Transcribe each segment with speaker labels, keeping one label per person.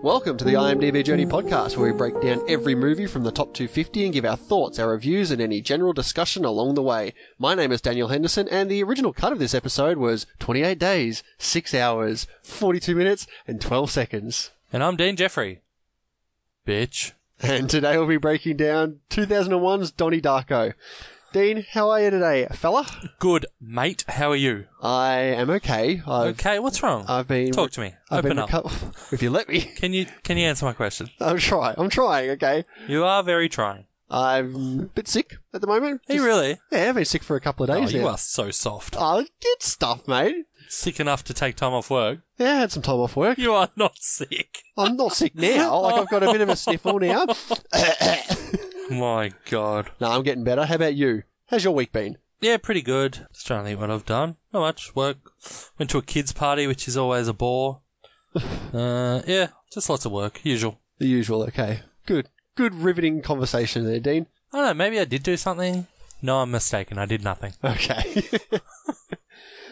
Speaker 1: Welcome to the IMDb Journey podcast, where we break down every movie from the top 250 and give our thoughts, our reviews, and any general discussion along the way. My name is Daniel Henderson, and the original cut of this episode was 28 days, 6 hours, 42 minutes, and 12 seconds.
Speaker 2: And I'm Dean Jeffrey. Bitch.
Speaker 1: And today we'll be breaking down 2001's Donnie Darko. Dean, how are you today, fella?
Speaker 2: Good, mate. How are you?
Speaker 1: I am okay. I've,
Speaker 2: okay, what's wrong?
Speaker 1: I've been.
Speaker 2: Talk to me.
Speaker 1: I've
Speaker 2: Open
Speaker 1: been
Speaker 2: up.
Speaker 1: reco- if you let me.
Speaker 2: Can you can you answer my question?
Speaker 1: I'm trying. I'm trying, okay?
Speaker 2: You are very trying.
Speaker 1: I'm a bit sick at the moment.
Speaker 2: Are you
Speaker 1: Just-
Speaker 2: really?
Speaker 1: Yeah, I've been sick for a couple of
Speaker 2: Oh,
Speaker 1: days
Speaker 2: you
Speaker 1: now.
Speaker 2: are so soft.
Speaker 1: Oh, good stuff, mate.
Speaker 2: Sick enough to take time off work.
Speaker 1: Yeah, I had some time off work.
Speaker 2: You are not sick.
Speaker 1: I'm not sick now. Like, I've got a bit of a sniffle now.
Speaker 2: My God.
Speaker 1: no, I'm getting better. How about you? How's your week been?
Speaker 2: Yeah, pretty good. Just trying to think what I've done. Not much work. Went to a kids' party, which is always a bore. uh, yeah, just lots of work, usual.
Speaker 1: The usual, okay. Good. Good riveting conversation there, Dean.
Speaker 2: I don't know. Maybe I did do something. No, I'm mistaken. I did nothing.
Speaker 1: Okay.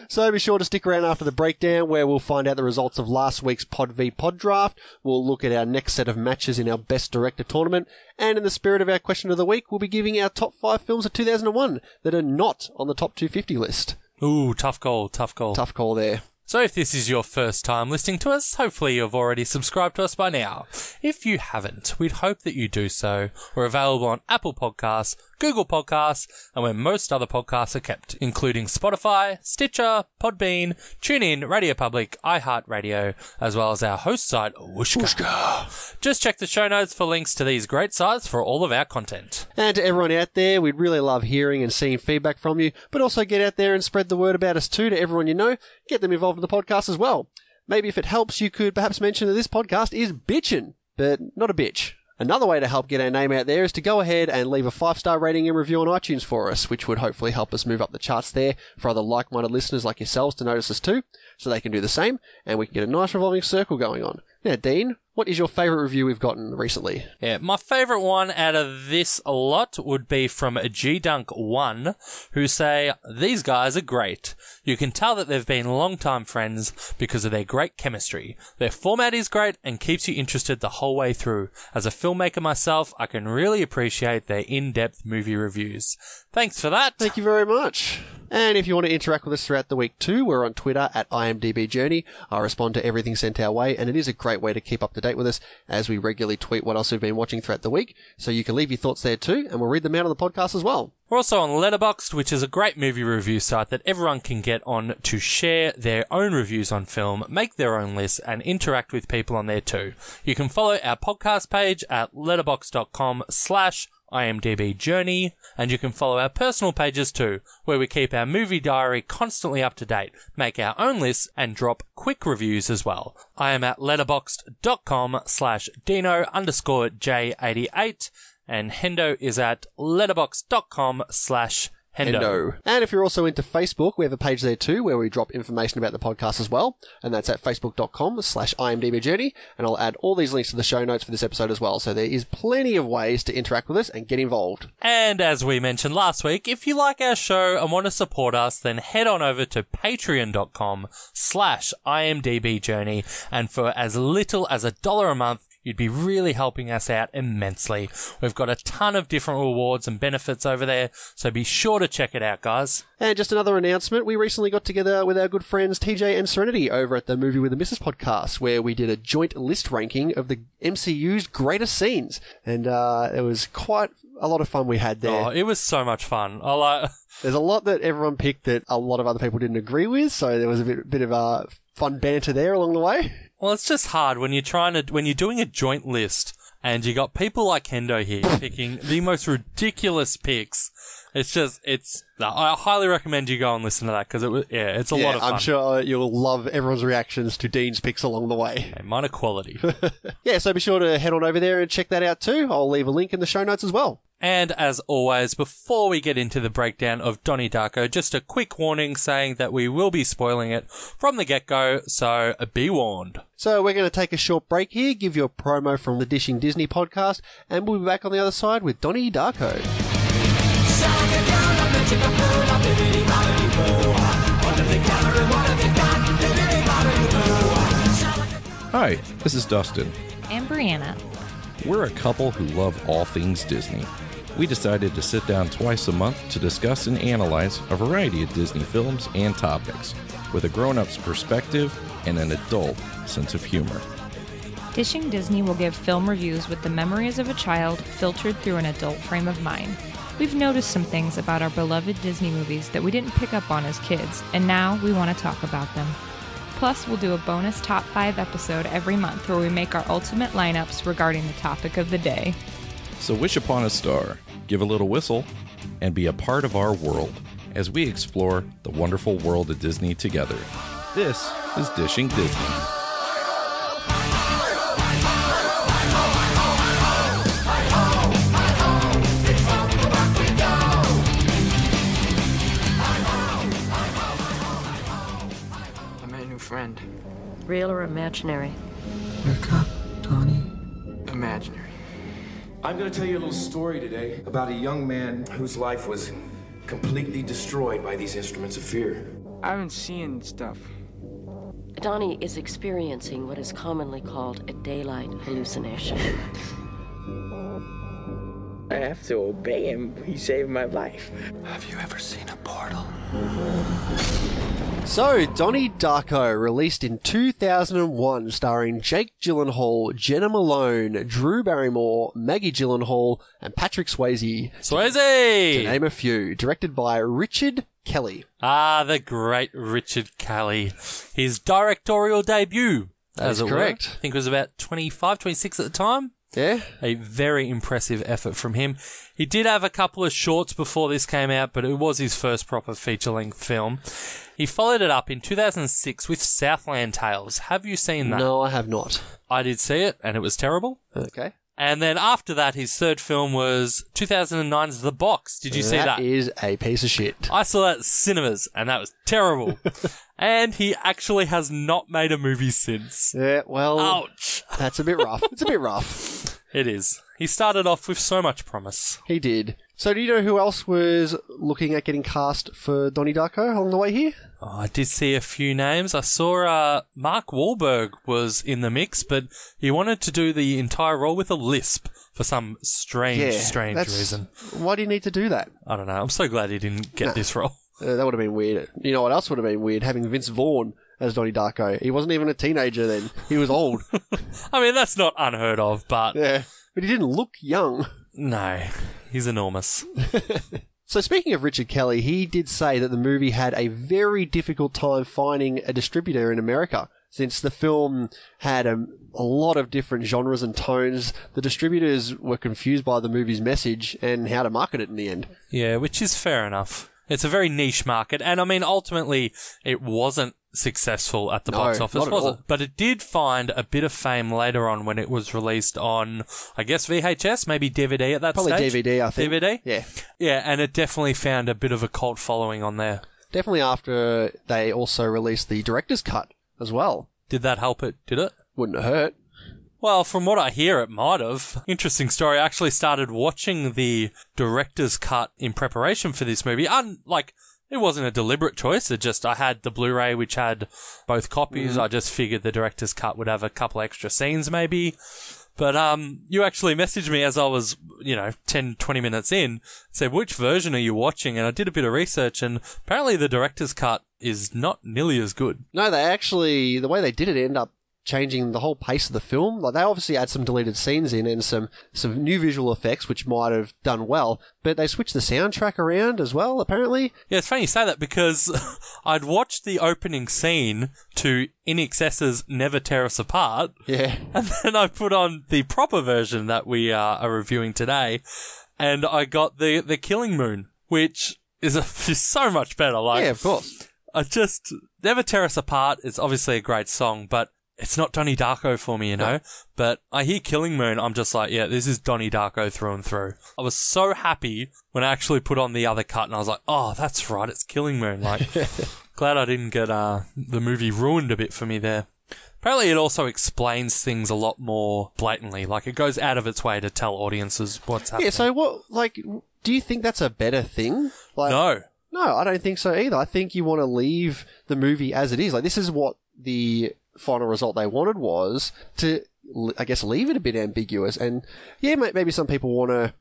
Speaker 1: so be sure to stick around after the breakdown where we'll find out the results of last week's Pod v Pod draft. We'll look at our next set of matches in our Best Director tournament. And in the spirit of our question of the week, we'll be giving our top five films of 2001 that are not on the top 250 list.
Speaker 2: Ooh, tough goal. Tough goal.
Speaker 1: Tough call there.
Speaker 2: So, if this is your first time listening to us, hopefully you've already subscribed to us by now. If you haven't, we'd hope that you do so. We're available on Apple Podcasts, Google Podcasts, and where most other podcasts are kept, including Spotify, Stitcher, Podbean, TuneIn, Radio Public, iHeartRadio, as well as our host site, Wooshka. Just check the show notes for links to these great sites for all of our content.
Speaker 1: And to everyone out there, we'd really love hearing and seeing feedback from you, but also get out there and spread the word about us too to everyone you know. Get them involved in the podcast as well. Maybe if it helps, you could perhaps mention that this podcast is bitchin', but not a bitch. Another way to help get our name out there is to go ahead and leave a five star rating and review on iTunes for us, which would hopefully help us move up the charts there for other like minded listeners like yourselves to notice us too, so they can do the same, and we can get a nice revolving circle going on. Now, Dean, what is your favourite review we've gotten recently?
Speaker 2: Yeah, my favorite one out of this lot would be from G Dunk One, who say these guys are great. You can tell that they've been long-time friends because of their great chemistry. Their format is great and keeps you interested the whole way through. As a filmmaker myself, I can really appreciate their in-depth movie reviews. Thanks for that.
Speaker 1: Thank you very much. And if you want to interact with us throughout the week too, we're on Twitter at IMDb Journey. I respond to everything sent our way, and it is a great way to keep up to date with us as we regularly tweet what else we've been watching throughout the week. So you can leave your thoughts there too, and we'll read them out on the podcast as well.
Speaker 2: We're also on Letterboxd, which is a great movie review site that everyone can get on to share their own reviews on film, make their own lists, and interact with people on there too. You can follow our podcast page at letterbox.com slash IMDb Journey, and you can follow our personal pages too, where we keep our movie diary constantly up to date, make our own lists, and drop quick reviews as well. I am at letterboxd.com slash dino underscore j88, and Hendo is at letterbox.com slash Hendo.
Speaker 1: And if you're also into Facebook, we have a page there too where we drop information about the podcast as well. And that's at facebook.com slash IMDb Journey. And I'll add all these links to the show notes for this episode as well. So there is plenty of ways to interact with us and get involved.
Speaker 2: And as we mentioned last week, if you like our show and want to support us, then head on over to patreon.com slash IMDb journey. And for as little as a dollar a month, you'd be really helping us out immensely. We've got a ton of different rewards and benefits over there. So be sure to check it out, guys.
Speaker 1: And just another announcement, we recently got together with our good friends TJ and Serenity over at the Movie with the Misses podcast, where we did a joint list ranking of the MCU's greatest scenes. And uh, it was quite a lot of fun we had there.
Speaker 2: Oh, it was so much fun. I like,
Speaker 1: There's a lot that everyone picked that a lot of other people didn't agree with, so there was a bit, bit of uh, fun banter there along the way.
Speaker 2: Well, it's just hard when you're trying to when you're doing a joint list and you got people like Hendo here picking the most ridiculous picks. It's just it's. No, I highly recommend you go and listen to that because it was yeah, it's a lot of fun.
Speaker 1: I'm sure uh, you'll love everyone's reactions to Dean's picks along the way.
Speaker 2: Okay, minor quality.
Speaker 1: Yeah, so be sure to head on over there and check that out too. I'll leave a link in the show notes as well.
Speaker 2: And as always, before we get into the breakdown of Donnie Darko, just a quick warning saying that we will be spoiling it from the get go, so be warned.
Speaker 1: So we're going to take a short break here, give you a promo from the Dishing Disney podcast, and we'll be back on the other side with Donnie Darko.
Speaker 3: Hi, this is Dustin. and Brianna.
Speaker 4: We're a couple who love all things Disney. We decided to sit down twice a month to discuss and analyze a variety of Disney films and topics with a grown up's perspective and an adult sense of humor.
Speaker 3: Dishing Disney will give film reviews with the memories of a child filtered through an adult frame of mind. We've noticed some things about our beloved Disney movies that we didn't pick up on as kids, and now we want to talk about them. Plus, we'll do a bonus top 5 episode every month where we make our ultimate lineups regarding the topic of the day.
Speaker 4: So wish upon a star, give a little whistle, and be a part of our world as we explore the wonderful world of Disney together. This is Dishing Disney.
Speaker 5: I met a new friend.
Speaker 6: Real or imaginary?
Speaker 7: Wake up, Tony.
Speaker 5: Imaginary.
Speaker 8: I'm going to tell you a little story today about a young man whose life was completely destroyed by these instruments of fear.
Speaker 5: I've been seeing stuff.
Speaker 6: Donnie is experiencing what is commonly called a daylight hallucination.
Speaker 9: I have to obey him. He saved my life.
Speaker 7: Have you ever seen a portal?
Speaker 1: So, Donnie Darko, released in 2001, starring Jake Gyllenhaal, Jenna Malone, Drew Barrymore, Maggie Gyllenhaal, and Patrick Swayze, to
Speaker 2: Swayze!
Speaker 1: name a few. Directed by Richard Kelly.
Speaker 2: Ah, the great Richard Kelly. His directorial debut,
Speaker 1: That's
Speaker 2: as it were.
Speaker 1: correct.
Speaker 2: I think it was about 25, 26 at the time.
Speaker 1: Yeah?
Speaker 2: a very impressive effort from him. He did have a couple of shorts before this came out, but it was his first proper feature length film. He followed it up in 2006 with Southland Tales. Have you seen that?
Speaker 1: No, I have not.
Speaker 2: I did see it, and it was terrible.
Speaker 1: Okay.
Speaker 2: And then after that, his third film was 2009's The Box. Did you see that?
Speaker 1: That is a piece of shit.
Speaker 2: I saw that at cinemas, and that was terrible. and he actually has not made a movie since.
Speaker 1: Yeah, well,
Speaker 2: Ouch!
Speaker 1: that's a bit rough. It's a bit rough.
Speaker 2: It is. He started off with so much promise.
Speaker 1: He did. So, do you know who else was looking at getting cast for Donnie Darko along the way here?
Speaker 2: Oh, I did see a few names. I saw uh, Mark Wahlberg was in the mix, but he wanted to do the entire role with a lisp for some strange, strange
Speaker 1: that's-
Speaker 2: reason.
Speaker 1: Why do you need to do that?
Speaker 2: I don't know. I'm so glad he didn't get this role.
Speaker 1: Uh, that would have been weird. You know what else would have been weird? Having Vince Vaughn as Donnie Darko. He wasn't even a teenager then. He was old.
Speaker 2: I mean, that's not unheard of, but
Speaker 1: yeah. But he didn't look young.
Speaker 2: no, he's enormous.
Speaker 1: So speaking of Richard Kelly, he did say that the movie had a very difficult time finding a distributor in America. Since the film had a, a lot of different genres and tones, the distributors were confused by the movie's message and how to market it in the end.
Speaker 2: Yeah, which is fair enough. It's a very niche market, and I mean, ultimately, it wasn't successful at the
Speaker 1: No,
Speaker 2: box office,
Speaker 1: not at
Speaker 2: was
Speaker 1: all.
Speaker 2: it? But it did find a bit of fame later on when it was released on, I guess, VHS, maybe DVD at that
Speaker 1: Probably
Speaker 2: stage.
Speaker 1: DVD, I think.
Speaker 2: DVD?
Speaker 1: Yeah.
Speaker 2: Yeah, and it definitely found a bit of a cult following on there.
Speaker 1: Definitely after they also released the director's cut as well.
Speaker 2: Did that help it? Did it?
Speaker 1: Wouldn't hurt.
Speaker 2: Well, from what I hear, it might have. Interesting story. I actually started watching the director's cut in preparation for this movie. Un- like, it wasn't a deliberate choice. It just, I had the Blu ray, which had both copies. I just figured the director's cut would have a couple extra scenes, maybe. But, um, you actually messaged me as I was, you know, 10, 20 minutes in, said, which version are you watching? And I did a bit of research, and apparently the director's cut is not nearly as good.
Speaker 1: No, they actually the way they did it ended up changing the whole pace of the film. Like they obviously had some deleted scenes in and some some new visual effects which might have done well, but they switched the soundtrack around as well. Apparently,
Speaker 2: Yeah, it's funny you say that because I'd watched the opening scene to In Excess's Never Tear Us Apart,
Speaker 1: yeah,
Speaker 2: and then I put on the proper version that we uh, are reviewing today, and I got the, the Killing Moon, which is, a, is so much better. Like,
Speaker 1: yeah, of course.
Speaker 2: I just Never Tear Us Apart is obviously a great song, but it's not Donnie Darko for me, you know. But I hear Killing Moon, I'm just like, yeah, this is Donnie Darko through and through. I was so happy when I actually put on the other cut, and I was like, oh, that's right, it's Killing Moon. Like, glad I didn't get uh, the movie ruined a bit for me there. Apparently, it also explains things a lot more blatantly. Like, it goes out of its way to tell audiences what's happening.
Speaker 1: Yeah. So what? Like, do you think that's a better thing? Like,
Speaker 2: no.
Speaker 1: No, I don't think so either. I think you want to leave the movie as it is. Like this is what the final result they wanted was to l- I guess, leave it a bit ambiguous. And yeah, ma- maybe some people want to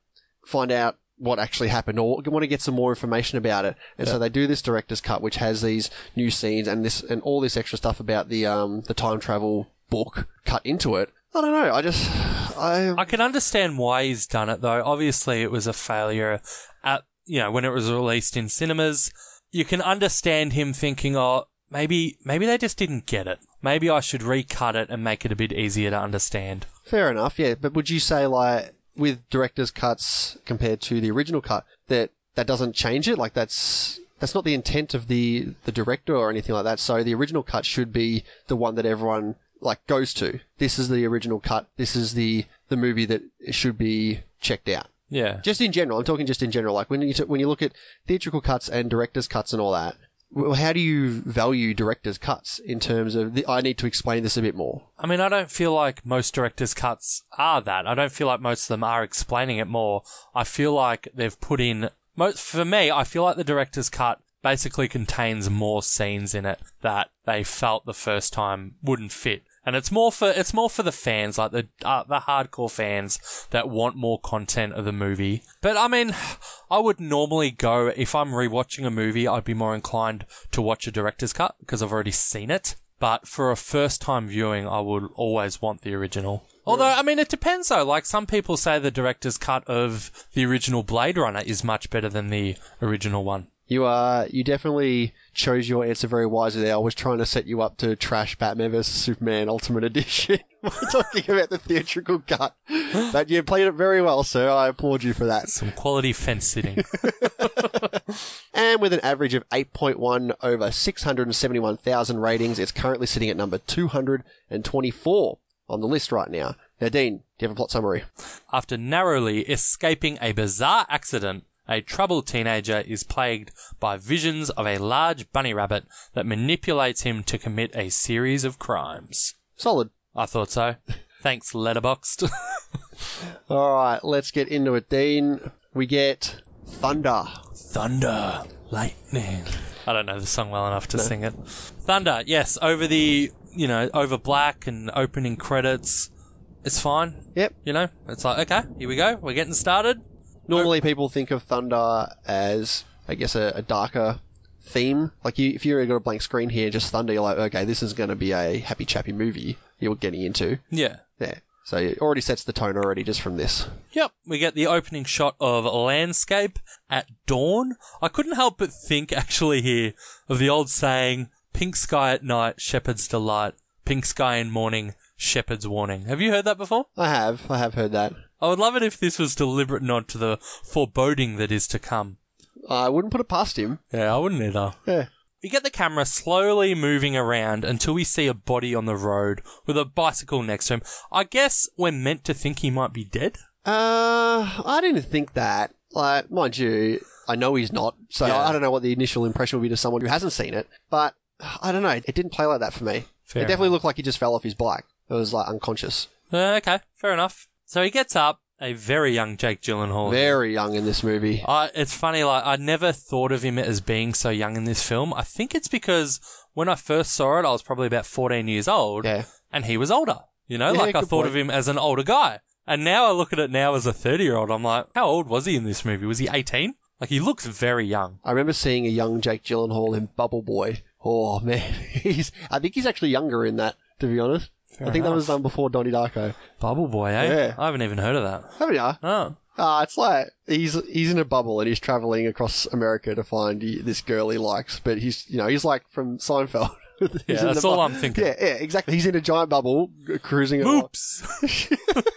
Speaker 1: find out what actually happened or want to get some more information about it. And so they do this director's cut, which has these new scenes and this and all this extra stuff about the um the time travel book cut into it. I don't know. I just I
Speaker 2: I can understand why he's done it though. Obviously, it was a failure at you know when it was released in cinemas. You can understand him thinking, "Oh, maybe maybe they just didn't get it. Maybe I should recut it and make it a bit easier to understand."
Speaker 1: Fair enough, yeah. But would you say like with director's cuts compared to the original cut that that doesn't change it? Like that's that's not the intent of the the director or anything like that. So the original cut should be the one that everyone like goes to. This is the original cut. This is the the movie that should be checked out.
Speaker 2: Yeah.
Speaker 1: Just in general, I'm talking just in general. Like when you t- when you look at theatrical cuts and director's cuts and all that, well, how do you value director's cuts in terms of the, I need to explain this a bit more?
Speaker 2: I mean, I don't feel like most directors' cuts are that. I don't feel like most of them are explaining it more. I feel like they've put in most for me. I feel like the director's cut basically contains more scenes in it that they felt the first time wouldn't fit, and it's more for it's more for the fans, like the uh, the hardcore fans that want more content of the movie. But I mean, I would normally go if I'm rewatching a movie, I'd be more inclined to watch a director's cut because I've already seen it but for a first time viewing, I would always want the original. Although, I mean, it depends though. Like, some people say the director's cut of the original Blade Runner is much better than the original one.
Speaker 1: You are you definitely chose your answer very wisely there. I was trying to set you up to trash Batman vs Superman Ultimate Edition. We're talking about the theatrical cut, but you played it very well, sir. I applaud you for that.
Speaker 2: Some quality fence sitting.
Speaker 1: And with an average of 8.1 over 671,000 ratings, it's currently sitting at number 224 on the list right now. Now, Dean, do you have a plot summary?
Speaker 2: After narrowly escaping a bizarre accident, a troubled teenager is plagued by visions of a large bunny rabbit that manipulates him to commit a series of crimes.
Speaker 1: Solid.
Speaker 2: I thought so. Thanks, Letterboxed.
Speaker 1: All right, let's get into it, Dean. We get Thunder.
Speaker 2: Thunder, lightning. I don't know the song well enough to sing it. Thunder, yes, over the, you know, over black and opening credits. It's fine.
Speaker 1: Yep.
Speaker 2: You know, it's like, okay, here we go. We're getting started.
Speaker 1: Normally, people think of thunder as, I guess, a, a darker theme. Like, you, if you already got a blank screen here, just thunder, you're like, okay, this is going to be a happy chappy movie you're getting into.
Speaker 2: Yeah.
Speaker 1: Yeah. So it already sets the tone already just from this.
Speaker 2: Yep, we get the opening shot of landscape at dawn. I couldn't help but think actually here of the old saying, pink sky at night, shepherd's delight, pink sky in morning, shepherd's warning. Have you heard that before?
Speaker 1: I have, I have heard that.
Speaker 2: I would love it if this was deliberate nod to the foreboding that is to come.
Speaker 1: I wouldn't put it past him.
Speaker 2: Yeah, I wouldn't either.
Speaker 1: Yeah.
Speaker 2: We get the camera slowly moving around until we see a body on the road with a bicycle next to him. I guess we're meant to think he might be dead.
Speaker 1: Uh, I didn't think that. Like, mind you, I know he's not, so
Speaker 2: Yeah.
Speaker 1: I don't know what the initial impression would be to someone who hasn't seen it, but I don't know. It didn't play like that for me.
Speaker 2: Fair
Speaker 1: it definitely looked like he just fell off his bike. It was like unconscious.
Speaker 2: Uh, okay, fair enough. So he gets up, a very young Jake Gyllenhaal.
Speaker 1: Very young in this movie.
Speaker 2: I, it's funny, like, I never thought of him as being so young in this film. I think it's because when I first saw it, I was probably about 14 years old.
Speaker 1: Yeah.
Speaker 2: and he was older. You know,
Speaker 1: Yeah,
Speaker 2: like I
Speaker 1: good
Speaker 2: thought
Speaker 1: point.
Speaker 2: of him as an older guy. And now I look at it now as a 30 year old. I'm like, how old was he in this movie? Was he 18? Like, he looks very young.
Speaker 1: I remember seeing a young Jake Gyllenhaal in Bubble Boy. Oh man, he's. I think he's actually younger in that. To be honest, I think that was done before Donnie Darko.
Speaker 2: Bubble Boy, eh?
Speaker 1: Yeah.
Speaker 2: I haven't even heard of that.
Speaker 1: Haven't ya?
Speaker 2: Oh.
Speaker 1: Ah, it's like he's he's in a bubble and he's traveling across America to find y- this girl he likes, but he's you know he's like from Seinfeld. He's in
Speaker 2: that's
Speaker 1: the
Speaker 2: all I'm thinking.
Speaker 1: Yeah, yeah, exactly. He's in a giant bubble g- cruising. along.
Speaker 2: Oops.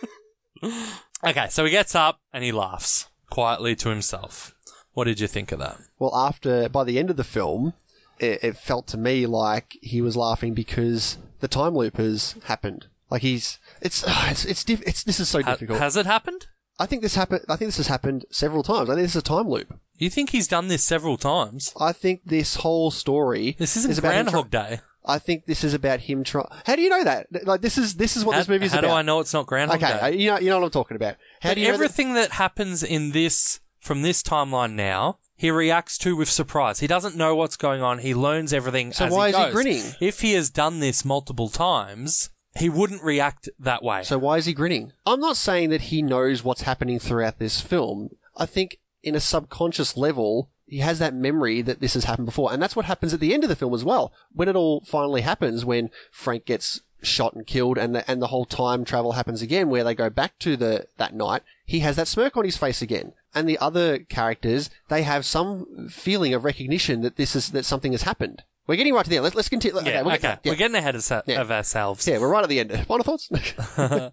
Speaker 2: okay, so he gets up and he laughs quietly to himself. What did you think of that?
Speaker 1: Well, after by the end of the film, it, it felt to me like he was laughing because the time loop has happened. Like he's it's it's it's, diff- it's this is so
Speaker 2: Ha-
Speaker 1: difficult.
Speaker 2: has it happened?
Speaker 1: I think this happened. I think this has happened several times. I think this is a time loop.
Speaker 2: You think he's done this several times?
Speaker 1: I think this whole story.
Speaker 2: This isn't
Speaker 1: is about him
Speaker 2: Groundhog
Speaker 1: try-
Speaker 2: Day.
Speaker 1: I think this is about him trying. How do you know that? Like this is this is what
Speaker 2: how
Speaker 1: this movie is
Speaker 2: how
Speaker 1: about.
Speaker 2: do I know it's not Groundhog
Speaker 1: Okay,
Speaker 2: Day?
Speaker 1: uh, you know you know what I'm talking about. How
Speaker 2: But
Speaker 1: do you know that-
Speaker 2: everything that happens in this from this timeline now, he reacts to with surprise. He doesn't know what's going on. He learns everything.
Speaker 1: So
Speaker 2: as
Speaker 1: why
Speaker 2: he
Speaker 1: is he
Speaker 2: goes.
Speaker 1: grinning?
Speaker 2: If he has done this multiple times, he wouldn't react that way.
Speaker 1: So why is he grinning? I'm not saying that he knows what's happening throughout this film. I think in a subconscious level, he has that memory that this has happened before. And that's what happens at the end of the film as well. When it all finally happens, when Frank gets shot and killed and the, and the whole time travel happens again where they go back to the that night, he has that smirk on his face again. And the other characters, they have some feeling of recognition that this is that something has happened. We're getting right to the end. Let's let's continue.
Speaker 2: yeah, okay,
Speaker 1: we're
Speaker 2: we're,
Speaker 1: getting- yeah.
Speaker 2: getting ahead of, sa-
Speaker 1: Yeah.
Speaker 2: of ourselves.
Speaker 1: yeah, we're right at the end. Final thoughts?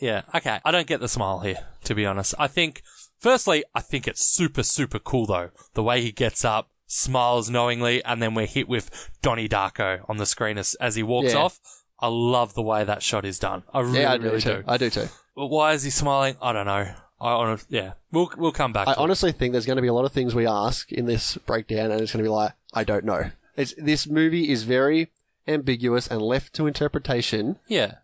Speaker 2: Yeah. Okay. I don't get the smile here, to be honest. I think, firstly, I think it's super, super cool though. The way he gets up, smiles knowingly, and then we're hit with Donnie Darko on the screen as, as he walks
Speaker 1: Yeah.
Speaker 2: off. I love the way that shot is done. I really,
Speaker 1: yeah, I do
Speaker 2: really
Speaker 1: too.
Speaker 2: do.
Speaker 1: I do too.
Speaker 2: But why is he smiling? I don't know. I honest, yeah. We'll we'll come back.
Speaker 1: I
Speaker 2: to it.
Speaker 1: honestly think there's going to be a lot of things we ask in this breakdown, and it's going to be like, I don't know. It's this movie is very ambiguous and left to interpretation.
Speaker 2: yeah.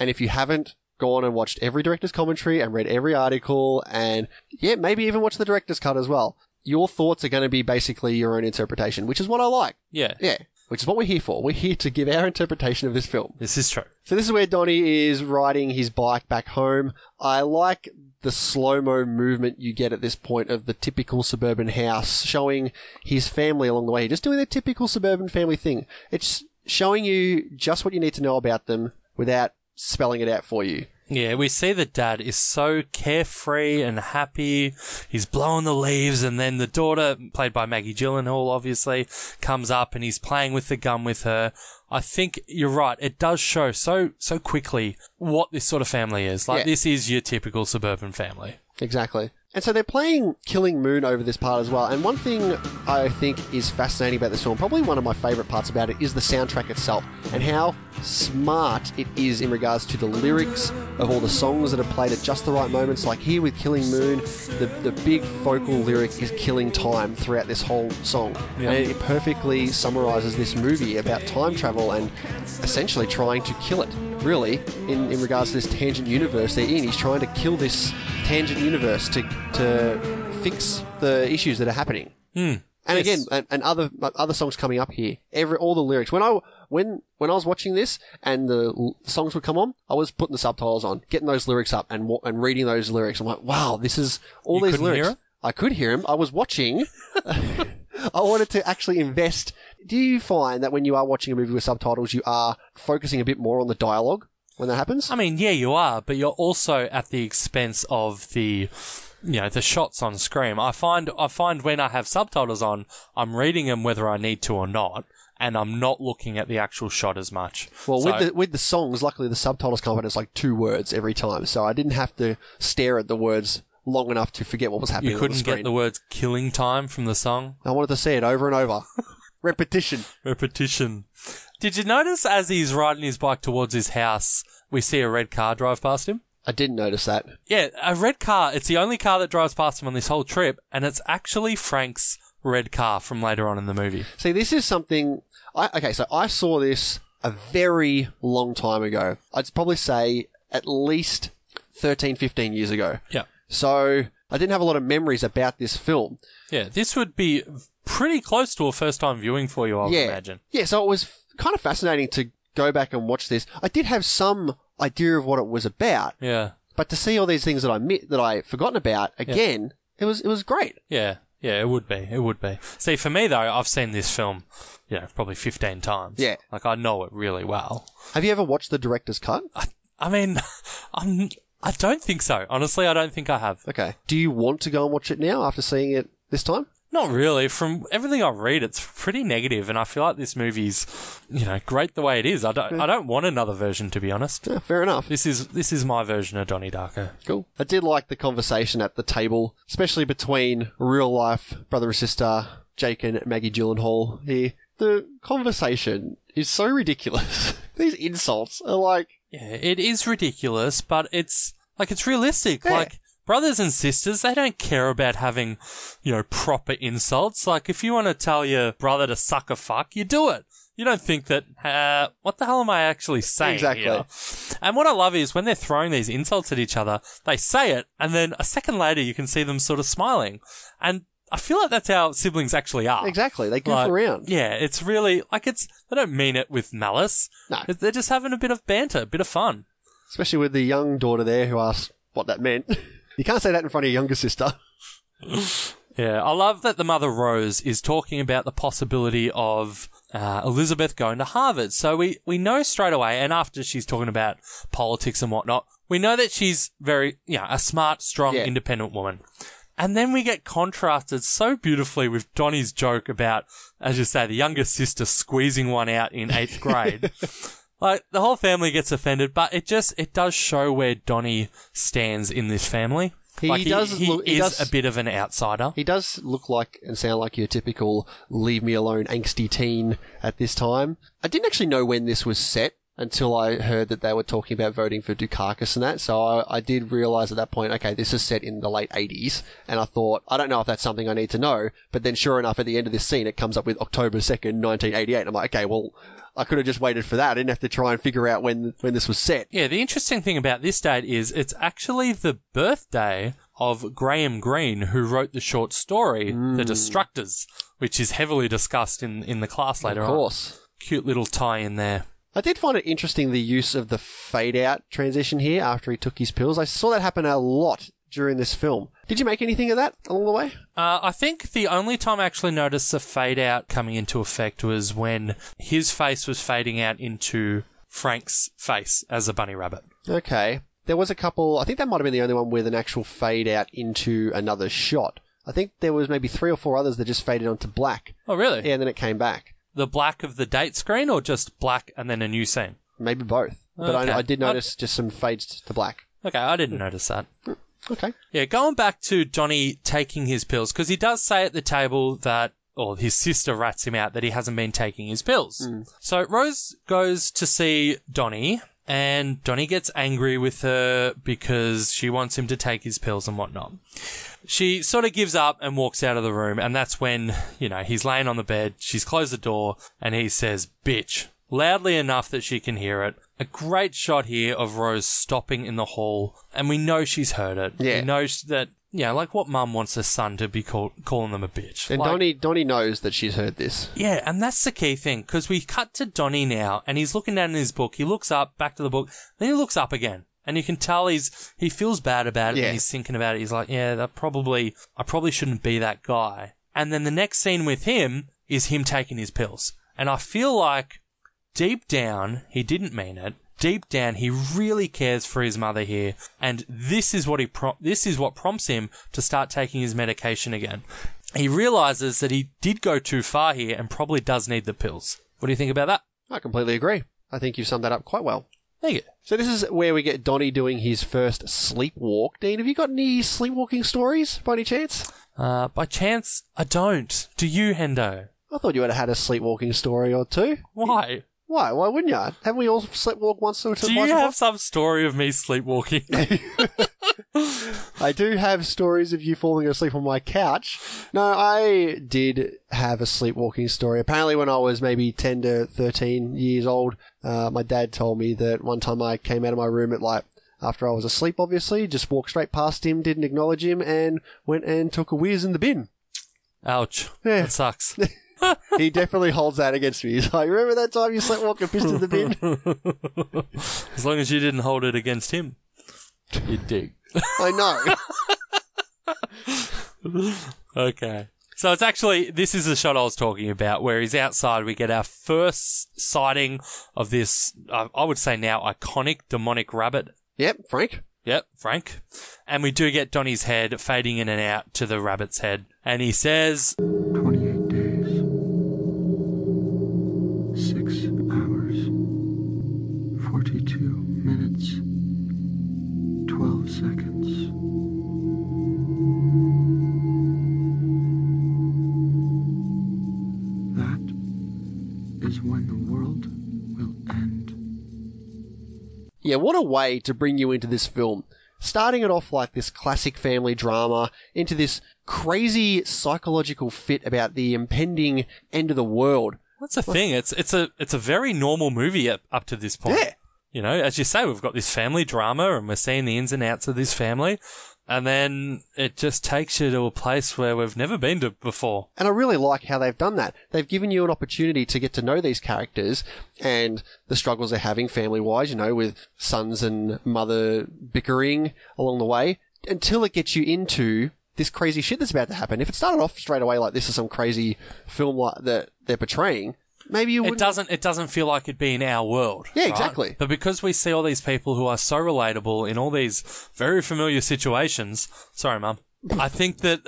Speaker 1: And if you haven't gone and watched every director's commentary and read every article, and yeah, maybe even watch the director's cut as well, your thoughts are going to be basically your own interpretation, which is what I like.
Speaker 2: Yeah.
Speaker 1: Yeah, which is what we're here for. We're here to give our interpretation of this film.
Speaker 2: This is true.
Speaker 1: So this is where Donnie is riding his bike back home. I like the slow-mo movement you get at this point of the typical suburban house showing his family along the way, just doing their typical suburban family thing. It's showing you just what you need to know about them without spelling it out for you.
Speaker 2: Yeah, we see that dad is so carefree and happy. He's blowing the leaves, and then the daughter, played by Maggie Gyllenhaal, obviously, comes up and he's playing with the gun with her. I think you're right. It does show so so quickly what this sort of family is. Like
Speaker 1: Yeah.
Speaker 2: this is your typical suburban family.
Speaker 1: Exactly. And so they're playing Killing Moon over this part as well. And one thing I think is fascinating about this film, probably one of my favourite parts about it, is the soundtrack itself and how smart it is in regards to the lyrics of all the songs that are played at just the right moments. Like here with Killing Moon, the, the big focal lyric is Killing Time throughout this whole song.
Speaker 2: Yeah.
Speaker 1: And it perfectly summarises this movie about time travel and essentially trying to kill it, really, in, in regards to this tangent universe they're in. He's trying to kill this tangent universe to, to fix the issues that are happening. And
Speaker 2: Hmm. Yes.
Speaker 1: again, and, and other other songs coming up here. Every all the lyrics. When I when when I was watching this and the l- songs would come on, I was putting the subtitles on, getting those lyrics up, and wa- and reading those lyrics. I'm like, wow, this is all
Speaker 2: You
Speaker 1: these
Speaker 2: couldn't
Speaker 1: lyrics.
Speaker 2: hear 'em?
Speaker 1: I could hear him. I was watching. I wanted to actually invest. Do you find that when you are watching a movie with subtitles, you are focusing a bit more on the dialogue when that happens?
Speaker 2: I mean, yeah, you are, but you're also at the expense of the, you know, the shots on screen. I find I find when I have subtitles on, I'm reading them whether I need to or not, and I'm not looking at the actual shot as much.
Speaker 1: Well,
Speaker 2: So-
Speaker 1: with the with the songs, luckily the subtitles come up and it's like two words every time, so I didn't have to stare at the words long enough to forget what was happening.
Speaker 2: you
Speaker 1: on
Speaker 2: couldn't
Speaker 1: the
Speaker 2: get
Speaker 1: screen.
Speaker 2: the words "killing time" from the song
Speaker 1: I wanted to see it over and over, repetition.
Speaker 2: repetition. Did you notice as he's riding his bike towards his house, we see a red car drive past him?
Speaker 1: I didn't notice that.
Speaker 2: Yeah, a red car. It's the only car that drives past him on this whole trip, and it's actually Frank's red car from later on in the movie.
Speaker 1: See, this is something. I okay, so I saw this a very long time ago. I'd probably say at least 13, 15 years ago.
Speaker 2: Yeah.
Speaker 1: So I didn't have a lot of memories about this film.
Speaker 2: Yeah, this would be pretty close to a first time viewing for you, I would
Speaker 1: yeah.
Speaker 2: imagine.
Speaker 1: Yeah, so it was f- kind of fascinating to go back and watch this. I did have some idea of what it was about,
Speaker 2: Yeah,
Speaker 1: but to see all these things that I mi- that I forgotten about again, it was it was great.
Speaker 2: yeah, yeah, it would be. It would be. See, for me, though, I've seen this film, you know, probably 15 times.
Speaker 1: Yeah.
Speaker 2: Like, I know it really well.
Speaker 1: Have you ever watched the director's cut?
Speaker 2: I mean, I'm, I don't think so. Honestly, I don't think I have.
Speaker 1: Okay. Do you want to go and watch it now after seeing it this time?
Speaker 2: Not really. From everything I read, it's pretty negative, and I feel like this movie's, you know, great the way it is. I don't, I don't want another version, to be honest.
Speaker 1: Yeah, fair enough.
Speaker 2: This is, this is my version of Donnie Darko.
Speaker 1: Cool. I did like the conversation at the table, especially between real life brother and sister Jake and Maggie Gyllenhaal here. The conversation is so ridiculous. These insults are like,
Speaker 2: Yeah, it is ridiculous, but it's like it's realistic.
Speaker 1: Yeah.
Speaker 2: Like brothers and sisters, they don't care about having, you know, proper insults. Like if you want to tell your brother to suck a fuck, you do it. You don't think that uh, what the hell am I actually saying?
Speaker 1: Exactly.
Speaker 2: here? And what I love is when they're throwing these insults at each other, they say it, and then a second later you can see them sort of smiling, and I feel like that's how siblings actually are.
Speaker 1: Exactly. They goof
Speaker 2: Like,
Speaker 1: around.
Speaker 2: Yeah, it's really like it's. They don't mean it with malice.
Speaker 1: No.
Speaker 2: It- they're just having a bit of banter, a bit of fun.
Speaker 1: Especially with the young daughter there who asked what that meant. you can't say that in front of your younger sister.
Speaker 2: Yeah, I love that the mother Rose is talking about the possibility of uh, Elizabeth going to Harvard. So we we know straight away, and after she's talking about politics and whatnot, we know that she's very yeah a smart, strong,
Speaker 1: Yeah.
Speaker 2: independent woman. And then we get contrasted so beautifully with Donnie's joke about, as you say, the younger sister squeezing one out in eighth grade. like the whole family gets offended, but it just it does show where Donnie stands in this family.
Speaker 1: He
Speaker 2: like
Speaker 1: does
Speaker 2: he,
Speaker 1: look- he
Speaker 2: is
Speaker 1: does-
Speaker 2: a bit of an outsider.
Speaker 1: He does look like and sound like your typical leave me alone angsty teen at this time. I didn't actually know when this was set until I heard that they were talking about voting for Dukakis and that, so I, I did realise at that point, okay, this is set in the late 80s, and I thought, I don't know if that's something I need to know, but then sure enough, at the end of this scene, it comes up with October 2nd, 1988. I'm like, okay, well, I could have just waited for that. I didn't have to try and figure out when, when this was set.
Speaker 2: Yeah, the interesting thing about this date is it's actually the birthday of Graham Greene, who wrote the short story The Destructors, which is heavily discussed in, in the class later
Speaker 1: Of course.
Speaker 2: on. Cute little tie in there.
Speaker 1: I did find it interesting the use of the fade out transition here after he took his pills. I saw that happen a lot during this film. Did you make anything of that along the way?
Speaker 2: Uh, I think the only time I actually noticed the fade out coming into effect was when his face was fading out into Frank's face as a bunny rabbit.
Speaker 1: Okay. There was a couple, I think that might have been the only one with an actual fade out into another shot. I think there was maybe three or four others that just faded onto black
Speaker 2: Oh, really?
Speaker 1: and then it came back.
Speaker 2: The black of the date screen or just black and then a new scene?
Speaker 1: Maybe both. But
Speaker 2: Okay.
Speaker 1: I, I did notice just some fades to black.
Speaker 2: Okay, I didn't notice that.
Speaker 1: Okay.
Speaker 2: Yeah, going back to Johnny taking his pills, because he does say at the table that, or his sister rats him out that he hasn't been taking his pills. So Rose goes to see Donnie, and Donnie gets angry with her because she wants him to take his pills and whatnot. She sort of gives up and walks out of the room, and that's when, you know, he's laying on the bed, she's closed the door, and he says, bitch, loudly enough that she can hear it. A great shot here of Rose stopping in the hall, and we know she's heard it.
Speaker 1: Yeah.
Speaker 2: We know sh- that, yeah, like what mum wants her son to be call- calling them a bitch.
Speaker 1: And
Speaker 2: Like-
Speaker 1: Donnie, Donnie knows that she's heard this.
Speaker 2: yeah, and that's the key thing because we cut to Donnie now, and he's looking down in his book. He looks up, back to the book, then he looks up again, and you can tell he's he feels bad about it.
Speaker 1: Yeah.
Speaker 2: And he's thinking about it. He's like, yeah, that probably I probably shouldn't be that guy. And then the next scene with him is him taking his pills, and I feel like deep down he didn't mean it. Deep down, he really cares for his mother here, and this is what he pro- this is what prompts him to start taking his medication again he realizes that he did go too far here and probably does need the pills. What do you think about that?
Speaker 1: I completely agree. I think you've summed that up quite well.
Speaker 2: There you go.
Speaker 1: So this is where we get Donnie doing his first sleepwalk. Dean, have you got any sleepwalking stories by any chance?
Speaker 2: Uh, by chance, I don't. Do you, Hendo?
Speaker 1: I thought you would have had a sleepwalking story or two.
Speaker 2: Why?
Speaker 1: Why? Why wouldn't you? Haven't we all sleepwalked once or
Speaker 2: Do
Speaker 1: twice?
Speaker 2: you
Speaker 1: before?
Speaker 2: have some story of me sleepwalking?
Speaker 1: I do have stories of you falling asleep on my couch. No, I did have a sleepwalking story. Apparently, when I was maybe 10 to 13 years old, uh, my dad told me that one time I came out of my room at like, after I was asleep, obviously, just walked straight past him, didn't acknowledge him, and went and took a whiz in the bin.
Speaker 2: Ouch.
Speaker 1: Yeah.
Speaker 2: That sucks.
Speaker 1: He definitely holds that against me. He's like, remember that time you sleepwalked and pissed in the bin?
Speaker 2: as long as you didn't hold it against him. You dig.
Speaker 1: I know.
Speaker 2: Okay. So it's actually this is the shot I was talking about, where he's outside. We get our first sighting of this, uh, I I would say now iconic demonic rabbit
Speaker 1: Yep, Frank.
Speaker 2: Yep, Frank. And we do get Donnie's head fading in and out to the rabbit's head. And he says,
Speaker 7: 28 days. 6 hours. 42 minutes. 12 seconds. That is when the world will end.
Speaker 1: Yeah, what a way to bring you into this film. Starting it off like this classic family drama, into this crazy psychological fit about the impending end of the world.
Speaker 2: "That's the thing. It's it's a it's a very normal movie up, up to this point.
Speaker 1: Yeah.
Speaker 2: You know, as you say, we've got this family drama, and we're seeing the ins and outs of this family. And then it just takes you to a place where we've never been to before.
Speaker 1: And I really like how they've done that. They've given you an opportunity to get to know these characters and the struggles they're having family wise, you know, with sons and mother bickering along the way until it gets you into this crazy shit that's about to happen. If it started off straight away like this is some crazy film like that they're portraying, maybe you
Speaker 2: It
Speaker 1: wouldn't.
Speaker 2: doesn't. It doesn't feel like it'd be in our world.
Speaker 1: Yeah,
Speaker 2: right?
Speaker 1: exactly.
Speaker 2: But because we see all these people who are so relatable in all these very familiar situations, sorry, mum. I think that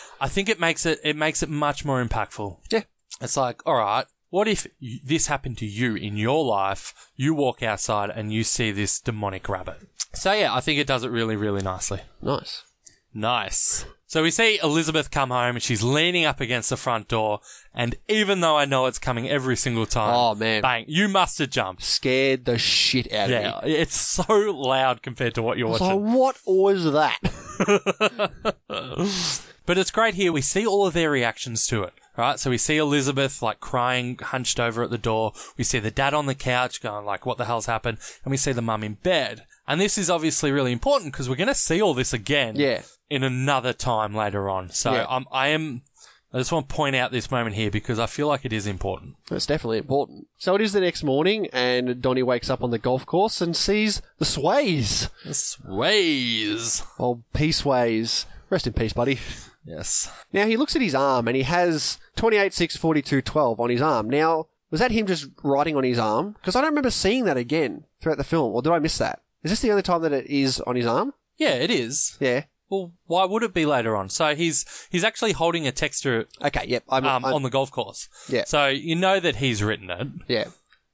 Speaker 2: I think it makes it it makes it much more impactful.
Speaker 1: Yeah.
Speaker 2: It's like, all right, what if y this happened to you in your life? You walk outside and you see this demonic rabbit. So yeah, I think it does it really, really nicely.
Speaker 1: Nice.
Speaker 2: Nice. So we see Elizabeth come home and she's leaning up against the front door. And even though I know it's coming every single time,
Speaker 1: Oh, man.
Speaker 2: bang, you must have jumped.
Speaker 1: Scared the shit out of me.
Speaker 2: Yeah, it's so loud compared to what you're
Speaker 1: So
Speaker 2: watching.
Speaker 1: what was that?
Speaker 2: But it's great here. We see all of their reactions to it, right? So we see Elizabeth like crying, hunched over at the door. We see the dad on the couch going like, what the hell's happened? And we see the mum in bed. And this is obviously really important because we're going to see all this again
Speaker 1: Yeah.
Speaker 2: in another time later on. So
Speaker 1: Yeah.
Speaker 2: I'm, I am, I just want to point out this moment here because I feel like it is important.
Speaker 1: That's definitely important. So it is the next morning, and Donnie wakes up on the golf course and sees the Sways.
Speaker 2: Sways.
Speaker 1: Old Peaceways. Rest in peace, buddy.
Speaker 2: Yes.
Speaker 1: Now he looks at his arm and he has 28 6 42 12 on his arm. Now, was that him just writing on his arm? Because I don't remember seeing that again throughout the film, or did I miss that? Is this the only time that it is on his arm?
Speaker 2: Yeah, it is.
Speaker 1: Yeah.
Speaker 2: Well, why would it be later on? So he's, he's actually holding a texture
Speaker 1: Okay, yep. I'm,
Speaker 2: um,
Speaker 1: I'm-
Speaker 2: on the golf course.
Speaker 1: Yeah.
Speaker 2: So you know that he's written it,
Speaker 1: yeah.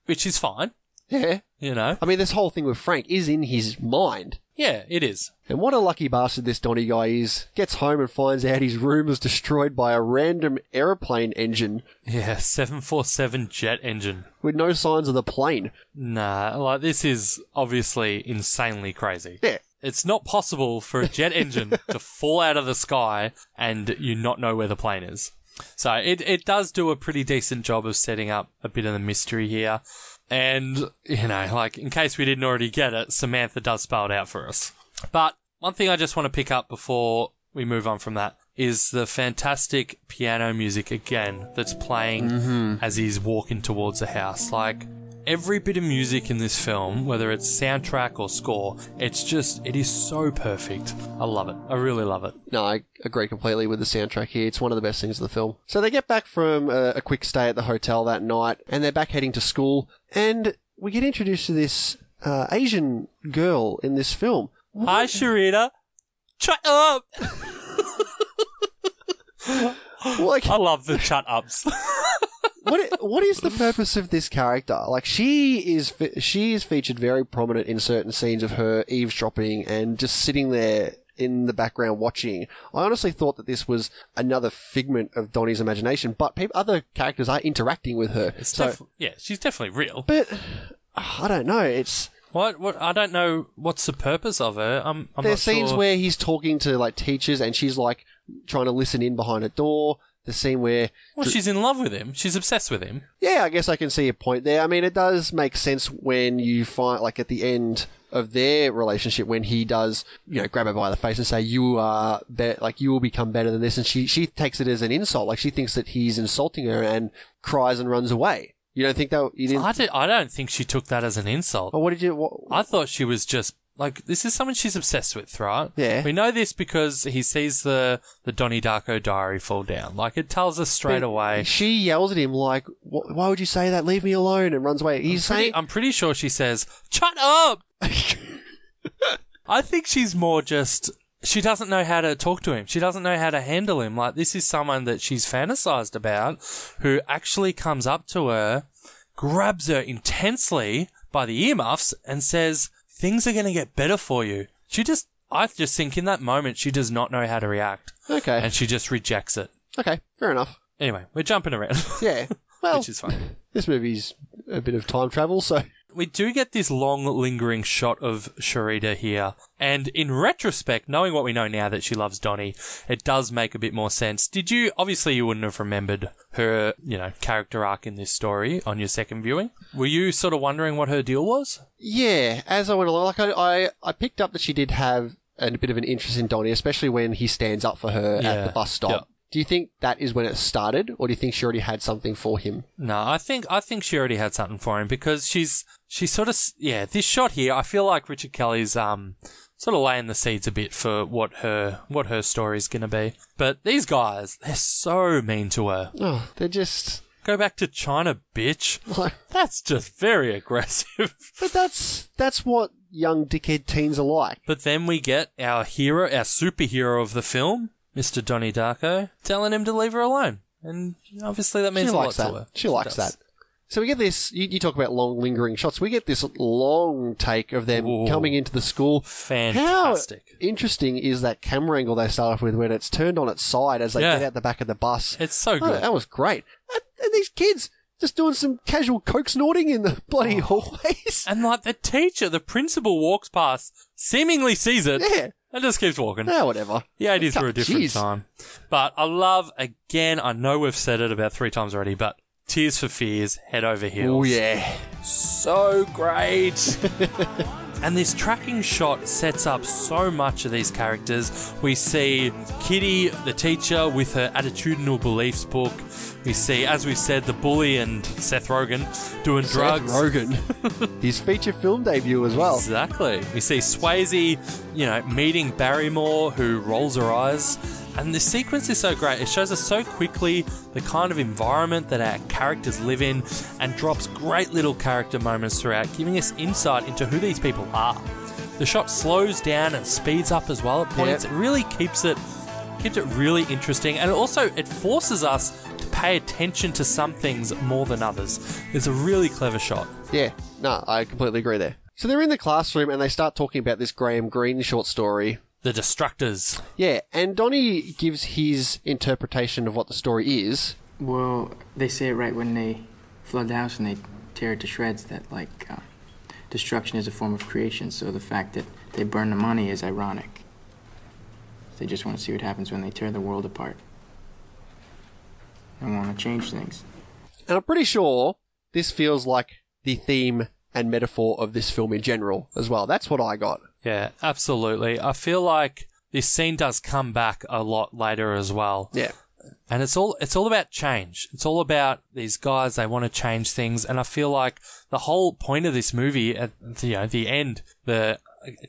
Speaker 2: which is fine.
Speaker 1: Yeah.
Speaker 2: You know.
Speaker 1: I mean, this whole thing with Frank is in his mind.
Speaker 2: Yeah, it is.
Speaker 1: And what a lucky bastard this Donny guy is. Gets home and finds out his room was destroyed by a random aeroplane engine
Speaker 2: Yeah, seven four seven jet engine.
Speaker 1: with no signs of the plane.
Speaker 2: Nah, like this is obviously insanely crazy.
Speaker 1: Yeah.
Speaker 2: It's not possible for a jet engine to fall out of the sky and you not know where the plane is. So it, it does do a pretty decent job of setting up a bit of the mystery here. And, you know, like in case we didn't already get it, Samantha does spell it out for us. But one thing I just want to pick up before we move on from that is the fantastic piano music again that's playing as he's walking towards the house. Like every bit of music in this film, whether it's soundtrack or score, it's just it is so perfect. I love it. I really love it.
Speaker 1: No, I agree completely with the soundtrack here. It's one of the best things of the film. So they get back from a, a quick stay at the hotel that night, and they're back heading to school, and we get introduced to this uh, Asian girl in this film.
Speaker 2: Hi Sharita. Shut up.
Speaker 1: Like,
Speaker 2: I love the shut ups.
Speaker 1: what i- what is the purpose of this character? Like she is fe- she is featured very prominent in certain scenes of her eavesdropping and just sitting there in the background watching. I honestly thought that this was another figment of Donnie's imagination, but peop other characters are interacting with her. so,
Speaker 2: Def- yeah, she's definitely real.
Speaker 1: but ah, I don't know. It's
Speaker 2: What? What? I don't know what's the purpose of her. I'm. I'm
Speaker 1: there's
Speaker 2: not
Speaker 1: scenes
Speaker 2: sure.
Speaker 1: where he's talking to like teachers and she's like trying to listen in behind a door. The scene where
Speaker 2: Well, she's in love with him. She's obsessed with him.
Speaker 1: Yeah, I guess I can see a point there. I mean, it does make sense when you find, like, at the end of their relationship, when he does, you know, grab her by the face and say, "You are be- like you will become better than this," and she she takes it as an insult, like she thinks that he's insulting her and cries and runs away. You don't think that you didn't?
Speaker 2: I, did, I don't think she took that as an insult.
Speaker 1: oh, what did you? What,
Speaker 2: I thought she was just like this is someone she's obsessed with, right?
Speaker 1: Yeah.
Speaker 2: We know this because he sees the the Donnie Darko diary fall down. Like it tells us straight away.
Speaker 1: She yells at him like, "Wh- "Why would you say that? Leave me alone!" and runs away. He's
Speaker 2: Pretty-
Speaker 1: saying,
Speaker 2: I'm pretty sure she says, "Shut up." I think she's more just she doesn't know how to talk to him. She doesn't know how to handle him. Like this is someone that she's fantasized about who actually comes up to her, grabs her intensely by the earmuffs and says, "Things are going to get better for you." She just I just think in that moment she does not know how to react
Speaker 1: "Okay,
Speaker 2: and she just rejects it.
Speaker 1: okay, fair enough."
Speaker 2: Anyway, we're jumping around,
Speaker 1: Yeah, well,
Speaker 2: which is fine.
Speaker 1: this movie's a bit of time travel, so
Speaker 2: We do get this long, lingering shot of Sharita here. And in retrospect, knowing what we know now that she loves Donnie, it does make a bit more sense. Did you, obviously, you wouldn't have remembered her, you know, character arc in this story on your second viewing. Were you sort of wondering what her deal was?
Speaker 1: Yeah, as I went along, like I, I, I picked up that she did have and a bit of an interest in Donnie, especially when he stands up for her
Speaker 2: Yeah.
Speaker 1: at the bus stop.
Speaker 2: Yeah.
Speaker 1: Do you think that is when it started, or do you think she already had something for him?
Speaker 2: No, I think I think she already had something for him because she's she's sort of s- yeah. This shot here, I feel like Richard Kelly's um sort of laying the seeds a bit for what her what her story's gonna be. But these guys, they're so mean to her.
Speaker 1: Oh, they're just
Speaker 2: Go back to China, bitch.
Speaker 1: like,
Speaker 2: That's just very aggressive.
Speaker 1: but that's that's what young dickhead teens are like.
Speaker 2: But then we get our hero, our superhero of the film, Mr. Donnie Darko, telling him to leave her alone. And obviously that means
Speaker 1: she
Speaker 2: a
Speaker 1: likes
Speaker 2: lot
Speaker 1: that.
Speaker 2: to her.
Speaker 1: She likes
Speaker 2: does.
Speaker 1: that. So we get this. You, you talk about long lingering shots. We get this long take of them
Speaker 2: Ooh.
Speaker 1: coming into the school.
Speaker 2: Fantastic.
Speaker 1: How interesting is that camera angle they start off with when it's turned on its side as they
Speaker 2: Yeah.
Speaker 1: get out the back of the bus?
Speaker 2: It's so
Speaker 1: Oh,
Speaker 2: good.
Speaker 1: that was great. And, and these kids just doing some casual coke snorting in the bloody
Speaker 2: Oh.
Speaker 1: hallways.
Speaker 2: And like the teacher, the principal walks past, seemingly sees it,
Speaker 1: Yeah.
Speaker 2: and just keeps walking.
Speaker 1: No, whatever.
Speaker 2: The 80s were a different
Speaker 1: Jeez.
Speaker 2: time. But I love, again, I know we've said it about three times already, but Tears for Fears, Head Over
Speaker 1: Oh
Speaker 2: Heels.
Speaker 1: yeah.
Speaker 2: So great. and this tracking shot sets up so much of these characters. We see Kitty, the teacher, with her attitudinal beliefs book. We see, as we said, the bully and Seth Rogen doing drugs.
Speaker 1: Seth Rogen. His feature film debut as well.
Speaker 2: Exactly. We see Swayze, you know, meeting Barrymore, who rolls her eyes. And the sequence is so great. It shows us so quickly the kind of environment that our characters live in and drops great little character moments throughout, giving us insight into who these people are. The shot slows down and speeds up as well at points.
Speaker 1: Yep.
Speaker 2: It really keeps it keeps it really interesting and it also it forces us to pay attention to some things more than others. It's a really clever shot.
Speaker 1: Yeah, no, I completely agree there. So they're in the classroom and they start talking about this Graham Greene short story.
Speaker 2: The Destructors.
Speaker 1: Yeah, and Donnie gives his interpretation of what the story is.
Speaker 5: Well, they say it right when they flood the house and they tear it to shreds that, like, uh, destruction is a form of creation, so the fact that they burn the money is ironic. They just want to see what happens when they tear the world apart. They want to change things.
Speaker 1: And I'm pretty sure this feels like the theme and metaphor of this film in general as well. That's what I got.
Speaker 2: Yeah, absolutely. I feel like this scene does come back a lot later as well.
Speaker 1: Yeah.
Speaker 2: And it's all it's all about change. It's all about these guys they want to change things and I feel like the whole point of this movie at the, you know, the end, the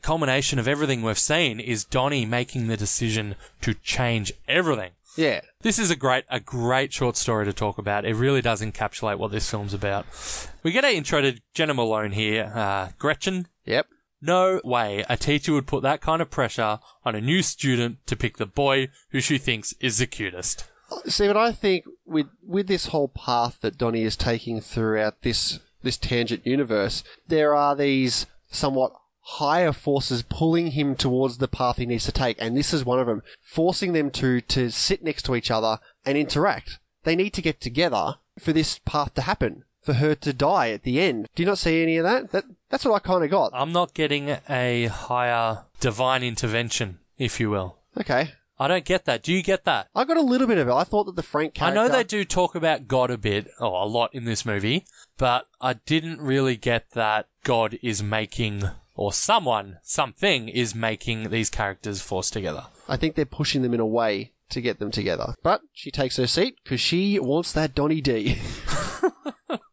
Speaker 2: culmination of everything we've seen is Donnie making the decision to change everything.
Speaker 1: Yeah.
Speaker 2: This is a great, a great short story to talk about. It really does encapsulate what this film's about. We get an intro to Jenna Malone here, uh, Gretchen,
Speaker 1: Yep.
Speaker 2: no way a teacher would put that kind of pressure on a new student to pick the boy who she thinks is the cutest.
Speaker 1: See, but I think with with this whole path that Donnie is taking throughout this this tangent universe, there are these somewhat higher forces pulling him towards the path he needs to take, and this is one of them, forcing them to to sit next to each other and interact. They need to get together for this path to happen, for her to die at the end. Do you not see any of that? That that's what I kind of got.
Speaker 2: I'm not getting a higher divine intervention, if you will.
Speaker 1: Okay,
Speaker 2: I don't get that. Do you get that?
Speaker 1: I got a little bit of it. I thought that the Frank character.
Speaker 2: I know they do talk about God a bit, or a lot in this movie, but I didn't really get that God is making, or someone, something is making these characters force together.
Speaker 1: I think they're pushing them in a way to get them together. But she takes her seat because she wants that Donny D.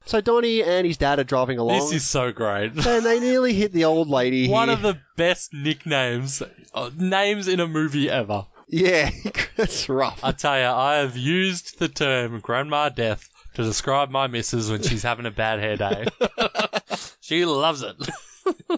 Speaker 1: so Donny and his dad are driving along.
Speaker 2: This is so great.
Speaker 1: and they nearly hit the old lady here.
Speaker 2: One of the best nicknames, uh, names in a movie ever.
Speaker 1: Yeah, that's rough.
Speaker 2: I tell you, I have used the term grandma death to describe my missus when she's having a bad hair day. she loves it.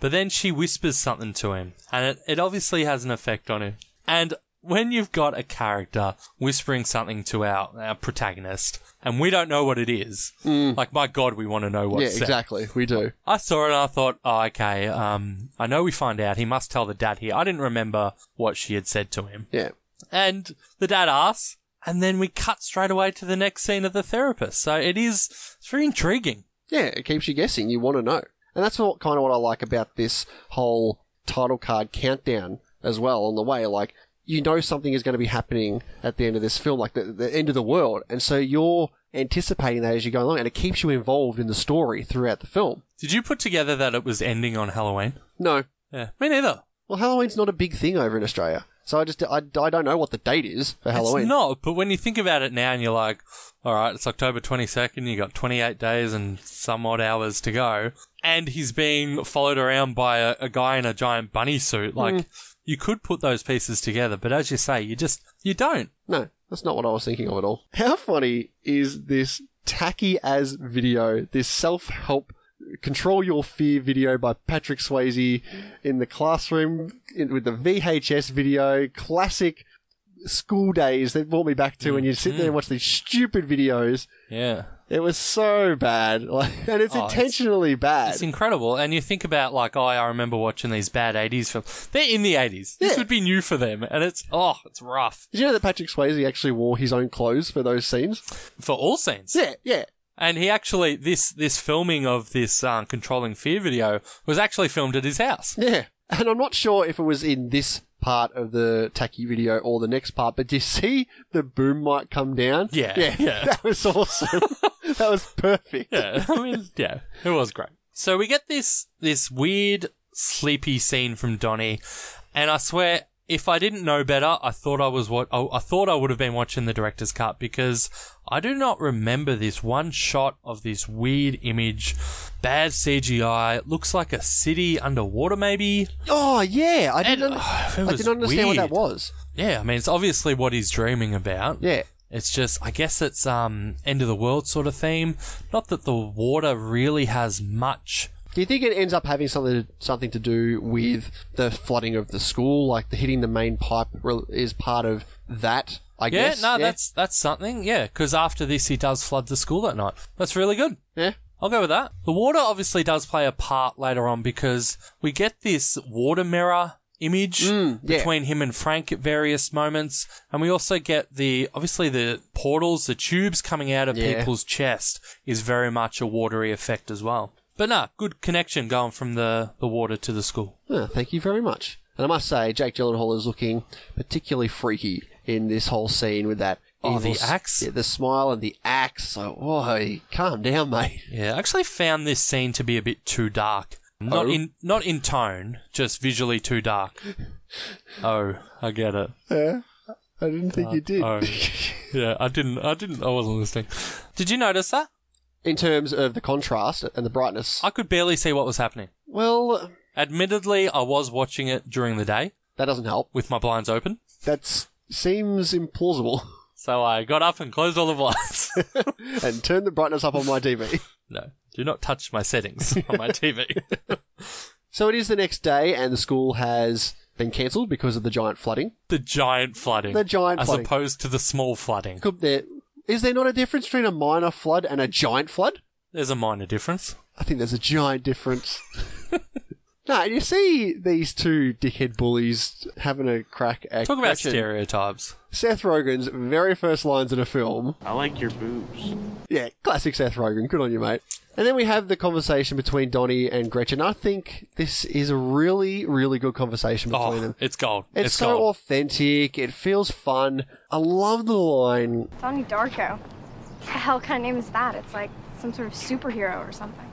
Speaker 2: but then she whispers something to him, and it, it obviously has an effect on him. And when you've got a character whispering something to our, our protagonist, and we don't know what it is, like, my God, we want to know
Speaker 1: yeah,
Speaker 2: what's said.
Speaker 1: exactly. We do.
Speaker 2: I saw it and I thought, oh, okay, um, I know we find out. He must tell the dad here. I didn't remember what she had said to him.
Speaker 1: Yeah.
Speaker 2: And the dad asks, and then we cut straight away to the next scene of the therapist. So it is, it's very intriguing.
Speaker 1: Yeah, it keeps you guessing. You want to know. And that's what kind of what I like about this whole title card countdown as well on the way. Like, you know something is going to be happening at the end of this film, like the, the end of the world. And so you're anticipating that as you go along, and it keeps you involved in the story throughout the film.
Speaker 2: Did you put together that it was ending on Halloween?
Speaker 1: No.
Speaker 2: Yeah. Me neither.
Speaker 1: Well, Halloween's not a big thing over in Australia, so I just I, I don't know what the date is for Halloween.
Speaker 2: It's not, but when you think about it now and you're like, all right, it's October 22nd, you got 28 days and some odd hours to go, and he's being followed around by a, a guy in a giant bunny suit. Like,
Speaker 1: Hmm.
Speaker 2: you could put those pieces together, but as you say, you just, you don't.
Speaker 1: No, that's not what I was thinking of at all. How funny is this tacky as video, this self help control your fear video by Patrick Swayze in the classroom in, with the VHS video, classic school days that brought me back to when you sit
Speaker 2: Mm-hmm.
Speaker 1: there and watch these stupid videos.
Speaker 2: Yeah.
Speaker 1: It was so bad. Like, and it's
Speaker 2: Oh, it's-
Speaker 1: intentionally bad.
Speaker 2: It's incredible. And you think about, like, oh, I remember watching these bad 80s films. They're in the 80s. This
Speaker 1: Yeah.
Speaker 2: would be new for them. And it's, oh, it's rough
Speaker 1: Did you know that Patrick Swayze actually wore his own clothes for those scenes?
Speaker 2: for all scenes.
Speaker 1: Yeah, yeah.
Speaker 2: And he actually, this, this filming of this um, Controlling Fear video was actually filmed at his house.
Speaker 1: Yeah. And I'm not sure if it was in this part of the tacky video or the next part, but do you see the boom mic come down?
Speaker 2: Yeah,
Speaker 1: Yeah.
Speaker 2: yeah.
Speaker 1: That was awesome. that was perfect.
Speaker 2: Yeah. I mean, yeah, it was great. So we get this, this weird, sleepy scene from Donnie. And I swear, if I didn't know better, I thought I was what, I, I thought I would have been watching the director's cut because I do not remember this one shot of this weird image. Bad CGI. It looks like a city underwater, maybe.
Speaker 1: Oh, yeah. I
Speaker 2: And,
Speaker 1: didn't, un-
Speaker 2: oh, it
Speaker 1: I
Speaker 2: was
Speaker 1: didn't understand what that
Speaker 2: weird.
Speaker 1: was.
Speaker 2: Yeah, I mean, it's obviously what he's dreaming about.
Speaker 1: Yeah.
Speaker 2: It's just, I guess it's um end of the world sort of theme. Not that the water really has much.
Speaker 1: Do you think it ends up having something something to do with the flooding of the school, like the hitting the main pipe re- is part of that? I
Speaker 2: Yeah,
Speaker 1: guess.
Speaker 2: no, that's that's something. Yeah, because after this, he does flood the school that night. That's really good.
Speaker 1: yeah.
Speaker 2: I'll go with that. The water obviously does play a part later on because we get this water mirror image
Speaker 1: Mm, yeah.
Speaker 2: between him and Frank at various moments. And we also get the, obviously the portals, the tubes coming out of
Speaker 1: Yeah.
Speaker 2: people's chest is very much a watery effect as well. But nah, good connection going from the, the water to the school.
Speaker 1: Oh, thank you very much. And I must say, Jake Gyllenhaal is looking particularly freaky in this whole scene with that.
Speaker 2: Oh, the
Speaker 1: evil s-
Speaker 2: axe?
Speaker 1: yeah, the smile and the axe. So, whoa, calm down, mate.
Speaker 2: Yeah, I actually found this scene to be a bit too dark. Not
Speaker 1: Oh.
Speaker 2: in not in tone, just visually too dark. oh, I get it.
Speaker 1: I didn't think you did.
Speaker 2: Oh. Yeah, I didn't. I didn't. I wasn't listening. Did you notice that?
Speaker 1: In terms of the contrast and the brightness,
Speaker 2: I could barely see what was happening.
Speaker 1: well,
Speaker 2: Admittedly, I was watching it during the day
Speaker 1: that doesn't help.
Speaker 2: with my blinds open,
Speaker 1: That s- seems implausible.
Speaker 2: so I got up and closed all the blinds.
Speaker 1: and turn the brightness up on my TV.
Speaker 2: no, do not touch my settings on my TV.
Speaker 1: So it is the next day, and the school has been cancelled because of the giant flooding.
Speaker 2: the giant flooding.
Speaker 1: The giant
Speaker 2: as
Speaker 1: flooding.
Speaker 2: opposed to the small flooding.
Speaker 1: Could there is there not a difference between a minor flood and a giant flood?
Speaker 2: There's a minor difference.
Speaker 1: I think there's a giant difference. no, and you see these two dickhead bullies having a crack at
Speaker 2: Talk about
Speaker 1: Gretchen.
Speaker 2: stereotypes.
Speaker 1: Seth Rogen's very first lines in a film.
Speaker 10: I like your boobs.
Speaker 1: Yeah, classic Seth Rogen. Good on you, mate. And then we have the conversation between Donnie and Gretchen. I think this is a really, really good conversation between
Speaker 2: Oh,
Speaker 1: them.
Speaker 2: it's gold.
Speaker 1: It's,
Speaker 2: It's,
Speaker 1: so
Speaker 2: gold.
Speaker 1: authentic. It feels fun. I love the line.
Speaker 11: Donnie Darko. The hell kind of name is that? It's like some sort of superhero or something.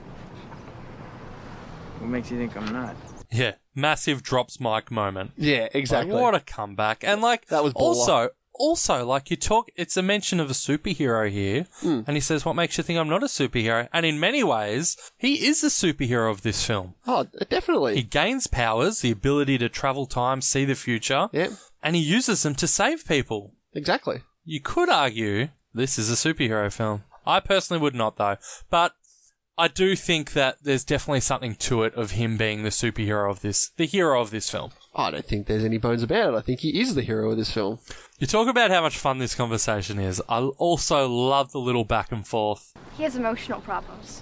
Speaker 5: What makes you think I'm not?
Speaker 2: Yeah, massive drops mic moment.
Speaker 1: Yeah, exactly.
Speaker 2: Like, what a comeback! And like
Speaker 1: That was baller.
Speaker 2: also also like you talk. It's a mention of a superhero here,
Speaker 1: Hmm.
Speaker 2: and he says, "What makes you think I'm not a superhero?" And in many ways, he is the superhero of this film.
Speaker 1: oh, definitely.
Speaker 2: He gains powers, the ability to travel time, see the future,
Speaker 1: yeah,
Speaker 2: and he uses them to save people.
Speaker 1: exactly.
Speaker 2: You could argue this is a superhero film. I personally would not, though. But I do think that there's definitely something to it of him being the superhero of this, the hero of this film.
Speaker 1: I don't think there's any bones about it. I think he is the hero of this film.
Speaker 2: You talk about how much fun this conversation is. I also love the little back and forth.
Speaker 11: He has emotional problems.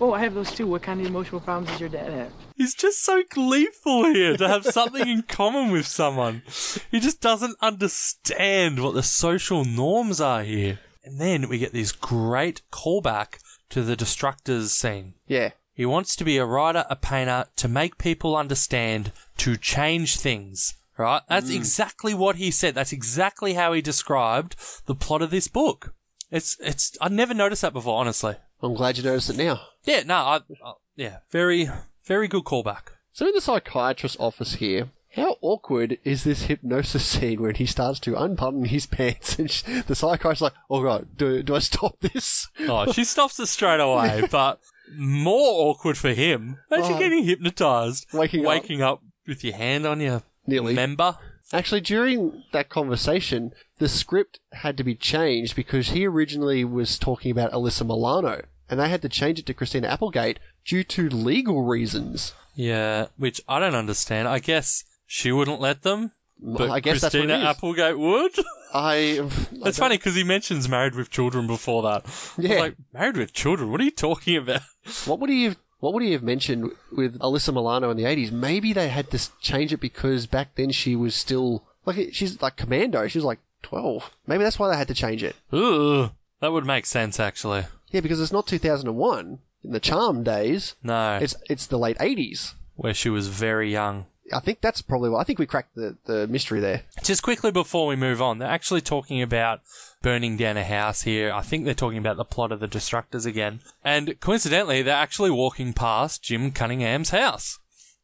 Speaker 9: Oh, I have those too. What kind of emotional problems does your dad have?
Speaker 2: He's just so gleeful here to have something in common with someone. He just doesn't understand what the social norms are here. And then we get this great callback to the Destructors scene.
Speaker 1: Yeah,
Speaker 2: He wants to be a writer, a painter, to make people understand, to change things. Right? That's
Speaker 1: Mm.
Speaker 2: exactly what he said. That's exactly how he described the plot of this book. It's, it's, I never noticed that before, honestly.
Speaker 1: I'm glad you noticed it now.
Speaker 2: Yeah, no, I, I yeah, very, very good callback.
Speaker 1: So in the psychiatrist's office here, how awkward is this hypnosis scene when he starts to unbutton his pants and sh- the psychiatrist's like, "Oh god, do, do I stop this?"
Speaker 2: Oh, she stops it straight away, but more awkward for him. Imagine
Speaker 1: Oh.
Speaker 2: getting hypnotized,
Speaker 1: Waking up.
Speaker 2: up. with your hand on your
Speaker 1: Nearly.
Speaker 2: member.
Speaker 1: Actually, during that conversation, the script had to be changed because he originally was talking about Alyssa Milano, and they had to change it to Christina Applegate due to legal reasons.
Speaker 2: Yeah, which I don't understand. I guess she wouldn't let them, but
Speaker 1: I guess that's what it
Speaker 2: Christina
Speaker 1: is.
Speaker 2: Applegate would.
Speaker 1: I.
Speaker 2: That's funny because he mentions married with children before that. I was
Speaker 1: Yeah.
Speaker 2: like married with children. What are you talking about?
Speaker 1: What would he have? What would he have mentioned with Alyssa Milano in the eighties? Maybe they had to s- change it because back then she was still like it- she's like commando. She was like twelve. Maybe that's why they had to change it.
Speaker 2: Ugh, that would make sense actually.
Speaker 1: Yeah, because it's not two thousand and one in the Charm days.
Speaker 2: No,
Speaker 1: It's it's the late eighties.
Speaker 2: where she was very young.
Speaker 1: I think that's probably why. I think we cracked the, the mystery there.
Speaker 2: Just quickly before we move on, they're actually talking about burning down a house here. I think they're talking about the plot of the Destructors again. And coincidentally, they're actually walking past Jim Cunningham's house.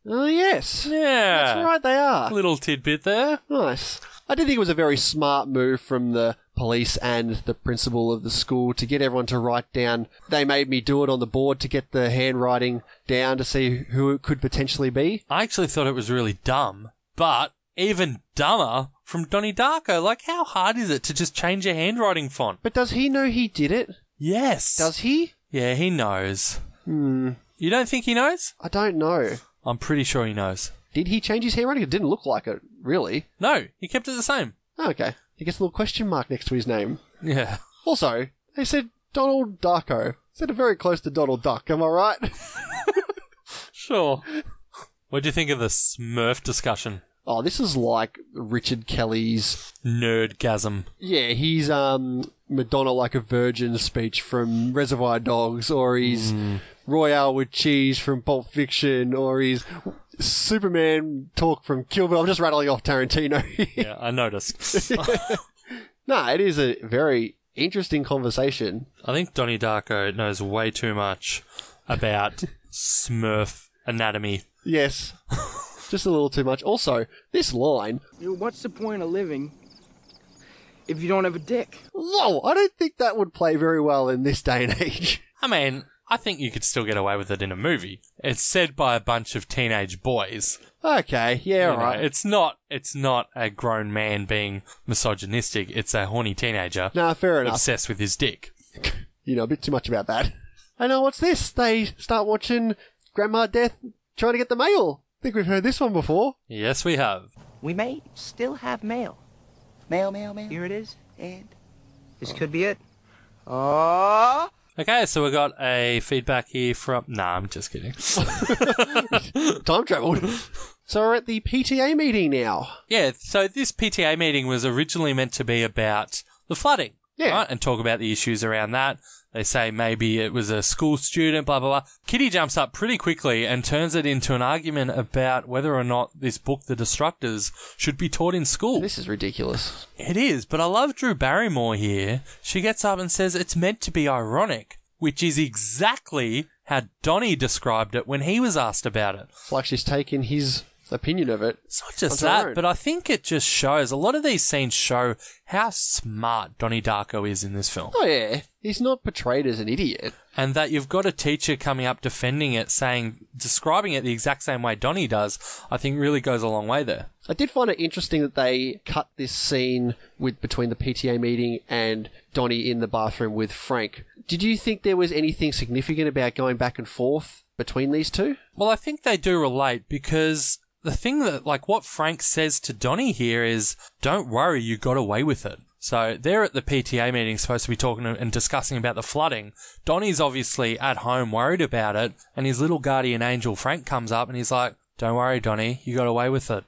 Speaker 1: Oh yes,
Speaker 2: Yeah.
Speaker 1: that's right. They are
Speaker 2: Little tidbit there.
Speaker 1: nice. I did think it was a very smart move from the police and the principal of the school to get everyone to write down. They made me do it on the board to get the handwriting down to see who it could potentially be.
Speaker 2: I actually thought it was really dumb, but even dumber from Donnie Darko. Like, how hard is it to just change your handwriting font?
Speaker 1: But does he know he did it?
Speaker 2: Yes.
Speaker 1: Does he?
Speaker 2: Yeah, he knows.
Speaker 1: Hmm.
Speaker 2: You don't think he knows?
Speaker 1: I don't know.
Speaker 2: I'm pretty sure he knows.
Speaker 1: Did he change his handwriting? It didn't look like it, really.
Speaker 2: No, he kept it the same.
Speaker 1: Oh, okay. He gets a little question mark next to his name.
Speaker 2: Yeah.
Speaker 1: Also, they said Donald Darko. Said it very close to Donald Duck, am I right?
Speaker 2: Sure. What'd you think of the Smurf discussion?
Speaker 1: Oh, this is like Richard Kelly's.
Speaker 2: Nerdgasm.
Speaker 1: Yeah, he's um Madonna like a virgin speech from Reservoir Dogs, or he's
Speaker 2: Hmm.
Speaker 1: Royale with cheese from Pulp Fiction, or he's Superman talk from Kill Bill. I'm just rattling off Tarantino.
Speaker 2: Yeah, I noticed.
Speaker 1: no, it is a very interesting conversation.
Speaker 2: I think Donnie Darko knows way too much about Smurf anatomy.
Speaker 1: Yes, just a little too much. Also, this line.
Speaker 9: What's the point of living if you don't have a dick?
Speaker 1: Whoa, I don't think that would play very well in this day and age.
Speaker 2: I mean, I think you could still get away with it in a movie. It's said by a bunch of teenage boys.
Speaker 1: Okay, yeah,
Speaker 2: You
Speaker 1: all
Speaker 2: know,
Speaker 1: right.
Speaker 2: It's not it's not a grown man being misogynistic, it's a horny teenager
Speaker 1: Nah, fair enough.
Speaker 2: obsessed with his dick.
Speaker 1: you know, a bit too much about that. I know what's this? They start watching Grandma Death trying to get the mail. I think we've heard this one before.
Speaker 2: Yes we have.
Speaker 10: We may still have mail. Mail, mail, mail. Here it is. And this could be it. Oh!
Speaker 2: Okay, so we got a feedback here from Nah, I'm just kidding.
Speaker 1: Time traveled. so we're at the PTA meeting now.
Speaker 2: Yeah, so this PTA meeting was originally meant to be about the flooding.
Speaker 1: Yeah.
Speaker 2: Right? And talk about the issues around that. They say maybe it was a school student, blah, blah, blah. Kitty jumps up pretty quickly and turns it into an argument about whether or not this book, The Destructors, should be taught in school.
Speaker 1: This is ridiculous.
Speaker 2: It is, but I love Drew Barrymore here. She gets up and says it's meant to be ironic, which is exactly how Donnie described it when he was asked about it.
Speaker 1: It's like she's taken his opinion of it.
Speaker 2: It's not just
Speaker 1: On her
Speaker 2: that,
Speaker 1: own.
Speaker 2: but I think it just shows a lot of these scenes show how smart Donnie Darko is in this film.
Speaker 1: Oh yeah, he's not portrayed as an idiot.
Speaker 2: And that you've got a teacher coming up defending it, saying, describing it the exact same way Donnie does, I think really goes a long way there.
Speaker 1: I did find it interesting that they cut this scene with between the PTA meeting and Donnie in the bathroom with Frank. Did you think there was anything significant about going back and forth between these two?
Speaker 2: Well, I think they do relate because the thing that, like, what Frank says to Donnie here is, don't worry, you got away with it. So they're at the PTA meeting supposed to be talking and discussing about the flooding. Donnie's obviously at home worried about it, and his little guardian angel Frank comes up and he's like, don't worry, Donnie, you got away with it.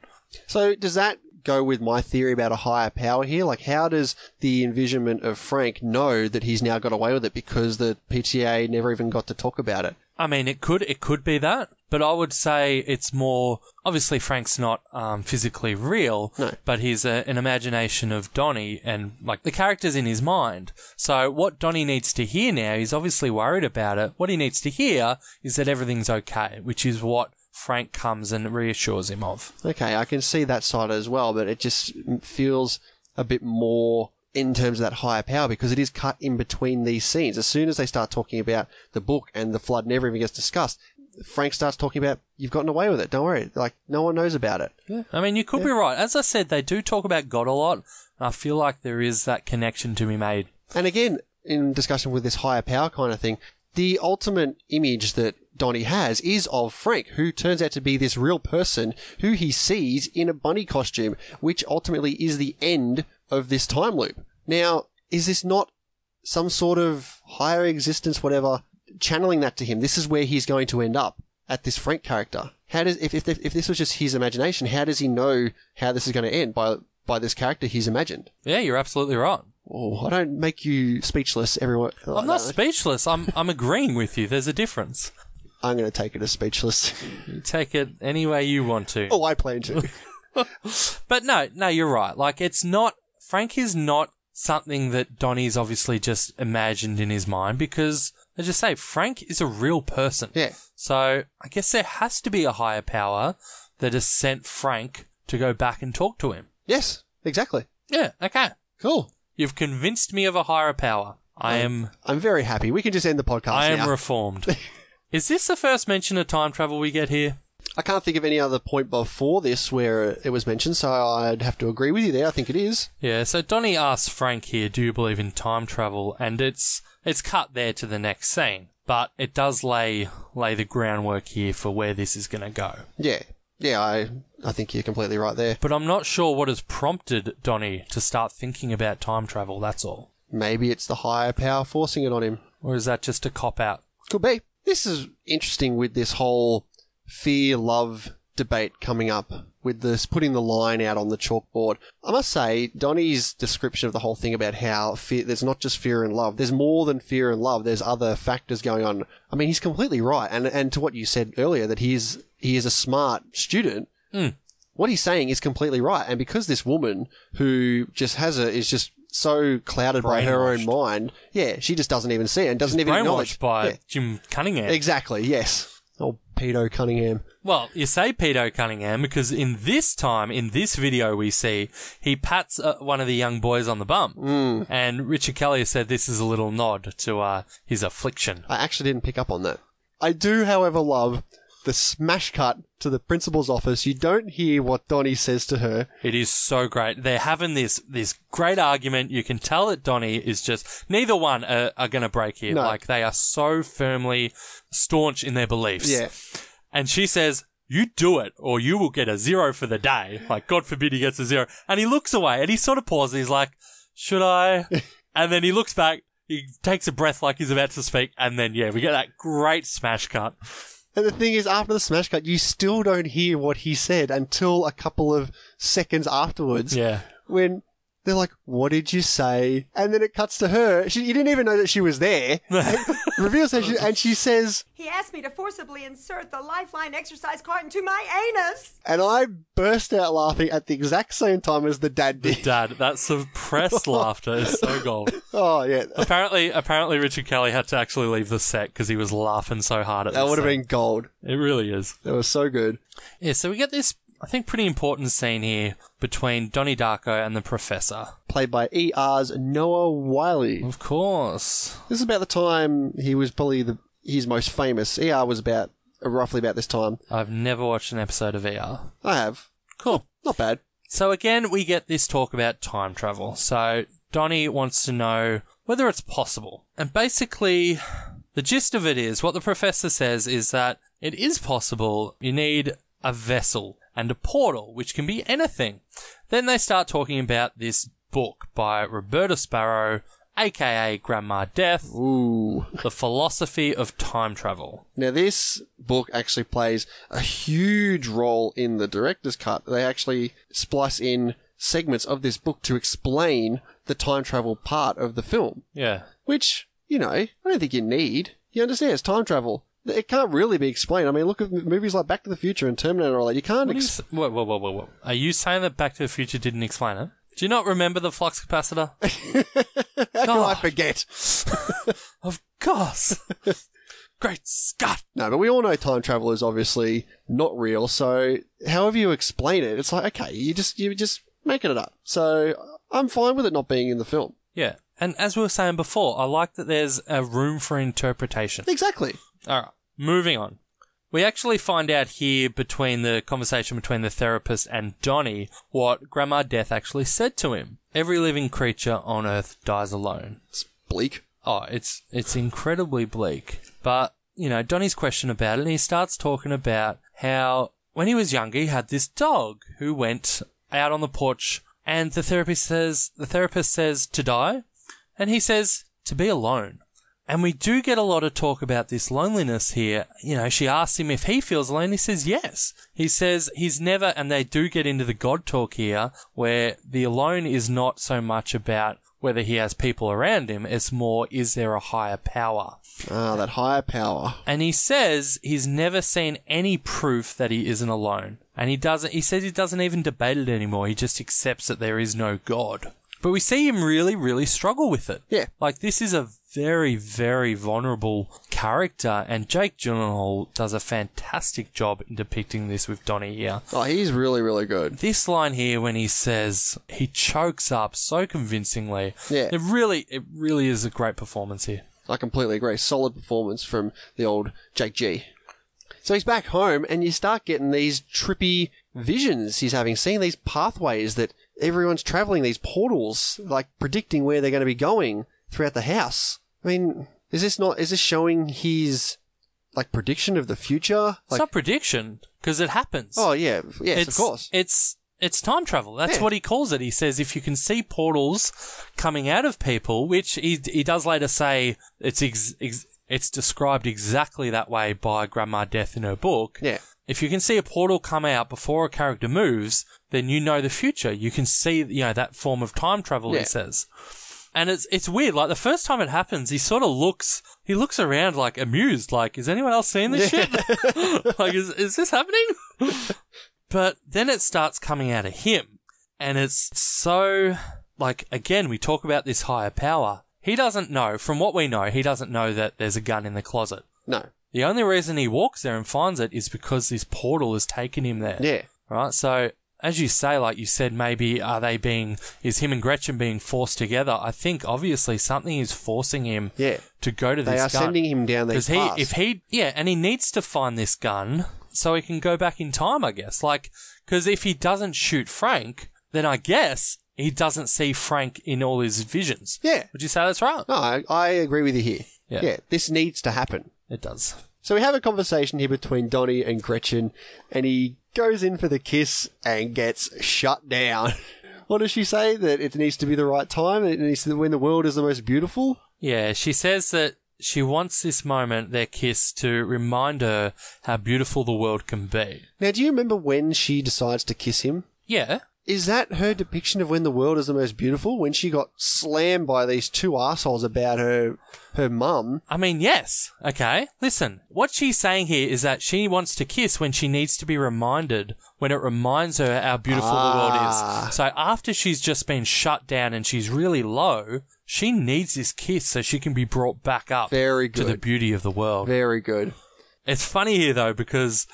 Speaker 1: So does that go with my theory about a higher power here? Like, how does the envisionment of Frank know that he's now got away with it because the PTA never even got to talk about it?
Speaker 2: I mean, it could it could be that, but I would say it's more obviously Frank's not um, physically real,
Speaker 1: No.
Speaker 2: but he's a, an imagination of Donnie and like the characters in his mind. So what Donnie needs to hear now, he's obviously worried about it. What he needs to hear is that everything's okay, which is what Frank comes and reassures him of.
Speaker 1: Okay, I can see that side as well, but it just feels a bit more in terms of that higher power because it is cut in between these scenes. As soon as they start talking about the book and the flood and everything gets discussed, Frank starts talking about you've gotten away with it. Don't worry, like no one knows about it.
Speaker 2: I mean, you could be right. As I said, they do talk about God a lot. And I feel like there is that connection to be made.
Speaker 1: And again, in discussion with this higher power kind of thing, the ultimate image that Donnie has is of Frank, who turns out to be this real person who he sees in a bunny costume, which ultimately is the end of this time loop. Now, is this not some sort of higher existence, whatever, channeling that to him? This is where he's going to end up at this Frank character. How does if if, if this was just his imagination, how does he know how this is going to end by by this character he's imagined?
Speaker 2: Yeah, you're absolutely right.
Speaker 1: Oh, I don't make you speechless, Oh, everyone.
Speaker 2: I'm not speechless. I'm I'm agreeing with you. There's a difference.
Speaker 1: I'm going to take it as speechless.
Speaker 2: You take it any way you want to.
Speaker 1: oh, I plan to.
Speaker 2: But no, no, you're right. Like it's not Frank is not something that Donnie's obviously just imagined in his mind because as you say, Frank is a real person.
Speaker 1: Yeah.
Speaker 2: So I guess there has to be a higher power that has sent Frank to go back and talk to him.
Speaker 1: yes, exactly.
Speaker 2: Yeah, okay.
Speaker 1: Cool.
Speaker 2: You've convinced me of a higher power. I am
Speaker 1: I'm very happy. We can just end the podcast
Speaker 2: I am
Speaker 1: now.
Speaker 2: reformed. is this the first mention of time travel we get here?
Speaker 1: I can't think of any other point before this where it was mentioned, so I'd have to agree with you there. I think it is.
Speaker 2: Yeah, so Donnie asks Frank here, do you believe in time travel? And it's it's cut there to the next scene. But it does lay lay the groundwork here for where this is gonna go.
Speaker 1: Yeah. Yeah, I I think you're completely right there.
Speaker 2: But I'm not sure what has prompted Donnie to start thinking about time travel, that's all.
Speaker 1: Maybe it's the higher power forcing it on him.
Speaker 2: Or is that just a cop out?
Speaker 1: Could be. This is interesting with this whole fear love debate coming up with this putting the line out on the chalkboard. I must say, Donnie's description of the whole thing about how fear, there's not just fear and love, there's more than fear and love, there's other factors going on. I mean, he's completely right. And, and to what you said earlier, that he is, he is a smart student.
Speaker 2: Hmm.
Speaker 1: What he's saying is completely right. And because this woman who just has a, is just so clouded by her own
Speaker 2: Brainwashed.
Speaker 1: mind, yeah, she just doesn't even see it and doesn't even acknowledge.
Speaker 2: Brainwashed by
Speaker 1: Yeah.
Speaker 2: Jim Cunningham.
Speaker 1: Exactly, yes. Old pedo Cunningham.
Speaker 2: Well, you say pedo Cunningham because in this time, in this video we see, he pats uh, one of the young boys on the bum.
Speaker 1: Hmm.
Speaker 2: Mm. And Richard Kelly said this is a little nod to uh, his affliction.
Speaker 1: I actually didn't pick up on that. I do, however, love the smash cut to the principal's office. You don't hear what Donnie says to her.
Speaker 2: It is so great. They're having this this great argument. You can tell that Donnie is just neither one are, are going to break here.
Speaker 1: No.
Speaker 2: Like they are so firmly staunch in their beliefs.
Speaker 1: Yeah.
Speaker 2: And she says, "You do it, or you will get a zero for the day." Like God forbid he gets a zero. And he looks away, and he sort of pauses. He's like, "Should I?" and then he looks back. He takes a breath like he's about to speak, and then yeah, we get that great smash cut.
Speaker 1: And the thing is, after the smash cut, you still don't hear what he said until a couple of seconds afterwards.
Speaker 2: Yeah.
Speaker 1: When they're like, what did you say? And then it cuts to her. She, you didn't even know that she was there. It reveals that she, and she says,
Speaker 12: He asked me to forcibly insert the lifeline exercise card into my anus.
Speaker 1: and I burst out laughing at the exact same time as the dad
Speaker 2: The
Speaker 1: did.
Speaker 2: dad, that suppressed laughter is so gold.
Speaker 1: Oh, yeah.
Speaker 2: apparently, apparently, Richard Kelly had to actually leave the set because he was laughing so hard at
Speaker 1: That
Speaker 2: this
Speaker 1: would have
Speaker 2: set.
Speaker 1: been gold.
Speaker 2: It really is.
Speaker 1: That was so good.
Speaker 2: Yeah. So we get this, I think, pretty important scene here between Donnie Darko and the Professor.
Speaker 1: played by ER's Noah Wiley.
Speaker 2: Of course.
Speaker 1: This is about the time he was probably the he's most famous. ER was about roughly about this time.
Speaker 2: I've never watched an episode of ER.
Speaker 1: I have.
Speaker 2: Cool.
Speaker 1: Not bad.
Speaker 2: So again, we get this talk about time travel. So Donnie wants to know whether it's possible. And basically, the gist of it is what the professor says is that it is possible. You need a vessel and a portal, which can be anything. Then they start talking about this book by Roberta Sparrow, aka Grandma Death,
Speaker 1: Ooh.
Speaker 2: The Philosophy of Time Travel.
Speaker 1: Now this book actually plays a huge role in the director's cut. They actually splice in segments of this book to explain the time travel part of the film,
Speaker 2: Yeah.
Speaker 1: which, you know, I don't think you need. You understand it's time travel. It can't really be explained. I mean, look at movies like Back to the Future and Terminator and all that. You can't
Speaker 2: What do you
Speaker 1: ex-
Speaker 2: s- whoa, whoa, whoa, whoa, whoa. Are you saying that Back to the Future didn't explain it? Do you not remember the flux capacitor?
Speaker 1: How can I
Speaker 2: Oh. God.
Speaker 1: forget?
Speaker 2: Of course. Great Scott!
Speaker 1: No, but we all know time travel is obviously not real. So however you explain it, it's like okay, you just you just making it up. So I'm fine with it not being in the film.
Speaker 2: Yeah. And as we were saying before, I like that there's a room for interpretation.
Speaker 1: Exactly.
Speaker 2: All right. Moving on. We actually find out here between the conversation between the therapist and Donnie what Grandma Death actually said to him. Every living creature on Earth dies alone.
Speaker 1: It's bleak.
Speaker 2: Oh, it's it's incredibly bleak. But, you know, Donnie's question about it and he starts talking about how when he was younger he had this dog who went out on the porch and the therapist says the therapist says to die and he says to be alone. And we do get a lot of talk about this loneliness here. You know, she asks him if he feels alone. He says yes. He says he's never, and they do get into the God talk here, where the alone is not so much about whether he has people around him, it's more, is there a higher power?
Speaker 1: Ah, that higher power.
Speaker 2: And he says he's never seen any proof that he isn't alone. And he doesn't, he says he doesn't even debate it anymore. He just accepts that there is no God. But we see him really, really struggle with it.
Speaker 1: Yeah.
Speaker 2: Like, this is a very, very vulnerable character, and Jake Gyllenhaal does a fantastic job in depicting this with Donnie here.
Speaker 1: Oh, he's really, really good.
Speaker 2: This line here, when he says he chokes up so convincingly,
Speaker 1: Yeah.
Speaker 2: it really, it really is a great performance here.
Speaker 1: I completely agree. Solid performance from the old Jake G. So he's back home, and you start getting these trippy visions he's having, seeing these pathways that everyone's traveling, these portals, like predicting where they're going to be going throughout the house. I mean, is this not? Is this showing his like prediction of the future?
Speaker 2: It's
Speaker 1: Like,
Speaker 2: not prediction because it happens.
Speaker 1: oh yeah, yes,
Speaker 2: it's,
Speaker 1: of course.
Speaker 2: It's it's time travel. That's
Speaker 1: Yeah.
Speaker 2: what he calls it. He says if you can see portals coming out of people, which he he does later say it's ex, ex, it's described exactly that way by Grandma Death in her book.
Speaker 1: Yeah.
Speaker 2: If you can see a portal come out before a character moves, then you know the future. You can see you know that form of time travel.
Speaker 1: Yeah.
Speaker 2: He says. And it's it's weird. Like the first time it happens, he sort of looks he looks around like amused, like is anyone else seeing this shit? like is is this happening? but then it starts coming out of him, and it's so like again we talk about this higher power. He doesn't know. From what we know, he doesn't know that there's a gun in the closet.
Speaker 1: No,
Speaker 2: The only reason he walks there and finds it is because this portal has taken him there.
Speaker 1: yeah,
Speaker 2: Right. So, as you say, like you said, maybe are they being, is him and Gretchen being forced together? I think obviously something is forcing him
Speaker 1: yeah.
Speaker 2: to go to
Speaker 1: They
Speaker 2: this
Speaker 1: are
Speaker 2: gun.
Speaker 1: sending him down these
Speaker 2: Because he,
Speaker 1: paths.
Speaker 2: if he, yeah, and he needs to find this gun so he can go back in time, I guess. Like, because if he doesn't shoot Frank, then I guess he doesn't see Frank in all his visions.
Speaker 1: yeah,
Speaker 2: Would you say that's right?
Speaker 1: no, I, I agree with you here.
Speaker 2: Yeah.
Speaker 1: yeah, this needs to happen.
Speaker 2: It does.
Speaker 1: So we have a conversation here between Donnie and Gretchen, and he goes in for the kiss and gets shut down. What does she say? That it needs to be the right time, it needs to when the world is the most beautiful?
Speaker 2: Yeah, she says that she wants this moment, their kiss, to remind her how beautiful the world can be.
Speaker 1: Now, do you remember when she decides to kiss him?
Speaker 2: Yeah.
Speaker 1: Is that her depiction of when the world is the most beautiful? When she got slammed by these two assholes about her her mum?
Speaker 2: I mean, yes. Okay. Listen, what she's saying here is that she wants to kiss when she needs to be reminded, when it reminds her how beautiful the
Speaker 1: Ah.
Speaker 2: world is. So after she's just been shut down and she's really low, she needs this kiss so she can be brought back up
Speaker 1: Very
Speaker 2: to the
Speaker 1: good.
Speaker 2: beauty of the world.
Speaker 1: Very good.
Speaker 2: It's funny here though because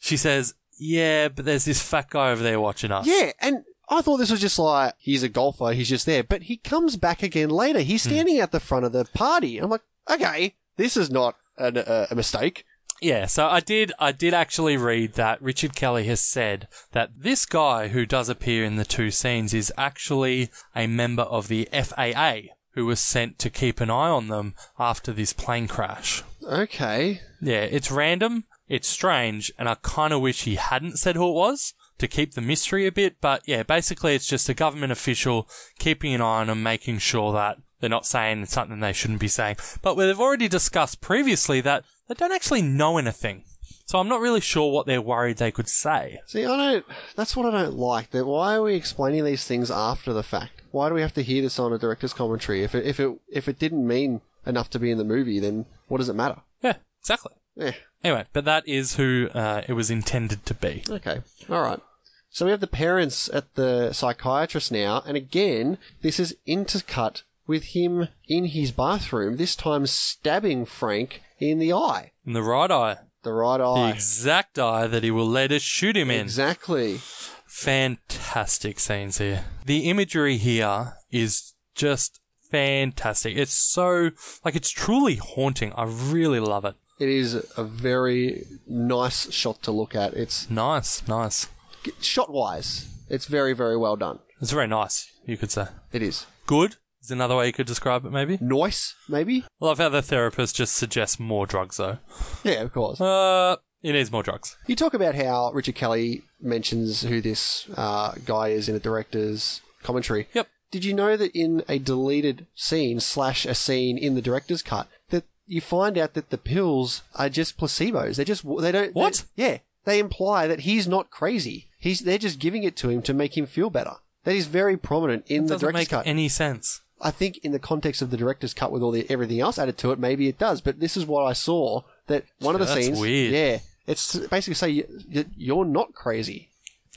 Speaker 2: she says, "Yeah, but there's this fat guy over there watching us."
Speaker 1: Yeah, and I thought this was just like he's a golfer, he's just there, but he comes back again later. He's standing at the front of the party. I'm like, okay, this is not an, uh, a mistake.
Speaker 2: Yeah, so I did I did actually read that Richard Kelly has said that this guy who does appear in the two scenes is actually a member of the FAA who was sent to keep an eye on them after this plane crash.
Speaker 1: Okay,
Speaker 2: Yeah, it's random, it's strange, and I kind of wish he hadn't said who it was to keep the mystery a bit, but yeah, basically it's just a government official keeping an eye on them, making sure that they're not saying something they shouldn't be saying. But we've already discussed previously that they don't actually know anything. So I'm not really sure what they're worried they could say.
Speaker 1: see, I don't. That's what I don't like. That why are we explaining these things after the fact? Why do we have to hear this on a director's commentary? If it if it if it didn't mean enough to be in the movie, then what does it matter?
Speaker 2: Yeah, exactly.
Speaker 1: Yeah.
Speaker 2: Anyway, but that is who uh, it was intended to be.
Speaker 1: Okay. All right. So we have the parents at the psychiatrist now, and again, this is intercut with him in his bathroom, this time stabbing Frank in the eye.
Speaker 2: In the right eye.
Speaker 1: The right
Speaker 2: The
Speaker 1: eye.
Speaker 2: exact eye that he will later shoot him in.
Speaker 1: Exactly.
Speaker 2: Fantastic scenes here. The imagery here is just fantastic. It's so, like, it's truly haunting. I really love it.
Speaker 1: It is a very nice shot to look at. It's
Speaker 2: nice, nice.
Speaker 1: Shot wise, it's very, very well done.
Speaker 2: It's very nice, you could say.
Speaker 1: It is.
Speaker 2: Good is another way you could describe it, maybe.
Speaker 1: Nice, maybe.
Speaker 2: I love how the therapist just suggests more drugs, though.
Speaker 1: Yeah, of course.
Speaker 2: Uh, it needs more drugs.
Speaker 1: You talk about how Richard Kelly mentions who this uh, guy is in a director's commentary.
Speaker 2: Yep.
Speaker 1: Did you know that in a deleted scene slash a scene in the director's cut that you find out that the pills are just placebos? They just they don't
Speaker 2: What?
Speaker 1: they- yeah, they imply that he's not crazy. He's they're just giving it to him to make him feel better. That is very prominent in
Speaker 2: It
Speaker 1: the
Speaker 2: doesn't
Speaker 1: director's
Speaker 2: make
Speaker 1: cut.
Speaker 2: any sense.
Speaker 1: I think in the context of the director's cut with all the everything else added to it, maybe it does. But this is what I saw that one of the
Speaker 2: Yeah, that's
Speaker 1: scenes.
Speaker 2: weird.
Speaker 1: Yeah, it's basically say you- that you're not crazy.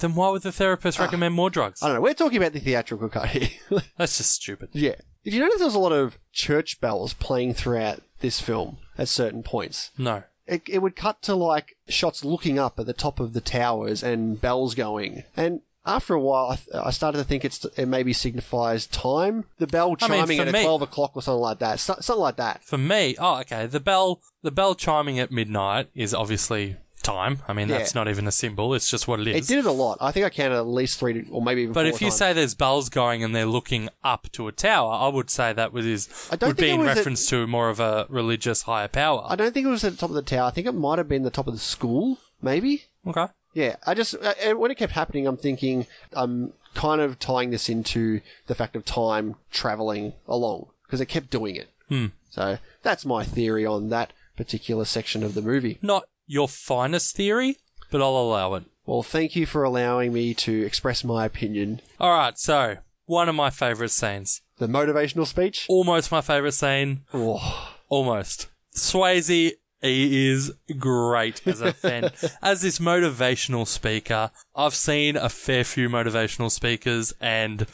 Speaker 2: Then why would the therapist recommend more drugs?
Speaker 1: Ah. I don't know. We're talking about the theatrical cut here.
Speaker 2: That's just stupid.
Speaker 1: yeah. Did you notice there was a lot of church bells playing throughout this film at certain points?
Speaker 2: No.
Speaker 1: It, it would cut to like shots looking up at the top of the towers and bells going. And after a while, I, th- I started to think it's it maybe signifies time. The bell
Speaker 2: I mean,
Speaker 1: chiming
Speaker 2: for
Speaker 1: at
Speaker 2: me-
Speaker 1: twelve o'clock or something like that. So, something like that.
Speaker 2: For me, oh, okay. The bell, the bell chiming at midnight is obviously time. I mean,
Speaker 1: Yeah.
Speaker 2: that's not even a symbol. It's just what it
Speaker 1: It
Speaker 2: is.
Speaker 1: did it a lot. I think I counted at least three, to- or maybe even.
Speaker 2: but
Speaker 1: four
Speaker 2: if you
Speaker 1: times.
Speaker 2: say there's bells going and they're looking up to a tower, I would say that was is
Speaker 1: I don't
Speaker 2: would
Speaker 1: think
Speaker 2: be
Speaker 1: it
Speaker 2: in
Speaker 1: was a-
Speaker 2: reference to more of a religious higher power.
Speaker 1: I don't think it was at the top of the tower. I think it might have been the top of the school, maybe.
Speaker 2: okay.
Speaker 1: Yeah, I just I, and when it kept happening, I'm thinking I'm kind of tying this into the fact of time traveling along because it kept doing it.
Speaker 2: Hmm.
Speaker 1: So that's my theory on that particular section of the movie.
Speaker 2: Not your finest theory, but I'll allow it.
Speaker 1: Well, thank you for allowing me to express my opinion.
Speaker 2: All right. So one of my favorite scenes,
Speaker 1: The motivational speech.
Speaker 2: almost my favorite scene,
Speaker 1: Oh,
Speaker 2: almost. Swayze he is great as a fan, as this motivational speaker. I've seen a fair few motivational speakers, and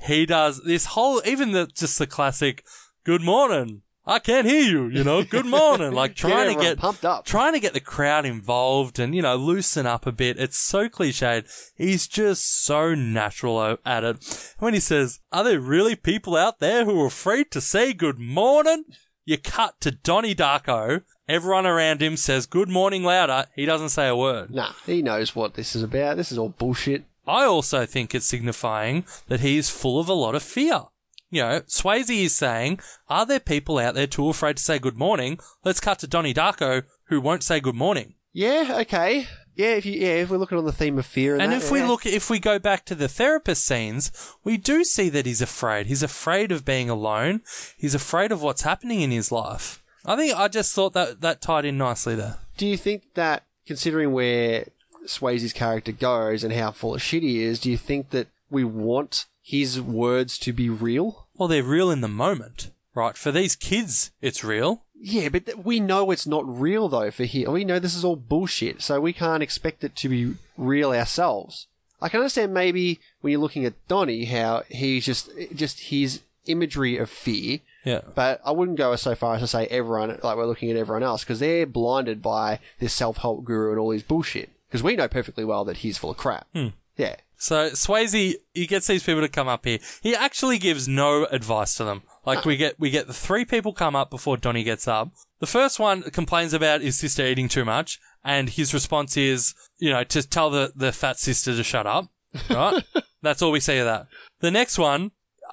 Speaker 2: he does this whole, even the just the classic "Good morning." I can't hear you, you know. Good morning, like
Speaker 1: Get
Speaker 2: trying to
Speaker 1: everyone
Speaker 2: get
Speaker 1: pumped up.
Speaker 2: trying to get the crowd involved and you know loosen up a bit. It's so cliched. He's just so natural o- at it. When he says, "Are there really people out there who are afraid to say good morning?" You cut to Donnie Darko. Everyone around him says good morning louder. He doesn't say a word.
Speaker 1: nah, he knows what this is about. This is all bullshit.
Speaker 2: I also think it's signifying that he is full of a lot of fear. You know, Swayze is saying, are there people out there too afraid to say good morning? Let's cut to Donnie Darko, who won't say good morning.
Speaker 1: Yeah, okay. Yeah, if you yeah, if we're looking on the theme of fear and,
Speaker 2: And
Speaker 1: that,
Speaker 2: if we
Speaker 1: yeah.
Speaker 2: look, if we go back to the therapist scenes, we do see that he's afraid. He's afraid of being alone. He's afraid of what's happening in his life. I think I just thought that that tied in nicely there.
Speaker 1: Do you think that, considering where Swayze's character goes and how full of shit he is, do you think that we want his words to be real?
Speaker 2: Well, they're real in the moment, right? For these kids, it's real.
Speaker 1: Yeah, but th- we know it's not real though for him. We know this is all bullshit, so we can't expect it to be real ourselves. I can understand maybe when you're looking at Donnie how he's just just his imagery of fear
Speaker 2: Yeah.
Speaker 1: But I wouldn't go so far as to say everyone, like we're looking at everyone else, because they're blinded by this self help guru and all his bullshit. Because we know perfectly well that he's full of crap.
Speaker 2: Hmm.
Speaker 1: Yeah.
Speaker 2: So Swayze, he gets these people to come up here. He actually gives no advice to them. Like we get, we get the three people come up before Donnie gets up. The first one complains about his sister eating too much, and his response is, you know, to tell the the fat sister to shut up. Right? That's all we see of that. The next one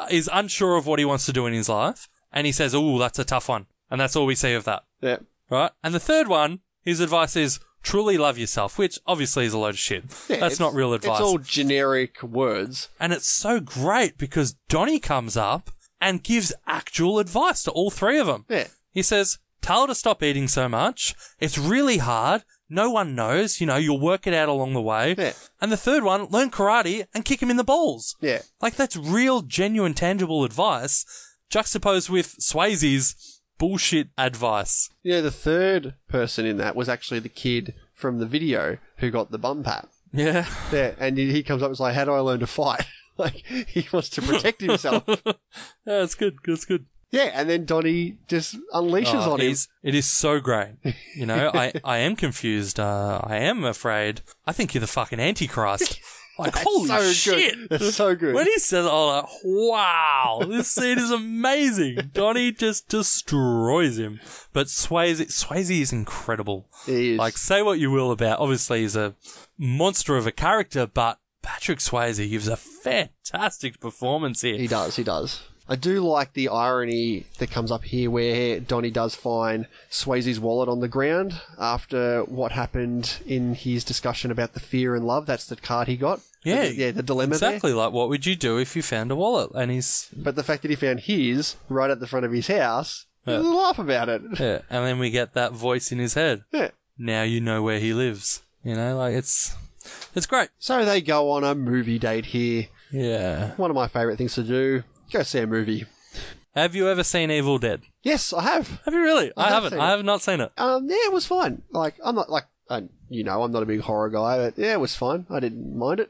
Speaker 2: is unsure of what he wants to do in his life, and he says, "Ooh, that's a tough one," and that's all we see of that.
Speaker 1: Yeah.
Speaker 2: Right? And the third one, his advice is. Truly love yourself, which obviously is a load of shit.
Speaker 1: Yeah,
Speaker 2: That's
Speaker 1: it's-
Speaker 2: not real
Speaker 1: It's
Speaker 2: advice.
Speaker 1: all generic words.
Speaker 2: And it's so great because Donnie comes up and gives actual advice to all three of them.
Speaker 1: Yeah.
Speaker 2: He says, Tell her to stop eating so much. It's really hard. No one knows. You know, you'll work it out along the way.
Speaker 1: Yeah.
Speaker 2: And the third one, learn karate and kick him in the balls.
Speaker 1: Yeah.
Speaker 2: Like, that's real, genuine, tangible advice juxtaposed with Swayze's bullshit advice.
Speaker 1: You know, the third person in that was actually the kid from the video who got the bum pat.
Speaker 2: Yeah.
Speaker 1: Yeah. And he he comes up and is like, How do I learn to fight? like, he wants to protect himself.
Speaker 2: yeah, it's good. It's good.
Speaker 1: Yeah, and then Donnie just unleashes
Speaker 2: Oh,
Speaker 1: on
Speaker 2: it
Speaker 1: him.
Speaker 2: is- It is so great. You know, I, I am confused. Uh, I am afraid. I think you're the fucking Antichrist. Like,
Speaker 1: That's
Speaker 2: holy
Speaker 1: so good.
Speaker 2: shit.
Speaker 1: That's so good.
Speaker 2: When he says all that, wow, this scene is amazing. Donnie just destroys him. But Swayze, Swayze is incredible.
Speaker 1: He is.
Speaker 2: Like, say what you will about, obviously he's a monster of a character, but Patrick Swayze gives a fantastic performance here.
Speaker 1: He does, he does. I do like the irony that comes up here where Donnie does find Swayze's wallet on the ground after what happened in his discussion about the fear and love. That's the card he got.
Speaker 2: Yeah,
Speaker 1: The- yeah, the dilemma there.
Speaker 2: Exactly. Like, what would you do if you found a wallet? And he's
Speaker 1: But the fact that he found his right at the front of his house, he doesn't laugh about it.
Speaker 2: Yeah, and then we get that voice in his head.
Speaker 1: Yeah.
Speaker 2: Now you know where he lives. You know, like it's it's great.
Speaker 1: So they go on a movie date here.
Speaker 2: Yeah.
Speaker 1: One of my favourite things to do go see a movie.
Speaker 2: Have you ever seen Evil Dead?
Speaker 1: Yes, I have.
Speaker 2: Have you really? I,
Speaker 1: have
Speaker 2: haven't.
Speaker 1: seen
Speaker 2: I
Speaker 1: it.
Speaker 2: have not seen it.
Speaker 1: Um, yeah, it was fine. Like, I'm not like, I, you know, I'm not a big horror guy, but yeah, it was fine. I didn't mind it.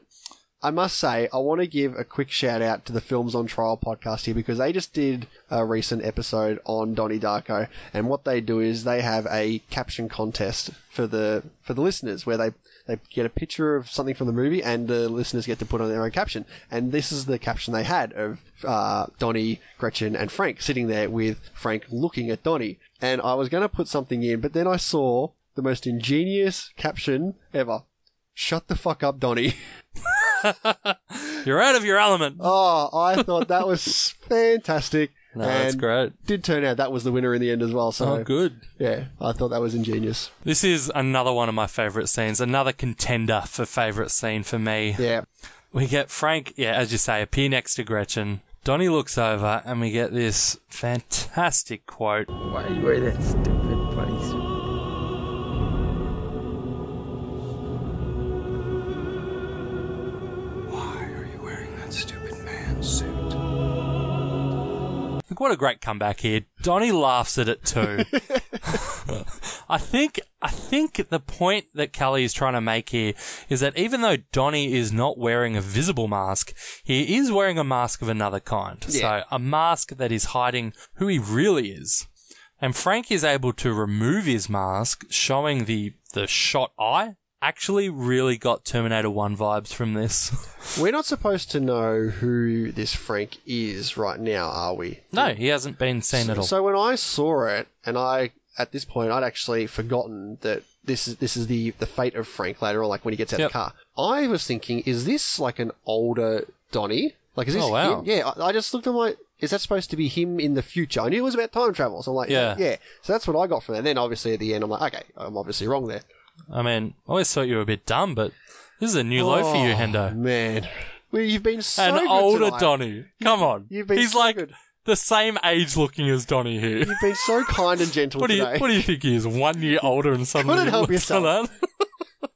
Speaker 1: I must say, I want to give a quick shout out to the Films on Trial podcast here because they just did a recent episode on Donnie Darko, and what they do is they have a caption contest for the for the listeners where they they get a picture of something from the movie and the listeners get to put on their own caption. And this is the caption they had of uh, Donnie, Gretchen, and Frank sitting there with Frank looking at Donnie. And I was going to put something in, but then I saw the most ingenious caption ever. Shut the fuck up, Donnie.
Speaker 2: You're out of your element.
Speaker 1: Oh, I thought that was fantastic.
Speaker 2: No, that's
Speaker 1: And
Speaker 2: great.
Speaker 1: Did turn out that was the winner in the end as well. So
Speaker 2: Oh, good.
Speaker 1: Yeah, I thought that was ingenious.
Speaker 2: This is another one of my favorite scenes. Another contender for favorite scene for me.
Speaker 1: Yeah.
Speaker 2: We get Frank, yeah, as you say, appear next to Gretchen. Donnie looks over, and we get this fantastic quote.
Speaker 9: Why you wear that stupid bunny suit?
Speaker 7: That stupid man suit.
Speaker 2: Like, what a great comeback here. Donnie laughs at it too. I think I think the point that Kelly is trying to make here is that even though Donnie is not wearing a visible mask, he is wearing a mask of another kind. So a mask that is hiding who he really is. And Frank is able to remove his mask, showing the the shot eye. Actually really got Terminator 1 vibes from this.
Speaker 1: We're not supposed to know who this Frank is right now, are we?
Speaker 2: No, he hasn't been seen at all.
Speaker 1: So when I saw it, and I at this point I'd actually forgotten that this is this is the the fate of Frank later on, like when he gets out
Speaker 2: Yep.
Speaker 1: of the car. I was thinking, is this like an older Donnie? Like is this?
Speaker 2: Oh, wow.
Speaker 1: him? Yeah, I, I just looked at my. Is that supposed to be him in the future? I knew it was about time travel, so I'm like,
Speaker 2: Yeah.
Speaker 1: yeah, So that's what I got from that. Then obviously at the end, I'm like, okay, I'm obviously wrong there.
Speaker 2: I mean, I always thought you were a bit dumb, but this is a new low for you,
Speaker 1: Oh,
Speaker 2: Hendo.
Speaker 1: Man, well, you've been so
Speaker 2: An
Speaker 1: good
Speaker 2: older
Speaker 1: tonight.
Speaker 2: Donnie. Come on.
Speaker 1: You've been
Speaker 2: He's
Speaker 1: so
Speaker 2: like
Speaker 1: good.
Speaker 2: the same age looking as Donnie here.
Speaker 1: You've been so kind and gentle
Speaker 2: What do, you,
Speaker 1: today.
Speaker 2: what do you think he is? One year older and suddenly
Speaker 1: Couldn't
Speaker 2: he
Speaker 1: help
Speaker 2: looks
Speaker 1: yourself.
Speaker 2: like that?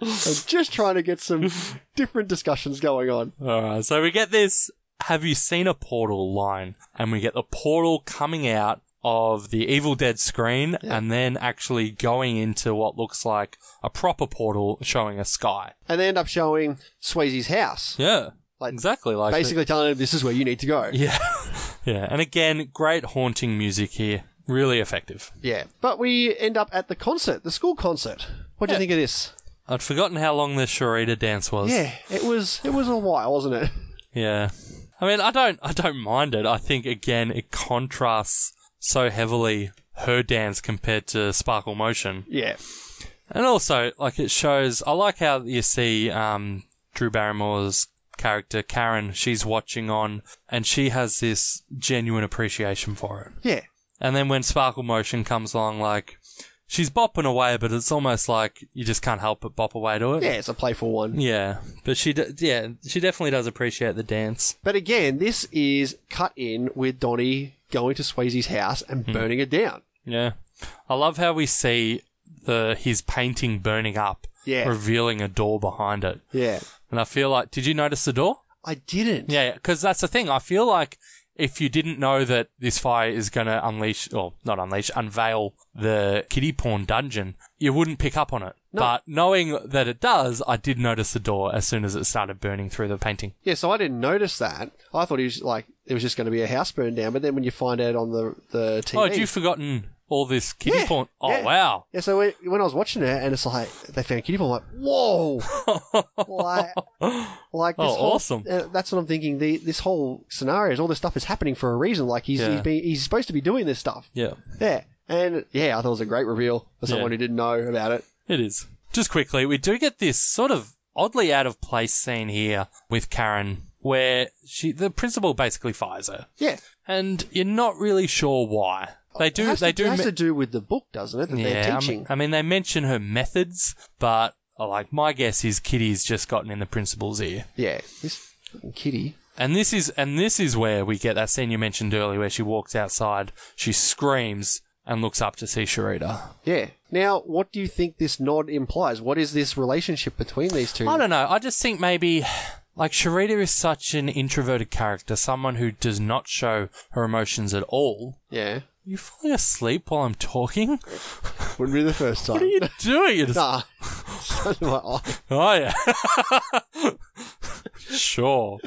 Speaker 1: I'm just trying to get some different discussions going on.
Speaker 2: All right, so we get this Have you seen a portal line? And we get the portal coming out of the Evil Dead screen and then actually going into what looks like a proper portal showing a sky.
Speaker 1: And they end up showing Swayze's house.
Speaker 2: Yeah.
Speaker 1: Like,
Speaker 2: exactly. Like the-
Speaker 1: Basically telling him this is where you need to go.
Speaker 2: Yeah. yeah. And again, great haunting music here. Really effective.
Speaker 1: Yeah. But we end up at the concert, the school concert. What do
Speaker 2: Yeah.
Speaker 1: you think of this?
Speaker 2: I'd forgotten how long the charade dance was.
Speaker 1: Yeah, it was it was a while, wasn't it?
Speaker 2: Yeah. I mean, I don't I don't mind it. I think again it contrasts so heavily her dance compared to Sparkle Motion.
Speaker 1: Yeah.
Speaker 2: And also, like it shows, I like how you see um, Drew Barrymore's character Karen. She's watching on, and she has this genuine appreciation for it.
Speaker 1: Yeah.
Speaker 2: And then when Sparkle Motion comes along, like she's bopping away, but it's almost like you just can't help but bop away to it.
Speaker 1: Yeah, it's a playful one.
Speaker 2: Yeah, but she, d- yeah, she definitely does appreciate the dance.
Speaker 1: But again, this is cut in with Donnie going to Swayze's house and
Speaker 2: Hmm.
Speaker 1: burning it down.
Speaker 2: Yeah, I love how we see the his painting burning up,
Speaker 1: Yeah.
Speaker 2: revealing a door behind it.
Speaker 1: Yeah.
Speaker 2: And I feel like, did you notice the door?
Speaker 1: I didn't.
Speaker 2: Yeah, because that's the thing. I feel like if you didn't know that this fire is going to unleash, or not unleash, unveil the kiddie porn dungeon, you wouldn't pick up on it. But knowing that it does, I did notice the door as soon as it started burning through the painting.
Speaker 1: Yeah, so I didn't notice that. I thought he was like it was just going to be a house burned down, but then when you find out on the the TV,
Speaker 2: Oh, had you forgotten all this kitty porn? Oh,
Speaker 1: yeah.
Speaker 2: wow.
Speaker 1: Yeah, so when, when I was watching it, and it's like they found kitty porn, I'm like whoa, like, like this
Speaker 2: Oh,
Speaker 1: whole,
Speaker 2: awesome.
Speaker 1: uh, that's what I'm thinking. The, this whole scenario is all this stuff is happening for a reason. Like he's
Speaker 2: Yeah.
Speaker 1: he's, being, he's supposed to be doing this stuff.
Speaker 2: Yeah.
Speaker 1: Yeah, and yeah, I thought it was a great reveal for someone
Speaker 2: Yeah.
Speaker 1: who didn't know about it.
Speaker 2: It is. Just quickly, we do get this sort of oddly out of place scene here with Karen where she the principal basically fires her.
Speaker 1: Yeah.
Speaker 2: And you're not really sure why. They do
Speaker 1: It has
Speaker 2: they
Speaker 1: to,
Speaker 2: do
Speaker 1: it has
Speaker 2: me-
Speaker 1: to do with the book, doesn't it? That
Speaker 2: I
Speaker 1: they're
Speaker 2: mean-
Speaker 1: teaching.
Speaker 2: I mean, they mention her methods, but uh, like my guess is Kitty's just gotten in the principal's ear.
Speaker 1: Yeah, this fucking kitty.
Speaker 2: And this is and this is where we get that scene you mentioned earlier, where she walks outside, she screams, and looks up to see Sharita.
Speaker 1: Yeah. Now, what do you think this nod implies? What is this relationship between these two?
Speaker 2: I don't know. I just think maybe like Sharita is such an introverted character, someone who does not show her emotions at all.
Speaker 1: Yeah.
Speaker 2: You falling asleep while I'm talking?
Speaker 1: Wouldn't be the first time.
Speaker 2: What are you doing? It's-
Speaker 1: Nah. So do I.
Speaker 2: Oh yeah. sure.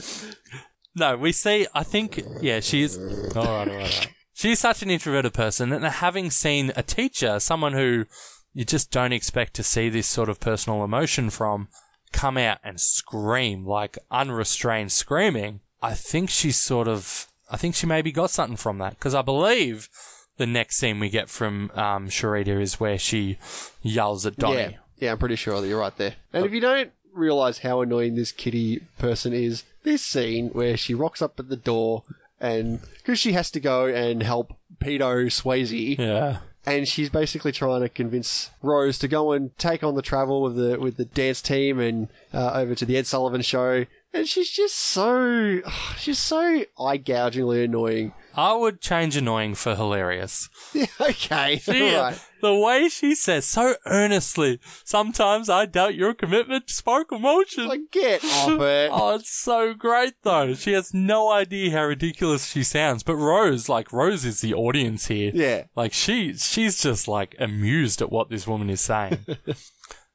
Speaker 2: No, we see. I think yeah, she's all right. All right. All right. She's such an introverted person, and having seen a teacher, someone who you just don't expect to see this sort of personal emotion from, come out and scream like unrestrained screaming. I think she's sort of. I think she maybe got something from that because I believe the next scene we get from um, Sharita is where she yells at Donnie.
Speaker 1: Yeah. Yeah, I'm pretty sure that you're right there. And if you don't realize how annoying this kitty person is, this scene where she rocks up at the door and because she has to go and help pedo Swayze.
Speaker 2: Yeah.
Speaker 1: And she's basically trying to convince Rose to go and take on the travel with the with the dance team and uh, over to the Ed Sullivan show. And she's just so she's so eye gougingly annoying.
Speaker 2: I would change annoying for hilarious.
Speaker 1: Yeah, okay,
Speaker 2: She-
Speaker 1: all right.
Speaker 2: The way she says so earnestly, sometimes I doubt your commitment to spark emotion.
Speaker 1: Like, get off it.
Speaker 2: oh, it's so great though. She has no idea how ridiculous she sounds. But Rose, like Rose is the audience here.
Speaker 1: Yeah.
Speaker 2: Like she she's just like amused at what this woman is saying.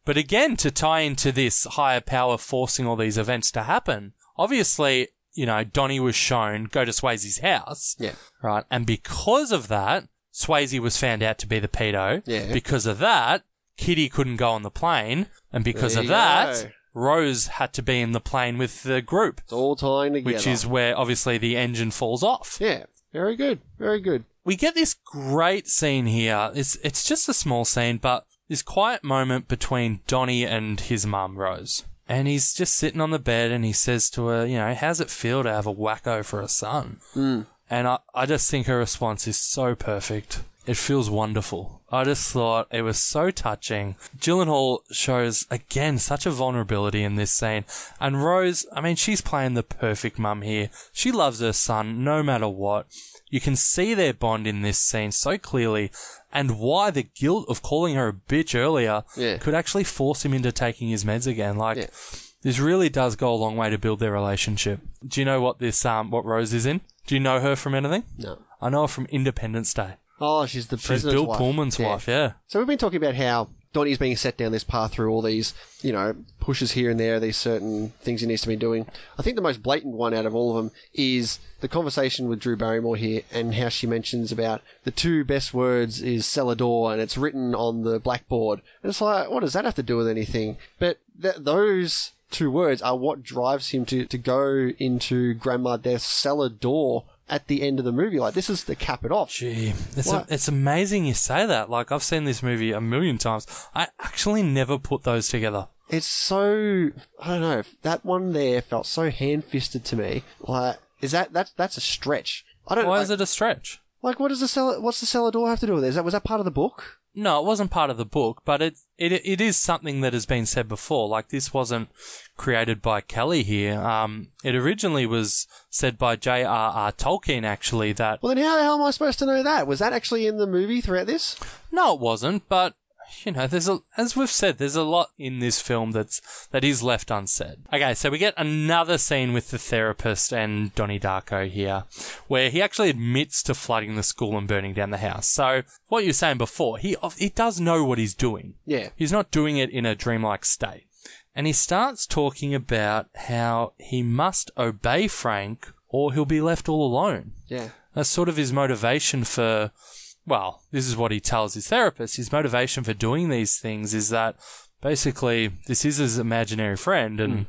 Speaker 2: but again, to tie into this higher power forcing all these events to happen, obviously, you know, Donnie was shown go to Swayze's house.
Speaker 1: Yeah.
Speaker 2: Right. And because of that, Swayze was found out to be the pedo.
Speaker 1: Yeah.
Speaker 2: Because of that, Kitty couldn't go on the plane. And because
Speaker 1: There
Speaker 2: of
Speaker 1: you
Speaker 2: that,
Speaker 1: go.
Speaker 2: Rose had to be in the plane with the group,
Speaker 1: It's all tying together.
Speaker 2: which is where obviously the engine falls off.
Speaker 1: yeah, very good, very good.
Speaker 2: We get this great scene here. It's it's just a small scene, but this quiet moment between Donnie and his mum, Rose. And he's just sitting on the bed and he says to her, you know, how's it feel to have a wacko for a son?
Speaker 1: Mm.
Speaker 2: And I, I just think her response is so perfect. It feels wonderful. I just thought it was so touching. Gyllenhaal shows, again, such a vulnerability in this scene. And Rose, I mean, she's playing the perfect mum here. She loves her son no matter what. You can see their bond in this scene so clearly, and why the guilt of calling her a bitch earlier
Speaker 1: Yeah.
Speaker 2: could actually force him into taking his meds again. Like,
Speaker 1: Yeah.
Speaker 2: this really does go a long way to build their relationship. Do you know what this um what Rose is in? Do you know her from anything?
Speaker 1: No.
Speaker 2: I know her from Independence Day.
Speaker 1: Oh, she's the
Speaker 2: She's
Speaker 1: president's
Speaker 2: Bill
Speaker 1: wife.
Speaker 2: Pullman's wife, yeah.
Speaker 1: So we've been talking about how Donnie's being set down this path through all these, you know, pushes here and there, these certain things he needs to be doing. I think the most blatant one out of all of them is the conversation with Drew Barrymore here and how she mentions about the two best words is Celador and it's written on the blackboard. And it's like, what does that have to do with anything? But th- those two words are what drives him to, to go into Grandma Death's cellar door at the end of the movie. Like, this is to cap it off.
Speaker 2: Gee, it's,
Speaker 1: What?
Speaker 2: it's amazing you say that. Like, I've seen this movie a million times. I actually never put those together.
Speaker 1: it's so I don't know. That one there felt so hand fisted to me. Like, is that that's that's a stretch? I don't.
Speaker 2: Why
Speaker 1: like,
Speaker 2: is it a stretch?
Speaker 1: like what does the cellar? What's the cellar door have to do with it? Is that was that part of the book?
Speaker 2: No, it wasn't part of the book, but it, it it is something that has been said before. Like this wasn't created by Kelly here. Um, it originally was said by J.R.R. Tolkien actually that
Speaker 1: Well, then how the hell am I supposed to know that? Was that actually in the movie throughout this?
Speaker 2: No, it wasn't, but you know, there's a as we've said, there's a lot in this film that's that is left unsaid. Okay, so we get another scene with the therapist and Donnie Darko here, where he actually admits to flooding the school and burning down the house. So what you were saying before, he he does know what he's doing.
Speaker 1: Yeah.
Speaker 2: He's not doing it in a dreamlike state. And he starts talking about how he must obey Frank or he'll be left all alone.
Speaker 1: Yeah.
Speaker 2: That's sort of his motivation for, well, this is what he tells his therapist. His motivation for doing these things is that basically this is his imaginary friend and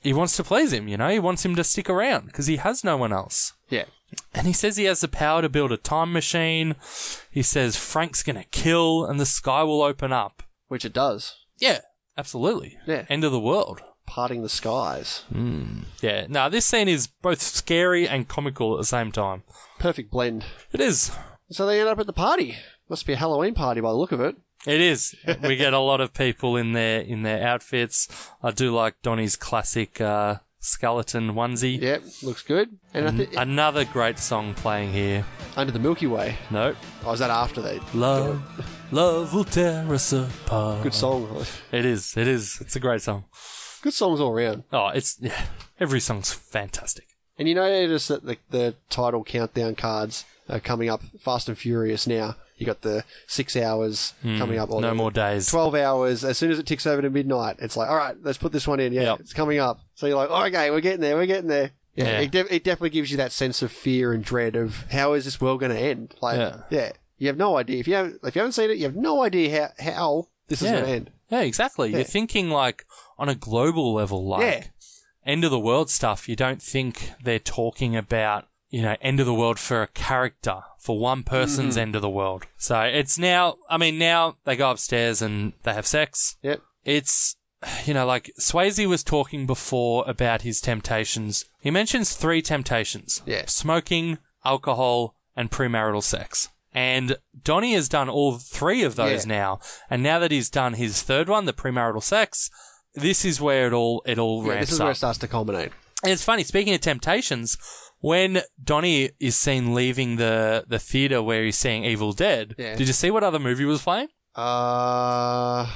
Speaker 2: he wants to please him, you know? He wants him to stick around because he has no one else.
Speaker 1: Yeah.
Speaker 2: And he says he has the power to build a time machine. He says Frank's going to kill and the sky will open up.
Speaker 1: Which it does.
Speaker 2: Yeah, absolutely.
Speaker 1: Yeah.
Speaker 2: End of the world.
Speaker 1: Parting the skies.
Speaker 2: Yeah. Now, this scene is both scary and comical at the same time.
Speaker 1: Perfect blend.
Speaker 2: It is.
Speaker 1: So they end up at the party. Must be a Halloween party by the look of it.
Speaker 2: It is. we get a lot of people in their in their outfits. I do like Donnie's classic uh, skeleton onesie.
Speaker 1: Yep, looks good. And I
Speaker 2: An-
Speaker 1: think
Speaker 2: another great song playing here.
Speaker 1: under the Milky Way.
Speaker 2: Nope.
Speaker 1: Oh, is that after they?
Speaker 2: Mm. Love, love will tear us apart.
Speaker 1: Good song.
Speaker 2: It is. It is. It's a great song.
Speaker 1: Good songs all around.
Speaker 2: Oh, it's yeah. Every song's fantastic.
Speaker 1: And you notice that the, the title countdown cards are coming up fast and furious now. You got the six hours coming up. or
Speaker 2: Hmm. no
Speaker 1: the
Speaker 2: more days.
Speaker 1: Twelve hours. As soon as it ticks over to midnight, it's like, all right, let's put this one in. Yeah,
Speaker 2: Yep.
Speaker 1: it's coming up. So you're like, oh, okay, we're getting there. We're getting there. Yeah,
Speaker 2: Yeah.
Speaker 1: It, def- it definitely gives you that sense of fear and dread of how is this world going to end? Like,
Speaker 2: Yeah.
Speaker 1: yeah. you have no idea if you haven't if you haven't seen it, you have no idea how how this is
Speaker 2: yeah.
Speaker 1: going to end.
Speaker 2: Yeah, exactly. You're thinking like on a global level, like
Speaker 1: Yeah.
Speaker 2: end of the world stuff. You don't think they're talking about you know end of the world for a character for one person's
Speaker 1: Mm-hmm.
Speaker 2: end of the world. So it's now. I mean, now they go upstairs and they have sex.
Speaker 1: Yep.
Speaker 2: It's you know like Swayze was talking before about his temptations. He mentions three temptations.
Speaker 1: Yeah.
Speaker 2: Smoking, alcohol, and premarital sex. And Donnie has done all three of those
Speaker 1: Yeah.
Speaker 2: now. And now that he's done his third one, the premarital sex, this is where it all it all
Speaker 1: Yeah,
Speaker 2: ramps
Speaker 1: this is
Speaker 2: up.
Speaker 1: where it starts to culminate.
Speaker 2: And it's funny, speaking of temptations, when Donnie is seen leaving the, the theater where he's seeing Evil Dead,
Speaker 1: Yeah.
Speaker 2: did you see what other movie was playing?
Speaker 1: Uh,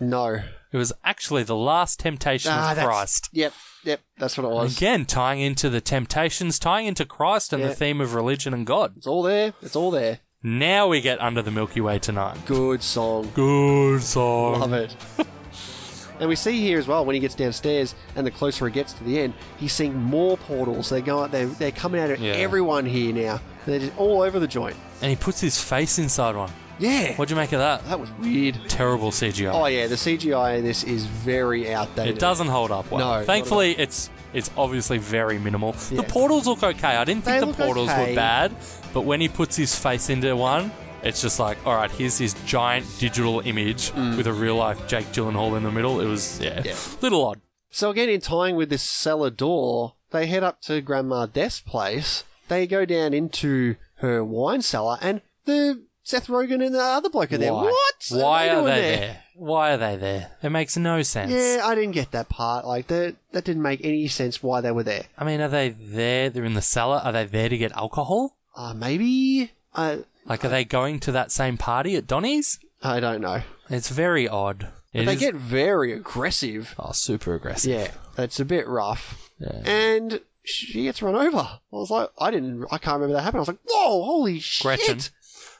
Speaker 1: no.
Speaker 2: It was actually The Last Temptation
Speaker 1: Ah,
Speaker 2: of
Speaker 1: that's-
Speaker 2: Christ.
Speaker 1: Yep, yep, that's what it was.
Speaker 2: Again, tying into the temptations, tying into Christ and
Speaker 1: Yeah.
Speaker 2: the theme of religion and God.
Speaker 1: It's all there. It's all there.
Speaker 2: Now we get Under the Milky Way tonight.
Speaker 1: Good song.
Speaker 2: Good song.
Speaker 1: Love it. and we see here as well when he gets downstairs, and the closer he gets to the end, he's seeing more portals. They go out. They they're coming out of
Speaker 2: Yeah.
Speaker 1: everyone here now. They're just all over the joint.
Speaker 2: And he puts his face inside one.
Speaker 1: Yeah,
Speaker 2: What'd you make of that?
Speaker 1: that was weird.
Speaker 2: Terrible CGI.
Speaker 1: Oh yeah, the CGI in this is very outdated.
Speaker 2: It doesn't hold up well.
Speaker 1: No, not at all.
Speaker 2: Thankfully, it's it's obviously very minimal. The
Speaker 1: Yeah.
Speaker 2: portals look okay. I didn't think
Speaker 1: They
Speaker 2: the
Speaker 1: look
Speaker 2: portals were
Speaker 1: okay.
Speaker 2: bad, but when he puts his face into one, it's just like, all right, here's this giant digital image with a real life Jake Gyllenhaal in the middle. It was yeah,
Speaker 1: Mm. Yeah.
Speaker 2: little odd.
Speaker 1: So again, in tying with this cellar door, they head up to Grandma Death's place. They go down into her wine cellar, and the Seth Rogen and the other bloke are there.
Speaker 2: Why?
Speaker 1: What?
Speaker 2: Why are
Speaker 1: doing
Speaker 2: they there? Why are they there? It makes no sense.
Speaker 1: Yeah, I didn't get that part. Like that, that didn't make any sense why they were there.
Speaker 2: I mean, are they there? They're in the cellar. Are they there to get alcohol?
Speaker 1: Uh, maybe uh, I,
Speaker 2: Like, are they going to that same party at Donny's?
Speaker 1: I don't know.
Speaker 2: It's very odd.
Speaker 1: But
Speaker 2: It
Speaker 1: they
Speaker 2: is-
Speaker 1: get very aggressive.
Speaker 2: oh, super aggressive.
Speaker 1: Yeah, that's a bit rough.
Speaker 2: Yeah.
Speaker 1: And she gets run over. I was like, I didn't, I can't remember that happening. I was like, whoa, holy
Speaker 2: Gretchen.
Speaker 1: shit!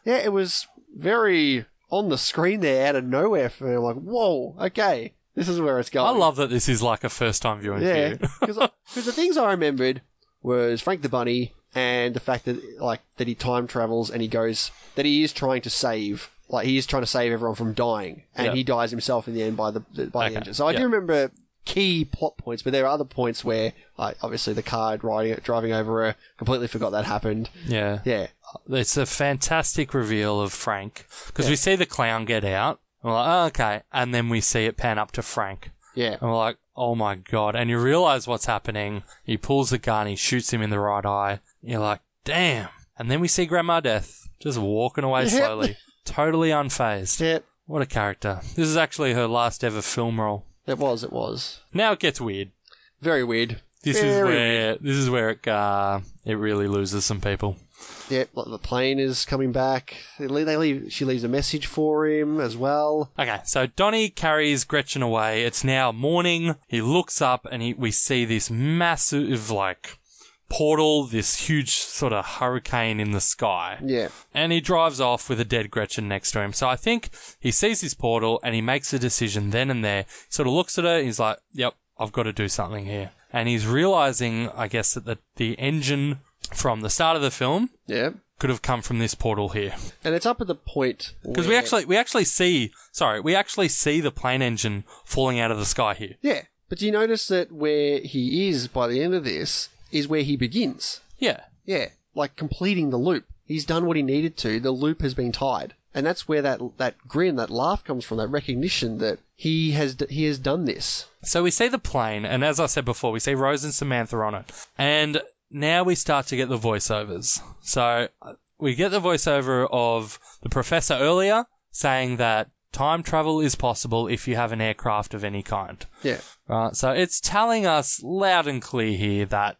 Speaker 1: Yeah, it was very on the screen there, out of nowhere. For me. I'm like, whoa, okay, this is where it's going.
Speaker 2: I love that this is like a first time viewing
Speaker 1: Yeah,
Speaker 2: for you.
Speaker 1: because the things I remembered was Frank the Bunny and the fact that like that he time travels and he goes that he is trying to save like he is trying to save everyone from dying and
Speaker 2: Yeah.
Speaker 1: he dies himself in the end by the by
Speaker 2: Okay,
Speaker 1: the engine. So I
Speaker 2: yeah.
Speaker 1: do remember key plot points, but there are other points where like obviously the car riding driving over her completely forgot that happened.
Speaker 2: yeah.
Speaker 1: Yeah,
Speaker 2: It's a fantastic reveal of Frank because we see the clown get out. And we're like, oh, okay. And then we see it pan up to Frank.
Speaker 1: yeah,
Speaker 2: And we're like, oh my God. And you realize what's happening. He pulls the gun, he shoots him in the right eye. You're like, damn. And then we see Grandma Death just walking away
Speaker 1: Yep.
Speaker 2: slowly, totally unfazed.
Speaker 1: yeah.
Speaker 2: What a character. This is actually her last ever film role.
Speaker 1: It was, it was
Speaker 2: Now it gets weird.
Speaker 1: very weird.
Speaker 2: This is
Speaker 1: Very
Speaker 2: where this is where it uh, it really loses some people.
Speaker 1: Yep, like the plane is coming back. They leave, they leave. She leaves a message for him as well.
Speaker 2: Okay, so Donnie carries Gretchen away. It's now morning. He looks up and he, we see this massive, like, portal, this huge sort of hurricane in the sky.
Speaker 1: Yeah.
Speaker 2: And he drives off with a dead Gretchen next to him. So I think he sees his portal and he makes a decision then and there. He sort of looks at her. He's like, yep, I've got to do something here. And he's realizing, I guess, that the, the engine from the start of the film
Speaker 1: Yep.
Speaker 2: could have come from this portal here.
Speaker 1: And it's up at the point
Speaker 2: Because we
Speaker 1: where-
Speaker 2: actually we actually see sorry we actually see the plane engine falling out of the sky here.
Speaker 1: Yeah, but do you notice that where he is by the end of this is where he begins?
Speaker 2: Yeah,
Speaker 1: Yeah, like completing the loop. He's done what he needed to. The loop has been tied, and that's where that that grin, that laugh comes from. That recognition that he has d- he has done this.
Speaker 2: So we see the plane, and as I said before, we see Rose and Samantha on it, and now we start to get the voiceovers. So uh, we get the voiceover of the professor earlier saying that time travel is possible if you have an aircraft of any kind.
Speaker 1: Yeah.
Speaker 2: Right, so it's telling us loud and clear here that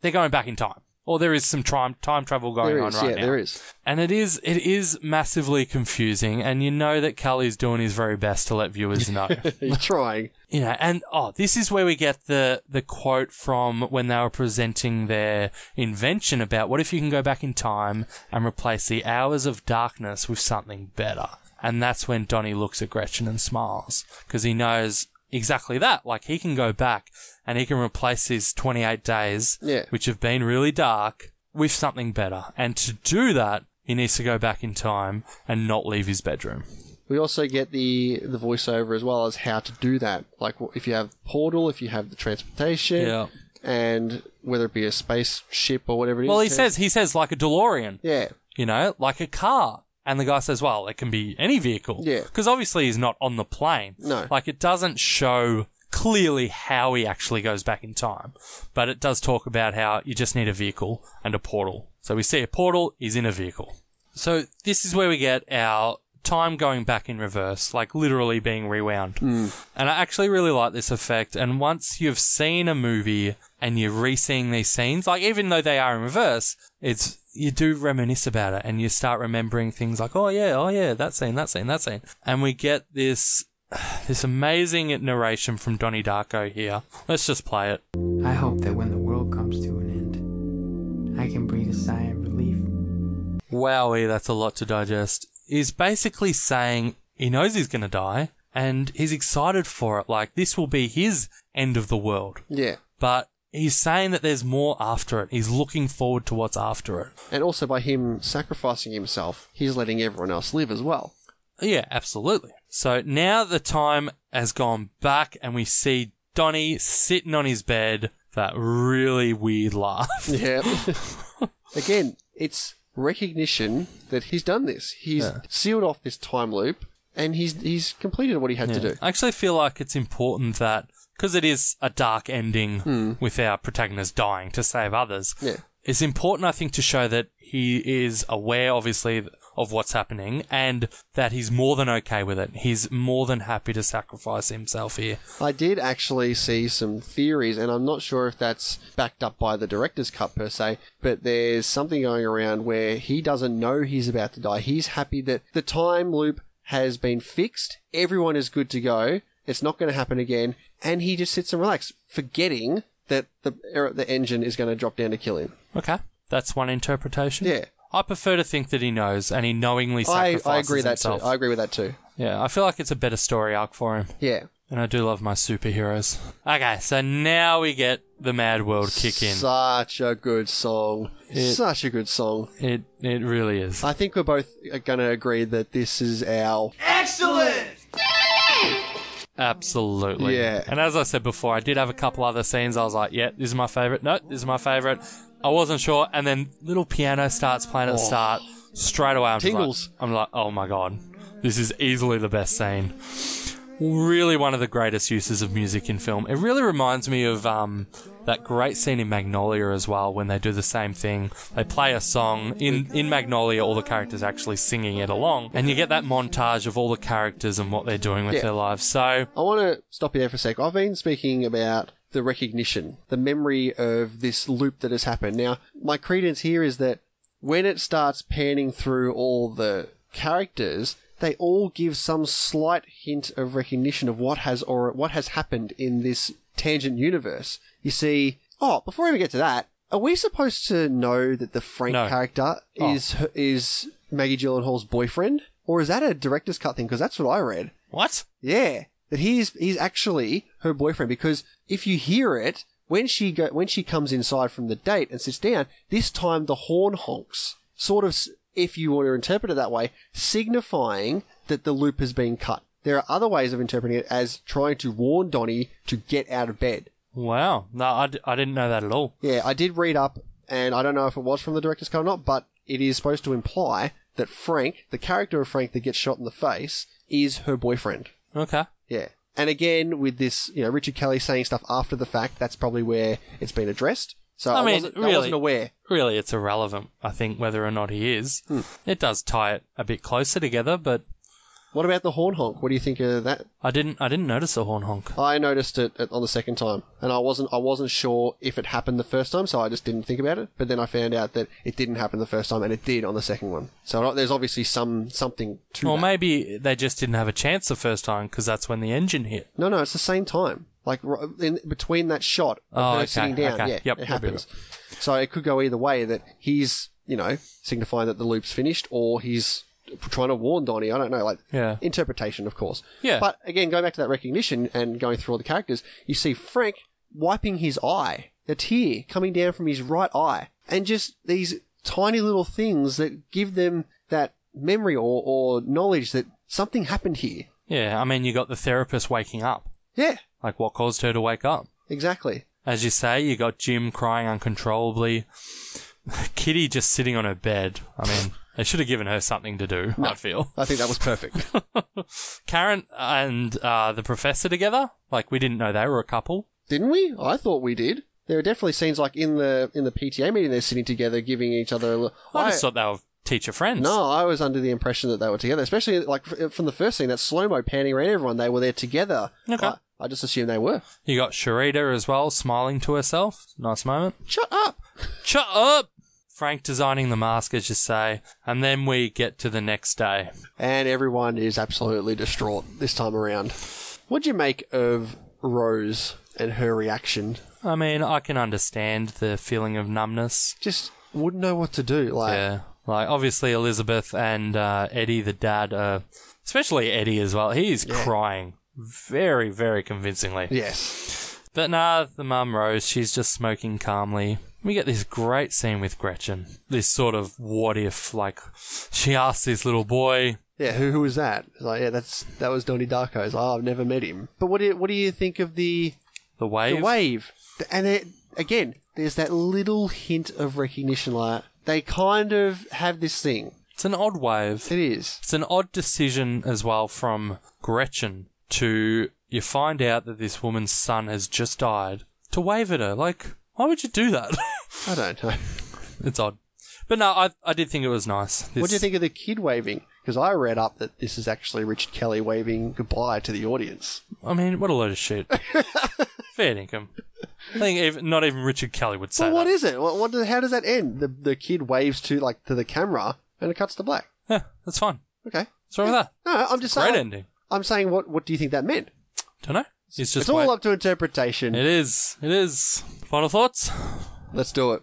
Speaker 2: they're going back in time, or there is some time time travel going
Speaker 1: There
Speaker 2: on
Speaker 1: is,
Speaker 2: right
Speaker 1: yeah,
Speaker 2: now.
Speaker 1: there is.
Speaker 2: and it is it is massively confusing, and you know that Kelly's doing his very best to let viewers know.
Speaker 1: He's trying.
Speaker 2: You know, and oh, this is where we get the the quote from when they were presenting their invention about what if you can go back in time and replace the hours of darkness with something better. And that's when Donnie looks at Gretchen and smiles because he knows exactly that. Like he can go back and he can replace his 28 days,
Speaker 1: Yeah.
Speaker 2: which have been really dark, with something better. And to do that, he needs to go back in time and not leave his bedroom.
Speaker 1: We also get the the voiceover as well as how to do that. Like wh- if you have portal, if you have the transportation,
Speaker 2: Yeah.
Speaker 1: and whether it be a spaceship or whatever it is.
Speaker 2: Well, he
Speaker 1: to-
Speaker 2: says he says like a DeLorean.
Speaker 1: yeah,
Speaker 2: you know, like a car. And the guy says, well, it can be any vehicle.
Speaker 1: Yeah.
Speaker 2: Because obviously he's not on the plane.
Speaker 1: No.
Speaker 2: Like it doesn't show clearly how he actually goes back in time, but it does talk about how you just need a vehicle and a portal. So we see a portal, he's in a vehicle. So this is where we get our time going back in reverse, like literally being rewound.
Speaker 1: Hmm.
Speaker 2: And I actually really like this effect. And once you've seen a movie and you're re-seeing these scenes, like even though they are in reverse, it's you do reminisce about it and you start remembering things like, oh yeah, oh yeah, that scene, that scene, that scene. And we get this this amazing narration from Donnie Darko here. Let's just play it.
Speaker 5: I hope that when the world comes to an end, I can breathe a sigh of relief.
Speaker 2: Wowie, that's a lot to digest. He's basically saying he knows he's going to die and he's excited for it. Like, this will be his end of the world.
Speaker 1: yeah.
Speaker 2: But he's saying that there's more after it. He's looking forward to what's after it.
Speaker 1: And also by him sacrificing himself, he's letting everyone else live as well.
Speaker 2: Yeah, absolutely. So now the time has gone back and we see Donnie sitting on his bed. That really weird laugh.
Speaker 1: Yeah. Again, it's recognition that he's done this. He's
Speaker 2: Yeah.
Speaker 1: sealed off this time loop and he's he's completed what he had to
Speaker 2: Yeah.
Speaker 1: do.
Speaker 2: I actually feel like it's important that because it is a dark ending with our protagonist dying to save others.
Speaker 1: Yeah.
Speaker 2: It's important, I think, to show that he is aware, obviously, of what's happening and that he's more than okay with it. He's more than happy to sacrifice himself here.
Speaker 1: I did actually see some theories, and I'm not sure if that's backed up by the director's cut per se, but there's something going around where he doesn't know he's about to die. He's happy that the time loop has been fixed, everyone is good to go, it's not going to happen again, and he just sits and relaxes, forgetting that the er, the engine is going to drop down to kill him.
Speaker 2: Okay. That's one interpretation.
Speaker 1: Yeah.
Speaker 2: I prefer to think that he knows and he knowingly
Speaker 1: I,
Speaker 2: sacrifices
Speaker 1: I agree that
Speaker 2: himself.
Speaker 1: too. I agree with that too.
Speaker 2: yeah, I feel like it's a better story arc for him.
Speaker 1: Yeah.
Speaker 2: And I do love my superheroes. Okay, so now we get the Mad World kick in.
Speaker 1: Such a good song.
Speaker 2: It-
Speaker 1: Such a good song.
Speaker 2: It it really is.
Speaker 1: I think we're both going to agree that this is our
Speaker 12: Excellent!
Speaker 2: Absolutely.
Speaker 1: Yeah.
Speaker 2: And as I said before, I did have a couple other scenes. I was like, yeah, this is my favorite. No, this is my favorite. I wasn't sure. And then little piano starts playing at the
Speaker 1: Oh.
Speaker 2: start. Straight away, I'm just like-
Speaker 1: Tingles.
Speaker 2: I'm like, oh my god, this is easily the best scene. Really, one of the greatest uses of music in film. It really reminds me of um, that great scene in Magnolia as well, when they do the same thing. They play a song in in Magnolia. All the characters are actually singing it along, and you get that montage of all the characters and what they're doing with
Speaker 1: Yeah.
Speaker 2: their lives. So
Speaker 1: I want to stop you there for a sec. I've been speaking about the recognition, the memory of this loop that has happened. Now, my credence here is that when it starts panning through all the characters, they all give some slight hint of recognition of what has or what has happened in this tangent universe. You see, oh, before we even get to that, are we supposed to know that the Frank
Speaker 2: No.
Speaker 1: character
Speaker 2: Oh.
Speaker 1: is her- is Maggie Gyllenhaal's boyfriend, or is that a director's cut thing? Because that's what I read.
Speaker 2: What?
Speaker 1: Yeah, that he's he's actually her boyfriend because if you hear it when she go when she comes inside from the date and sits down, this time the horn honks, sort of s- if you want to interpret it that way, signifying that the loop has been cut. There are other ways of interpreting it as trying to warn Donnie to get out of bed.
Speaker 2: Wow. No, I, d- I didn't know that at all.
Speaker 1: Yeah, I did read up, and I don't know if it was from the director's cut or not, but it is supposed to imply that Frank, the character of Frank that gets shot in the face, is her boyfriend.
Speaker 2: Okay.
Speaker 1: Yeah. And again, with this, you know, Richard Kelly saying stuff after the fact, that's probably where it's been addressed. So I,
Speaker 2: I mean,
Speaker 1: wasn't, I
Speaker 2: really-
Speaker 1: wasn't aware.
Speaker 2: Really, it's irrelevant, I think, whether or not he is.
Speaker 1: Hmm.
Speaker 2: It does tie it a bit closer together, but
Speaker 1: What about the horn honk? What do you think of that?
Speaker 2: I didn't I didn't notice the horn honk.
Speaker 1: I noticed it at- on the second time, and I wasn't I wasn't sure if it happened the first time, so I just didn't think about it. But then I found out that it didn't happen the first time, and it did on the second one. So uh, there's obviously some something to
Speaker 2: Or
Speaker 1: that.
Speaker 2: maybe they just didn't have a chance the first time because that's when the engine hit.
Speaker 1: No, no, it's the same time. Like r- in between that shot
Speaker 2: Oh,
Speaker 1: of her
Speaker 2: okay,
Speaker 1: sitting down,
Speaker 2: okay.
Speaker 1: yeah,
Speaker 2: Yep,
Speaker 1: it
Speaker 2: yep, yep,
Speaker 1: happens. So it could go either way. That he's, you know, signifying that the loop's finished, or he's trying to warn Donnie. I don't know. Like
Speaker 2: Yeah.
Speaker 1: interpretation, of course.
Speaker 2: Yeah.
Speaker 1: But again, going back to that recognition and going through all the characters, you see Frank wiping his eye, a tear coming down from his right eye, and just these tiny little things that give them that memory or, or knowledge that something happened here.
Speaker 2: Yeah, I mean, you got the therapist waking up.
Speaker 1: Yeah,
Speaker 2: Like, what caused her to wake up?
Speaker 1: exactly.
Speaker 2: As you say, you got Jim crying uncontrollably. Kitty just sitting on her bed. I mean, they should have given her something to do, I feel.
Speaker 1: I think that was perfect.
Speaker 2: Karen and uh, the professor together? Like, we didn't know they were a couple.
Speaker 1: Didn't we? I thought we did. There are definitely scenes like in the in the PTA meeting they're sitting together giving each other a look.
Speaker 2: I, just thought they were teacher friends.
Speaker 1: No, I was under the impression that they were together, especially like f- uh, from the first scene that slow mo panning around everyone. They were there together.
Speaker 2: Okay.
Speaker 1: I, I just assumed they were.
Speaker 2: You got Sharita as well, smiling to herself. Nice moment.
Speaker 1: Shut up.
Speaker 2: Shut up! Frank designing the mask, as you say. And then we get to the next day.
Speaker 1: And everyone is absolutely distraught this time around. What'd you make of Rose and her reaction?
Speaker 2: I mean, I can understand the feeling of numbness.
Speaker 1: Just wouldn't know what to do. Like,
Speaker 2: Yeah. Like, obviously, Elizabeth and uh, Eddie, the dad, uh, especially Eddie as well, he is crying very, very convincingly.
Speaker 1: yes,
Speaker 2: But nah, the mum Rose, she's just smoking calmly. We get this great scene with Gretchen. This sort of what if, like, she asks this little boy,
Speaker 1: yeah. Who who was that? Like, yeah, that's that was Donnie Darko's. Oh, I've never met him. But what do you, what do you think of the
Speaker 2: the wave.
Speaker 1: the wave. Th- And it, again, there's that little hint of recognition. Like they kind of have this thing.
Speaker 2: It's an odd wave.
Speaker 1: It is.
Speaker 2: It's an odd decision as well from Gretchen to you find out that this woman's son has just died to wave at her. Like, why would you do that?
Speaker 1: I don't know.
Speaker 2: it's odd. But no, I I did think it was nice.
Speaker 1: What
Speaker 2: This-
Speaker 1: do you think of the kid waving? Because I read up that this is actually Richard Kelly waving goodbye to the audience.
Speaker 2: I mean, what a load of shit. Fair dinkum. I think even, not even Richard Kelly would say
Speaker 1: well, what
Speaker 2: that.
Speaker 1: is it? What, what? do- How does that end? The the kid waves to like to the camera and it cuts to black.
Speaker 2: Yeah, that's fine.
Speaker 1: Okay.
Speaker 2: What's wrong with
Speaker 1: No, I'm just
Speaker 2: that? Great
Speaker 1: saying.
Speaker 2: ending.
Speaker 1: I'm saying what? What do you think that meant?
Speaker 2: Don't know. It's just
Speaker 1: it's all
Speaker 2: wait-
Speaker 1: up to interpretation.
Speaker 2: It is. It is. Final thoughts.
Speaker 1: Let's do it.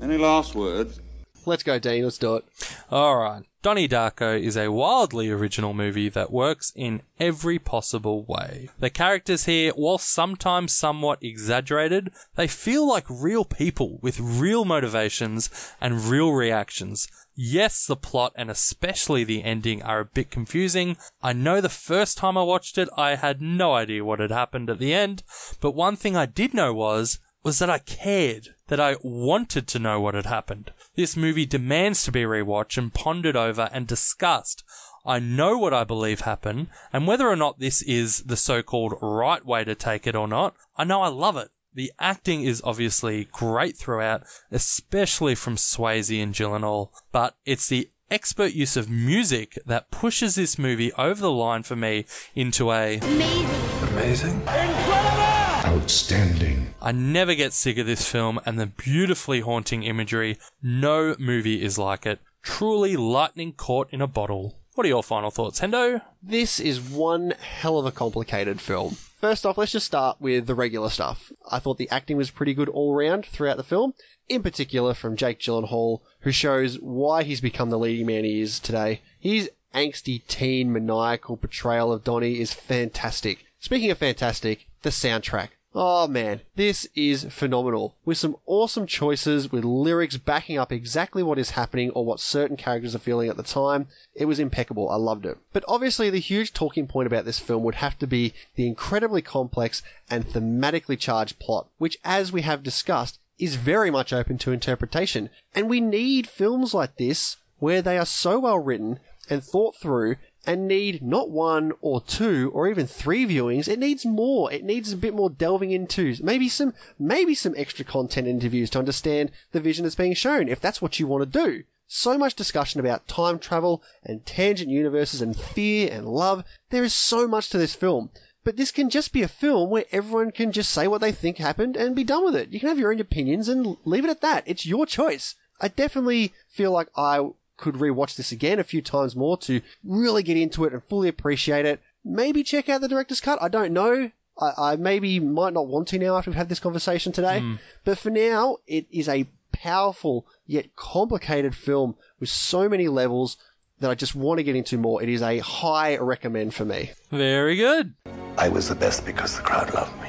Speaker 13: Any last words?
Speaker 1: Let's go, Dean. Let's do it.
Speaker 2: All right. Donnie Darko is a wildly original movie that works in every possible way. The characters here, while sometimes somewhat exaggerated, they feel like real people with real motivations and real reactions. Yes, the plot and especially the ending are a bit confusing. I know the first time I watched it, I had no idea what had happened at the end, but one thing I did know was was that I cared, that I wanted to know what had happened. This movie demands to be rewatched and pondered over and discussed. I know what I believe happened, and whether or not this is the so called right way to take it or not, I know I love it. The acting is obviously great throughout, especially from Swayze and Gyllenhaal, but it's the expert use of music that pushes this movie over the line for me into a
Speaker 8: Amazing.
Speaker 13: Incredible!
Speaker 14: Outstanding.
Speaker 2: I never get sick of this film and the beautifully haunting imagery. No movie is like it. Truly lightning caught in a bottle. What are your final thoughts, Hendo?
Speaker 1: This is one hell of a complicated film. First off, let's just start with the regular stuff. I thought the acting was pretty good all round throughout the film, in particular from Jake Gyllenhaal, who shows why he's become the leading man he is today. His angsty teen maniacal portrayal of Donnie is fantastic. Speaking of fantastic, the soundtrack. Oh man, this is phenomenal. With some awesome choices, with lyrics backing up exactly what is happening or what certain characters are feeling at the time, it was impeccable. I loved it. But obviously, the huge talking point about this film would have to be the incredibly complex and thematically charged plot, which, as we have discussed, is very much open to interpretation. And we need films like this where they are so well written and thought through and need not one or two or even three viewings. It needs more. It needs a bit more delving into maybe some maybe some extra content interviews to understand the vision that's being shown if that's what you want to do. So much discussion about time travel and tangent universes and fear and love. There is so much to this film. But this can just be a film where everyone can just say what they think happened and be done with it. You can have your own opinions and leave it at that. It's your choice. I definitely feel like I could rewatch this again a few times more to really get into it and fully appreciate it. Maybe check out the director's cut. I don't know. I, I maybe might not want to now after we've had this conversation today.
Speaker 2: Mm.
Speaker 1: But for now, it is a powerful yet complicated film with so many levels that I just want to get into more. It is a high recommend for me.
Speaker 2: Very good.
Speaker 15: I was the best because the crowd loved me.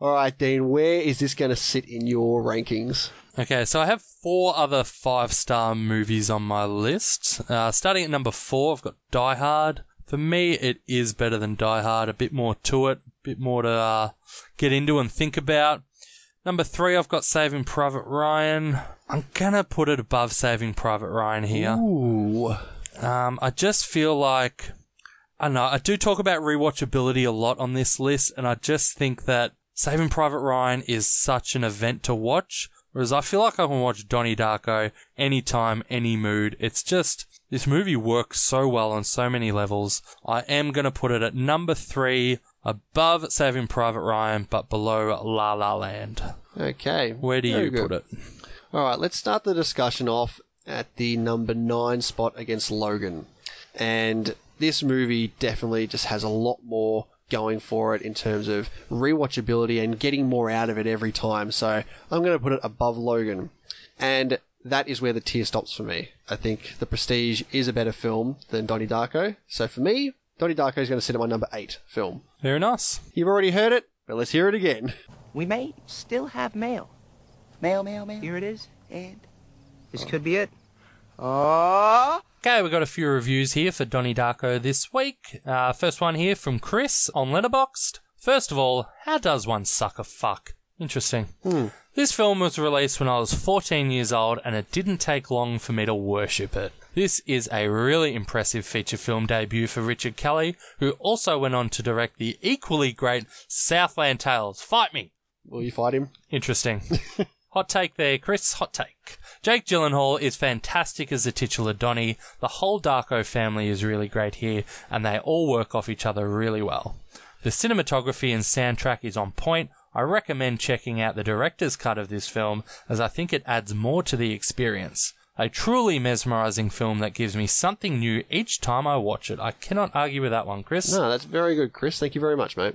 Speaker 1: All right, Dean, where is this going to sit in your rankings?
Speaker 2: Okay, so I have four other five star movies on my list. Uh, starting at number four, I've got Die Hard. For me, it is better than Die Hard. A bit more to it, a bit more to uh, get into and think about. Number three, I've got Saving Private Ryan. I'm gonna put it above Saving Private Ryan here.
Speaker 1: Ooh.
Speaker 2: Um, I just feel like I don't know. I do talk about rewatchability a lot on this list, and I just think that Saving Private Ryan is such an event to watch. Whereas I feel like I can watch Donnie Darko anytime, any mood. It's just, this movie works so well on so many levels. I am going to put it at number three, above Saving Private Ryan, but below La La Land.
Speaker 1: Okay.
Speaker 2: Where do
Speaker 1: very
Speaker 2: you
Speaker 1: good.
Speaker 2: put it?
Speaker 1: All right, let's start the discussion off at the number nine spot against Logan. And this movie definitely just has a lot more going for it in terms of rewatchability and getting more out of it every time. So I'm going to put it above Logan. And that is where the tear stops for me. I think The Prestige is a better film than Donnie Darko. So for me, Donnie Darko is going to sit at my number eight film.
Speaker 2: Very nice.
Speaker 1: You've already heard it, but let's hear it again.
Speaker 10: We may still have mail. Mail, mail, mail. Here it is. And this could be it. Oh.
Speaker 2: Okay, we've got a few reviews here for Donnie Darko this week. Uh, first one here from Chris on Letterboxd. First of all, how does one suck a fuck? Interesting. This film was released when I was 14 years old, and it didn't take long for me to worship it. This is a really impressive feature film debut for Richard Kelly, who also went on to direct the equally great Southland Tales. Fight me!
Speaker 1: Will you fight him?
Speaker 2: Interesting. Hot take there, Chris. Hot take. Jake Gyllenhaal is fantastic as the titular Donnie. The whole Darko family is really great here, and they all work off each other really well. The cinematography and soundtrack is on point. I recommend checking out the director's cut of this film, as I think it adds more to the experience. A truly mesmerizing film that gives me something new each time I watch it. I cannot argue with that one, Chris.
Speaker 1: No, that's very good, Chris. Thank you very much, mate.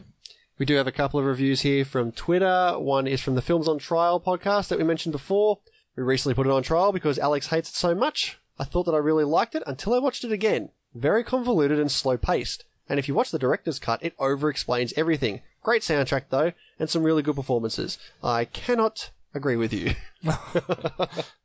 Speaker 1: We do have a couple of reviews here from Twitter. One is from the Films on Trial podcast that we mentioned before. We recently put it on trial because Alex hates it so much. I thought that I really liked it until I watched it again. Very convoluted and slow paced. And if you watch the director's cut, it over explains everything. Great soundtrack though, and some really good performances. I cannot agree with you.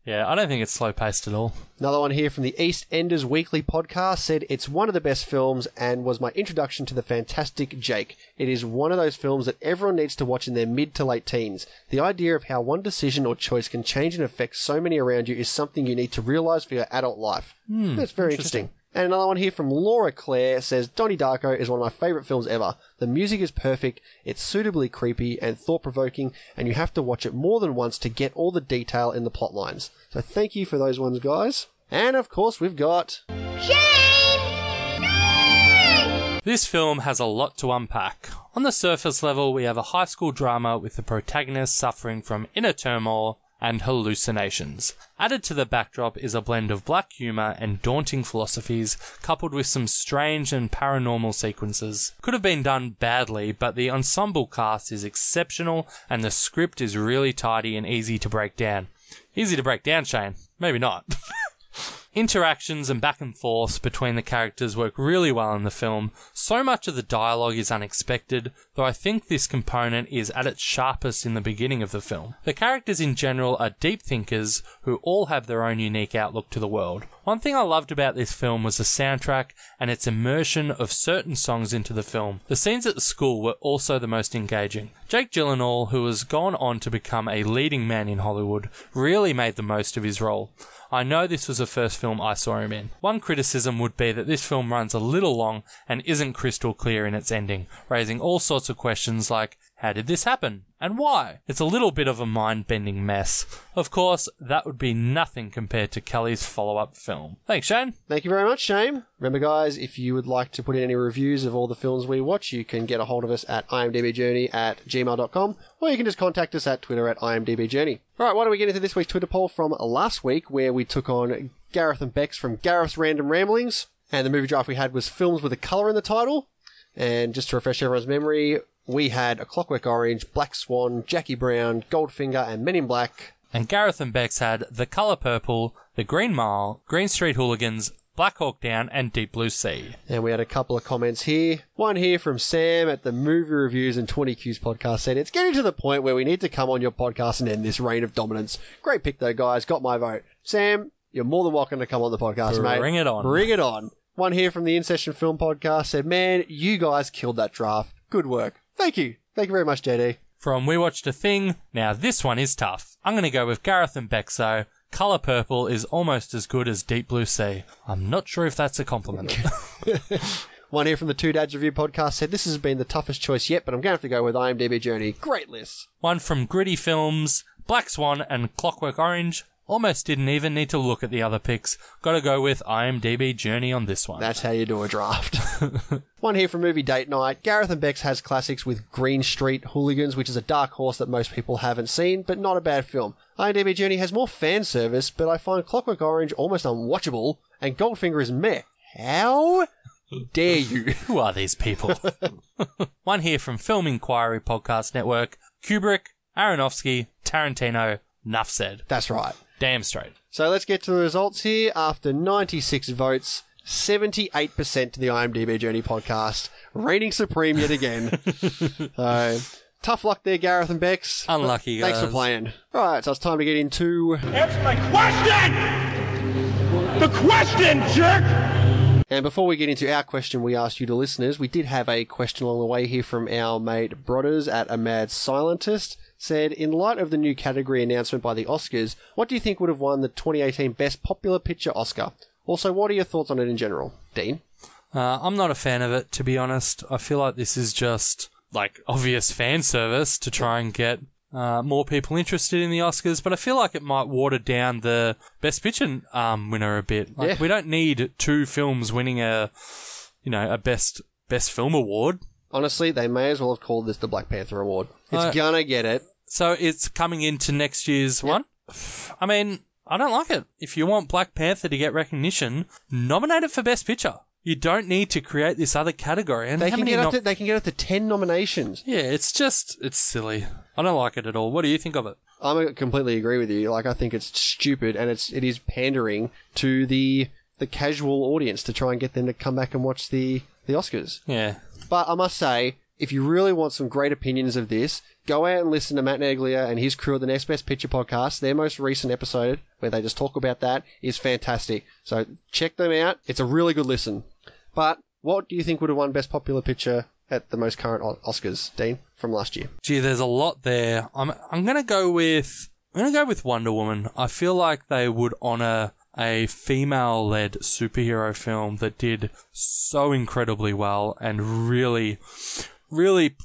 Speaker 2: Yeah, I don't think it's slow paced at all.
Speaker 1: Another one here from the East Enders Weekly podcast said it's one of the best films and was my introduction to the fantastic Jake. It is one of those films that everyone needs to watch in their mid to late teens. The idea of how one decision or choice can change and affect so many around you is something you need to realize for your adult life.
Speaker 2: Hmm,
Speaker 1: That's very
Speaker 2: interesting.
Speaker 1: interesting. And another one here from Laura Clare says Donnie Darko is one of my favourite films ever. The music is perfect, it's suitably creepy and thought provoking, and you have to watch it more than once to get all the detail in the plot lines. So thank you for those ones, guys. And of course, we've got.
Speaker 2: This film has a lot to unpack. On the surface level, we have a high school drama with the protagonist suffering from inner turmoil and hallucinations. Added to the backdrop is a blend of black humour and daunting philosophies, coupled with some strange and paranormal sequences. Could have been done badly, but the ensemble cast is exceptional and the script is really tidy and easy to break down. Easy to break down, Shane. Maybe not. Interactions and back and forth between the characters work really well in the film. So much of the dialogue is unexpected, though I think this component is at its sharpest in the beginning of the film. The characters in general are deep thinkers who all have their own unique outlook to the world. One thing I loved about this film was the soundtrack and its immersion of certain songs into the film. The scenes at the school were also the most engaging. Jake Gyllenhaal, who has gone on to become a leading man in Hollywood, really made the most of his role. I know this was the first film I saw him in. One criticism would be that this film runs a little long and isn't crystal clear in its ending, raising all sorts of questions like, how did this happen? And why? It's a little bit of a mind bending mess. Of course, that would be nothing compared to Kelly's follow up film. Thanks, Shane.
Speaker 1: Thank you very much, Shane. Remember, guys, if you would like to put in any reviews of all the films we watch, you can get a hold of us at imdbjourney at gmail.com or you can just contact us at Twitter at imdbjourney. All right, why don't we get into this week's Twitter poll from last week where we took on Gareth and Bex from Gareth's Random Ramblings. And the movie draft we had was films with a colour in the title. And just to refresh everyone's memory, we had A Clockwork Orange, Black Swan, Jackie Brown, Goldfinger, and Men in Black.
Speaker 2: And Gareth and Bex had The Colour Purple, The Green Mile, Green Street Hooligans, Black Hawk Down, and Deep Blue Sea.
Speaker 1: And we had a couple of comments here. One here from Sam at the Movie Reviews and 20Qs podcast said, It's getting to the point where we need to come on your podcast and end this reign of dominance. Great pick, though, guys. Got my vote. Sam, you're more than welcome to come on the podcast, mate.
Speaker 2: Bring it on.
Speaker 1: Bring it on. One here from the In Session Film podcast said, Man, you guys killed that draft. Good work. Thank you. Thank you very much, JD.
Speaker 2: From We Watched a Thing, now this one is tough. I'm going to go with Gareth and Bexo. Colour Purple is almost as good as Deep Blue Sea. I'm not sure if that's a compliment.
Speaker 1: One here from the Two Dads Review podcast said, This has been the toughest choice yet, but I'm going to have to go with IMDb Journey. Great list.
Speaker 2: one from Gritty Films, Black Swan, and Clockwork Orange. Almost didn't even need to look at the other picks. Gotta go with IMDb Journey on this one.
Speaker 1: That's how you do a draft. One here from Movie Date Night. Gareth and Bex has classics with Green Street Hooligans, which is a dark horse that most people haven't seen, but not a bad film. IMDb Journey has more fan service, but I find Clockwork Orange almost unwatchable, and Goldfinger is meh. How dare you?
Speaker 2: Who are these people? One here from Film Inquiry Podcast Network. Kubrick, Aronofsky, Tarantino, Nuff said.
Speaker 1: That's right.
Speaker 2: Damn straight.
Speaker 1: So let's get to the results here. After 96 votes, 78% to the IMDb Journey podcast, reigning supreme yet again. so, tough luck there, Gareth and Bex.
Speaker 2: Unlucky,
Speaker 1: Thanks for
Speaker 2: guys.
Speaker 1: playing. All right, so it's time to get into.
Speaker 14: Answer my question! The question, jerk!
Speaker 1: And before we get into our question we asked you to listeners, we did have a question along the way here from our mate Brodders at A Mad Silentist. Said, in light of the new category announcement by the Oscars, what do you think would have won the 2018 Best Popular Picture Oscar? Also, what are your thoughts on it in general? Dean?
Speaker 2: Uh, I'm not a fan of it, to be honest. I feel like this is just like obvious fan service to try and get uh, more people interested in the Oscars, but I feel like it might water down the Best Picture um, winner a bit. Like,
Speaker 1: Yeah.
Speaker 2: We don't need two films winning a, you know, a best best film award.
Speaker 1: Honestly, they may as well have called this the Black Panther Award. It's
Speaker 2: Uh,
Speaker 1: gonna get it.
Speaker 2: So it's coming into next year's one. I mean, I don't like it. If you want Black Panther to get recognition, nominate it for Best Picture. You don't need to create this other category. And
Speaker 1: They
Speaker 2: how
Speaker 1: can
Speaker 2: many
Speaker 1: get up
Speaker 2: nom-
Speaker 1: to they can get up to ten nominations.
Speaker 2: Yeah, it's just it's silly. I don't like it at all. What do you think of it?
Speaker 1: I completely agree with you. Like, I think it's stupid, and it's it is pandering to the the casual audience to try and get them to come back and watch the the Oscars.
Speaker 2: Yeah.
Speaker 1: But I must say, if you really want some great opinions of this, go out and listen to Matt Neglia and his crew at the Next Best Picture podcast. Their most recent episode, where they just talk about that, is fantastic. So check them out. It's a really good listen. But what do you think would have won Best Popular Picture at the most current O- Oscars, Dean, from last year?
Speaker 2: Gee, there's a lot there. I'm I'm gonna go with I'm gonna go with Wonder Woman. I feel like they would honor a female-led superhero film that did so incredibly well and really, really,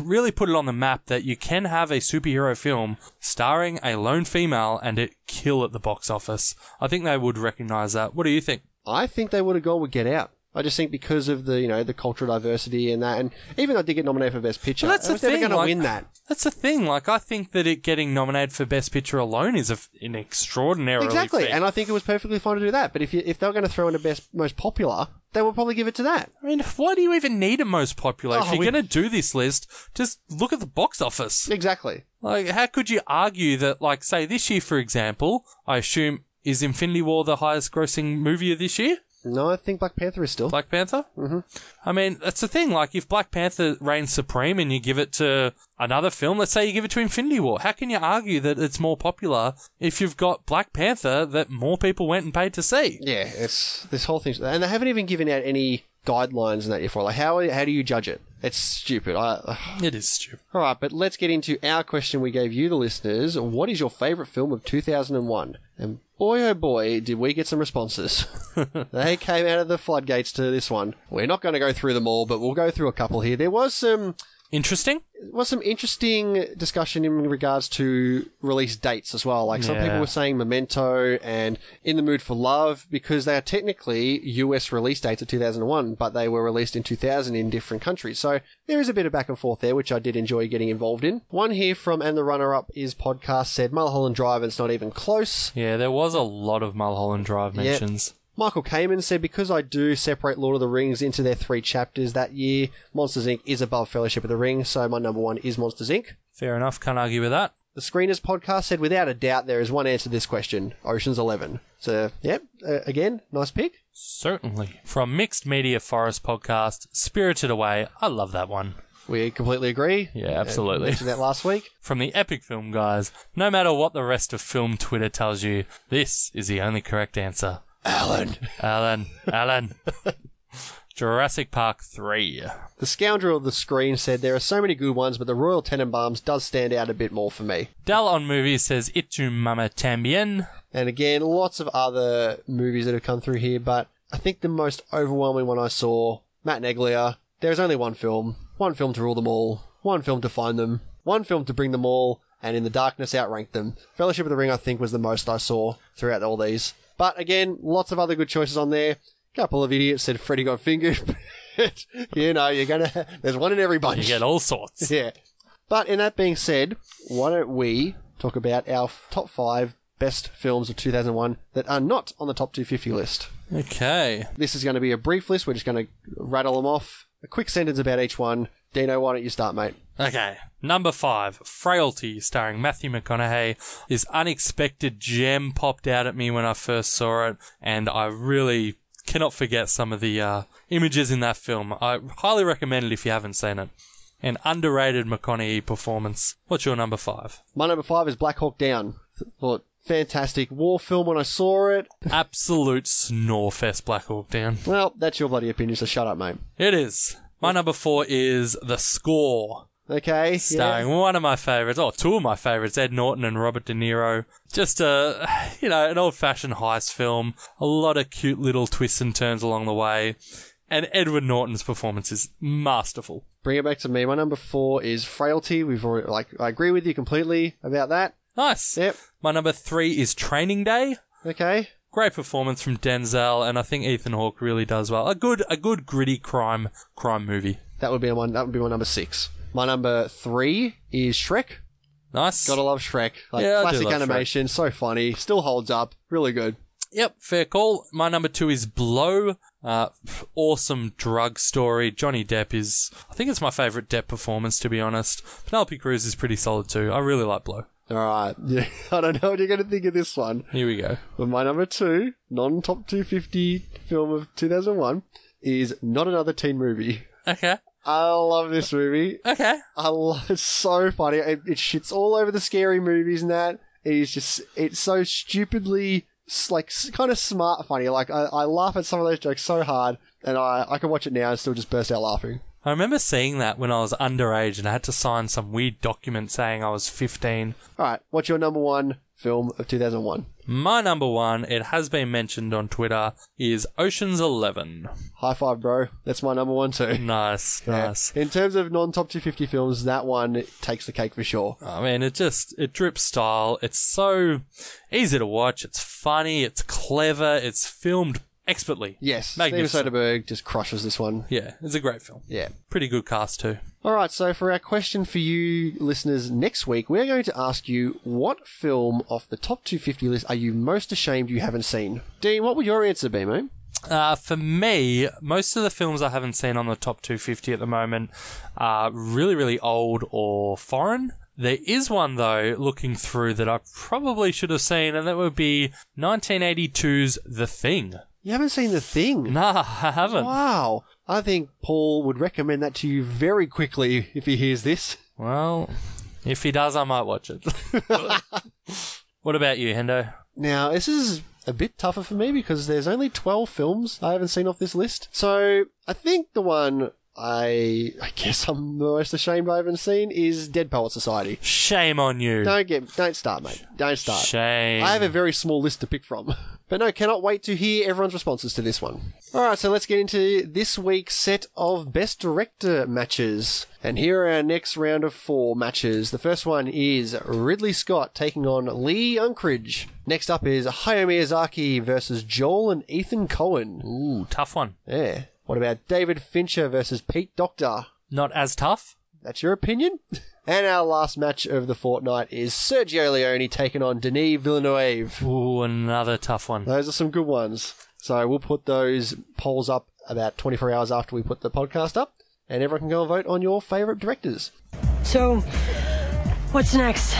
Speaker 2: really put it on the map that you can have a superhero film starring a lone female and it kill at the box office. I think they would recognize that. What do you think?
Speaker 1: I think they would have gone with Get Out. I just think because of the you know the cultural diversity and that, and even though I did get nominated for best picture,
Speaker 2: But that's
Speaker 1: I
Speaker 2: the
Speaker 1: was never
Speaker 2: thing,
Speaker 1: going to
Speaker 2: like-
Speaker 1: win that.
Speaker 2: That's the thing. Like, I think that it getting nominated for Best Picture alone is a, an extraordinarily
Speaker 1: Exactly,
Speaker 2: feat.
Speaker 1: and I think it was perfectly fine to do that. But if you, if they were going to throw in a best most popular, they would probably give it to that.
Speaker 2: I mean, why do you even need a most popular?
Speaker 1: Oh,
Speaker 2: if you're
Speaker 1: we-
Speaker 2: going to do this list, just look at the box office.
Speaker 1: Exactly.
Speaker 2: Like, how could you argue that, like, say this year, for example, I assume is Infinity War the highest grossing movie of this year?
Speaker 1: No, I think Black Panther is still
Speaker 2: Black Panther.
Speaker 1: Mhm.
Speaker 2: I mean, that's the thing. Like, if Black Panther reigns supreme and you give it to another film, let's say you give it to Infinity War, how can you argue that it's more popular if you've got Black Panther that more people went and paid to see?
Speaker 1: Yeah, it's this whole thing, and they haven't even given out any guidelines and that yet for like how how do you judge it? It's stupid. I,
Speaker 2: It is stupid.
Speaker 1: all right, but let's get into our question we gave you, the listeners. What is your favorite film of 2001? And boy, oh boy, did we get some responses. they came out of the floodgates to this one. We're not going to go through them all, but we'll go through a couple here. There was some
Speaker 2: Interesting.
Speaker 1: was some interesting discussion in regards to release dates as well. Like some
Speaker 2: Yeah.
Speaker 1: people were saying Memento and In the Mood for Love because they are technically US release dates of 2001, but they were released in 2000 in different countries. So there is a bit of back and forth there, which I did enjoy getting involved in. One here from And the Runner Up is podcast said Mulholland Drive, and it's not even close.
Speaker 2: Yeah, there was a lot of Mulholland Drive
Speaker 1: Yep.
Speaker 2: mentions.
Speaker 1: Michael Kamen said, because I do separate Lord of the Rings into their three chapters that year, Monsters Inc. is above Fellowship of the Ring, so my number one is Monsters Inc.
Speaker 2: Fair enough. Can't argue with that.
Speaker 1: The Screeners podcast said, without a doubt, there is one answer to this question Ocean's Eleven. So, yep, uh, again, nice pick.
Speaker 2: Certainly. From Mixed Media Forest podcast, Spirited Away. I love that one.
Speaker 1: We completely agree.
Speaker 2: Yeah,
Speaker 1: Uh,
Speaker 2: absolutely.
Speaker 1: mentioned that last week.
Speaker 2: From the Epic Film Guys, no matter what the rest of film Twitter tells you, this is the only correct answer.
Speaker 1: Alan.
Speaker 2: Alan. Alan. Jurassic Park 3.
Speaker 1: The Scoundrel of the Screen said, there are so many good ones, but the Royal Tenenbaums does stand out a bit more for me.
Speaker 2: Dal on Movies says, Itu Mama Tambien.
Speaker 1: And again, lots of other movies that have come through here, but I think the most overwhelming one I saw, Matt Neglia, there's only one film, one film to rule them all, one film to find them, one film to bring them all, and in the darkness outrank them. Fellowship of the Ring, I think, was the most I saw throughout all these. But again, lots of other good choices on there. Couple of idiots said Freddy got fingered. but, you know, you're gonna, there's one in every bunch.
Speaker 2: You get all sorts.
Speaker 1: Yeah. But in that being said, why don't we talk about our f- top five best films of 2001 that are not on the top 250 list?
Speaker 2: Okay.
Speaker 1: This is going to be a brief list. We're just going to rattle them off. A quick sentence about each one. Dino, why don't you start, mate?
Speaker 2: Okay. Number five, Frailty, starring Matthew McConaughey. This unexpected gem popped out at me when I first saw it, and I really cannot forget some of the uh, images in that film. I highly recommend it if you haven't seen it. An underrated McConaughey performance. What's your number five?
Speaker 1: My number five is Black Hawk Down. Th- Thought fantastic war film when I saw it.
Speaker 2: Absolute snorefest Black Hawk Down.
Speaker 1: Well, that's your bloody opinion, so shut up, mate.
Speaker 2: It is. My number four is The Score.
Speaker 1: Okay. yeah.
Speaker 2: starring one of my favorites, or two of my favorites, Ed Norton and Robert De Niro. Just a, you know, an old-fashioned heist film. A lot of cute little twists and turns along the way, and Edward Norton's performance is masterful.
Speaker 1: Bring it back to me. My number four is Frailty. We've already, like, I agree with you completely about that.
Speaker 2: Nice.
Speaker 1: Yep.
Speaker 2: My number three is Training Day.
Speaker 1: Okay.
Speaker 2: Great performance from Denzel, and I think Ethan Hawke really does well. A good, a good gritty crime crime movie.
Speaker 1: That would be one. That would be my number six. My number three is Shrek.
Speaker 2: Nice.
Speaker 1: Gotta love Shrek. Like
Speaker 2: Yeah, I do
Speaker 1: classic
Speaker 2: love Shrek.
Speaker 1: animation, so funny, still holds up, really good.
Speaker 2: Yep, fair call. My number two is Blow. Uh, pff, awesome drug story. Johnny Depp is, I think it's my favourite Depp performance, to be honest. Penelope Cruz is pretty solid too. I really like Blow.
Speaker 1: All right, yeah, I don't know what you're gonna think of this one,
Speaker 2: Here we go.
Speaker 1: but my number two, non-top 250 film of 2001, is not another teen movie.
Speaker 2: Okay.
Speaker 1: I love this movie.
Speaker 2: Okay.
Speaker 1: I love, it's so funny. It, it shits all over the scary movies and that. It is just, it's so stupidly, s- like, kind of smart funny. Like, I, I laugh at some of those jokes so hard, and I, I can watch it now and still just burst out laughing.
Speaker 2: I remember seeing that when I was underage and I had to sign some weird document saying I was 15.
Speaker 1: All right, what's your number one film of 2001?
Speaker 2: My number one, it has been mentioned on Twitter, is Ocean's Eleven.
Speaker 1: High five, bro. That's my number one too.
Speaker 2: Nice, nice.
Speaker 1: In terms of non-top 250 films, that one takes the cake for sure.
Speaker 2: I mean, Oh, it just it drips style. It's so easy to watch. It's funny. It's clever. It's filmed expertly.
Speaker 1: Yes, Steven
Speaker 2: Magnificent.
Speaker 1: Soderbergh just crushes this one.
Speaker 2: Yeah, it's a great film.
Speaker 1: Yeah.
Speaker 2: Pretty good cast, too.
Speaker 1: All right, so for our question for you listeners next week, we're going to ask you what film off the top 250 list are you most ashamed you haven't seen? Dean, what would your answer be, mate?
Speaker 2: Uh, for me, most of the films I haven't seen on the top 250 at the moment are really, really old or foreign. There is one, though, looking through that I probably should have seen, and that would be 1982's The Thing.
Speaker 1: You haven't seen The Thing?
Speaker 2: Nah, I haven't.
Speaker 1: Wow. I think Paul would recommend that to you very quickly if he hears this.
Speaker 2: Well, if he does, I might watch it. what about you, Hendo?
Speaker 1: Now, this is a bit tougher for me because there's only 12 films I haven't seen off this list. So, I think the one I I guess I'm the most ashamed I haven't seen is Dead Poet Society.
Speaker 2: Shame on you.
Speaker 1: Don't get don't start, mate. Don't start.
Speaker 2: Shame.
Speaker 1: I have a very small list to pick from. But no, cannot wait to hear everyone's responses to this one. Alright, so let's get into this week's set of Best Director matches. And here are our next round of four matches. The first one is Ridley Scott taking on Lee Unkrich. Next up is Hayao Miyazaki versus Joel and Ethan Cohen.
Speaker 2: Ooh, tough one.
Speaker 1: Yeah. What about David Fincher versus Pete Doctor?
Speaker 2: Not as tough.
Speaker 1: That's your opinion? And our last match of the fortnight is Sergio Leone taking on Denis Villeneuve.
Speaker 2: Ooh, another tough one.
Speaker 1: Those are some good ones. So we'll put those polls up about 24 hours after we put the podcast up, and everyone can go and vote on your favourite directors.
Speaker 16: So, what's next?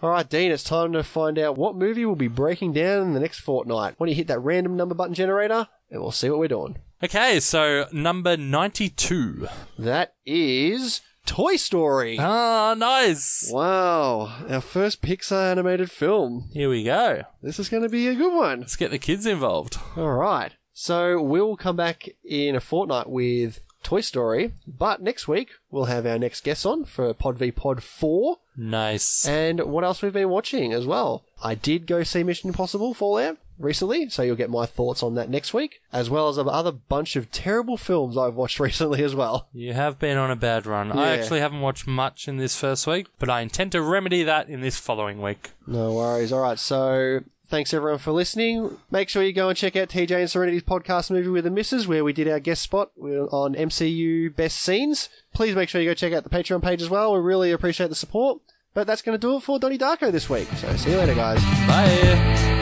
Speaker 1: All right, Dean, it's time to find out what movie we'll be breaking down in the next fortnight. When you hit that random number button generator, and we'll see what we're doing.
Speaker 2: Okay, so number 92.
Speaker 1: That is Toy Story.
Speaker 2: Ah, nice.
Speaker 1: Wow, our first Pixar animated film.
Speaker 2: Here we go.
Speaker 1: This is going to be a good one.
Speaker 2: Let's get the kids involved.
Speaker 1: All right. So we'll come back in a fortnight with Toy Story, but next week we'll have our next guest on for Pod v Pod 4
Speaker 2: Nice.
Speaker 1: and what else we've been watching as well. I did go see Mission Impossible Fallout recently, so you'll get my thoughts on that next week, as well as another bunch of terrible films I've watched recently as well.
Speaker 2: You have been on a bad run. I
Speaker 1: Yeah.
Speaker 2: actually haven't watched much in this first week, but I intend to remedy that in this following week.
Speaker 1: No worries. All right, so thanks everyone for listening. Make sure you go and check out TJ and Serenity's podcast movie with the Misses, where we did our guest spot on MCU Best Scenes. Please make sure you go check out the Patreon page as well. We really appreciate the support. But that's going to do it for Donnie Darko this week. So see you later, guys.
Speaker 2: Bye.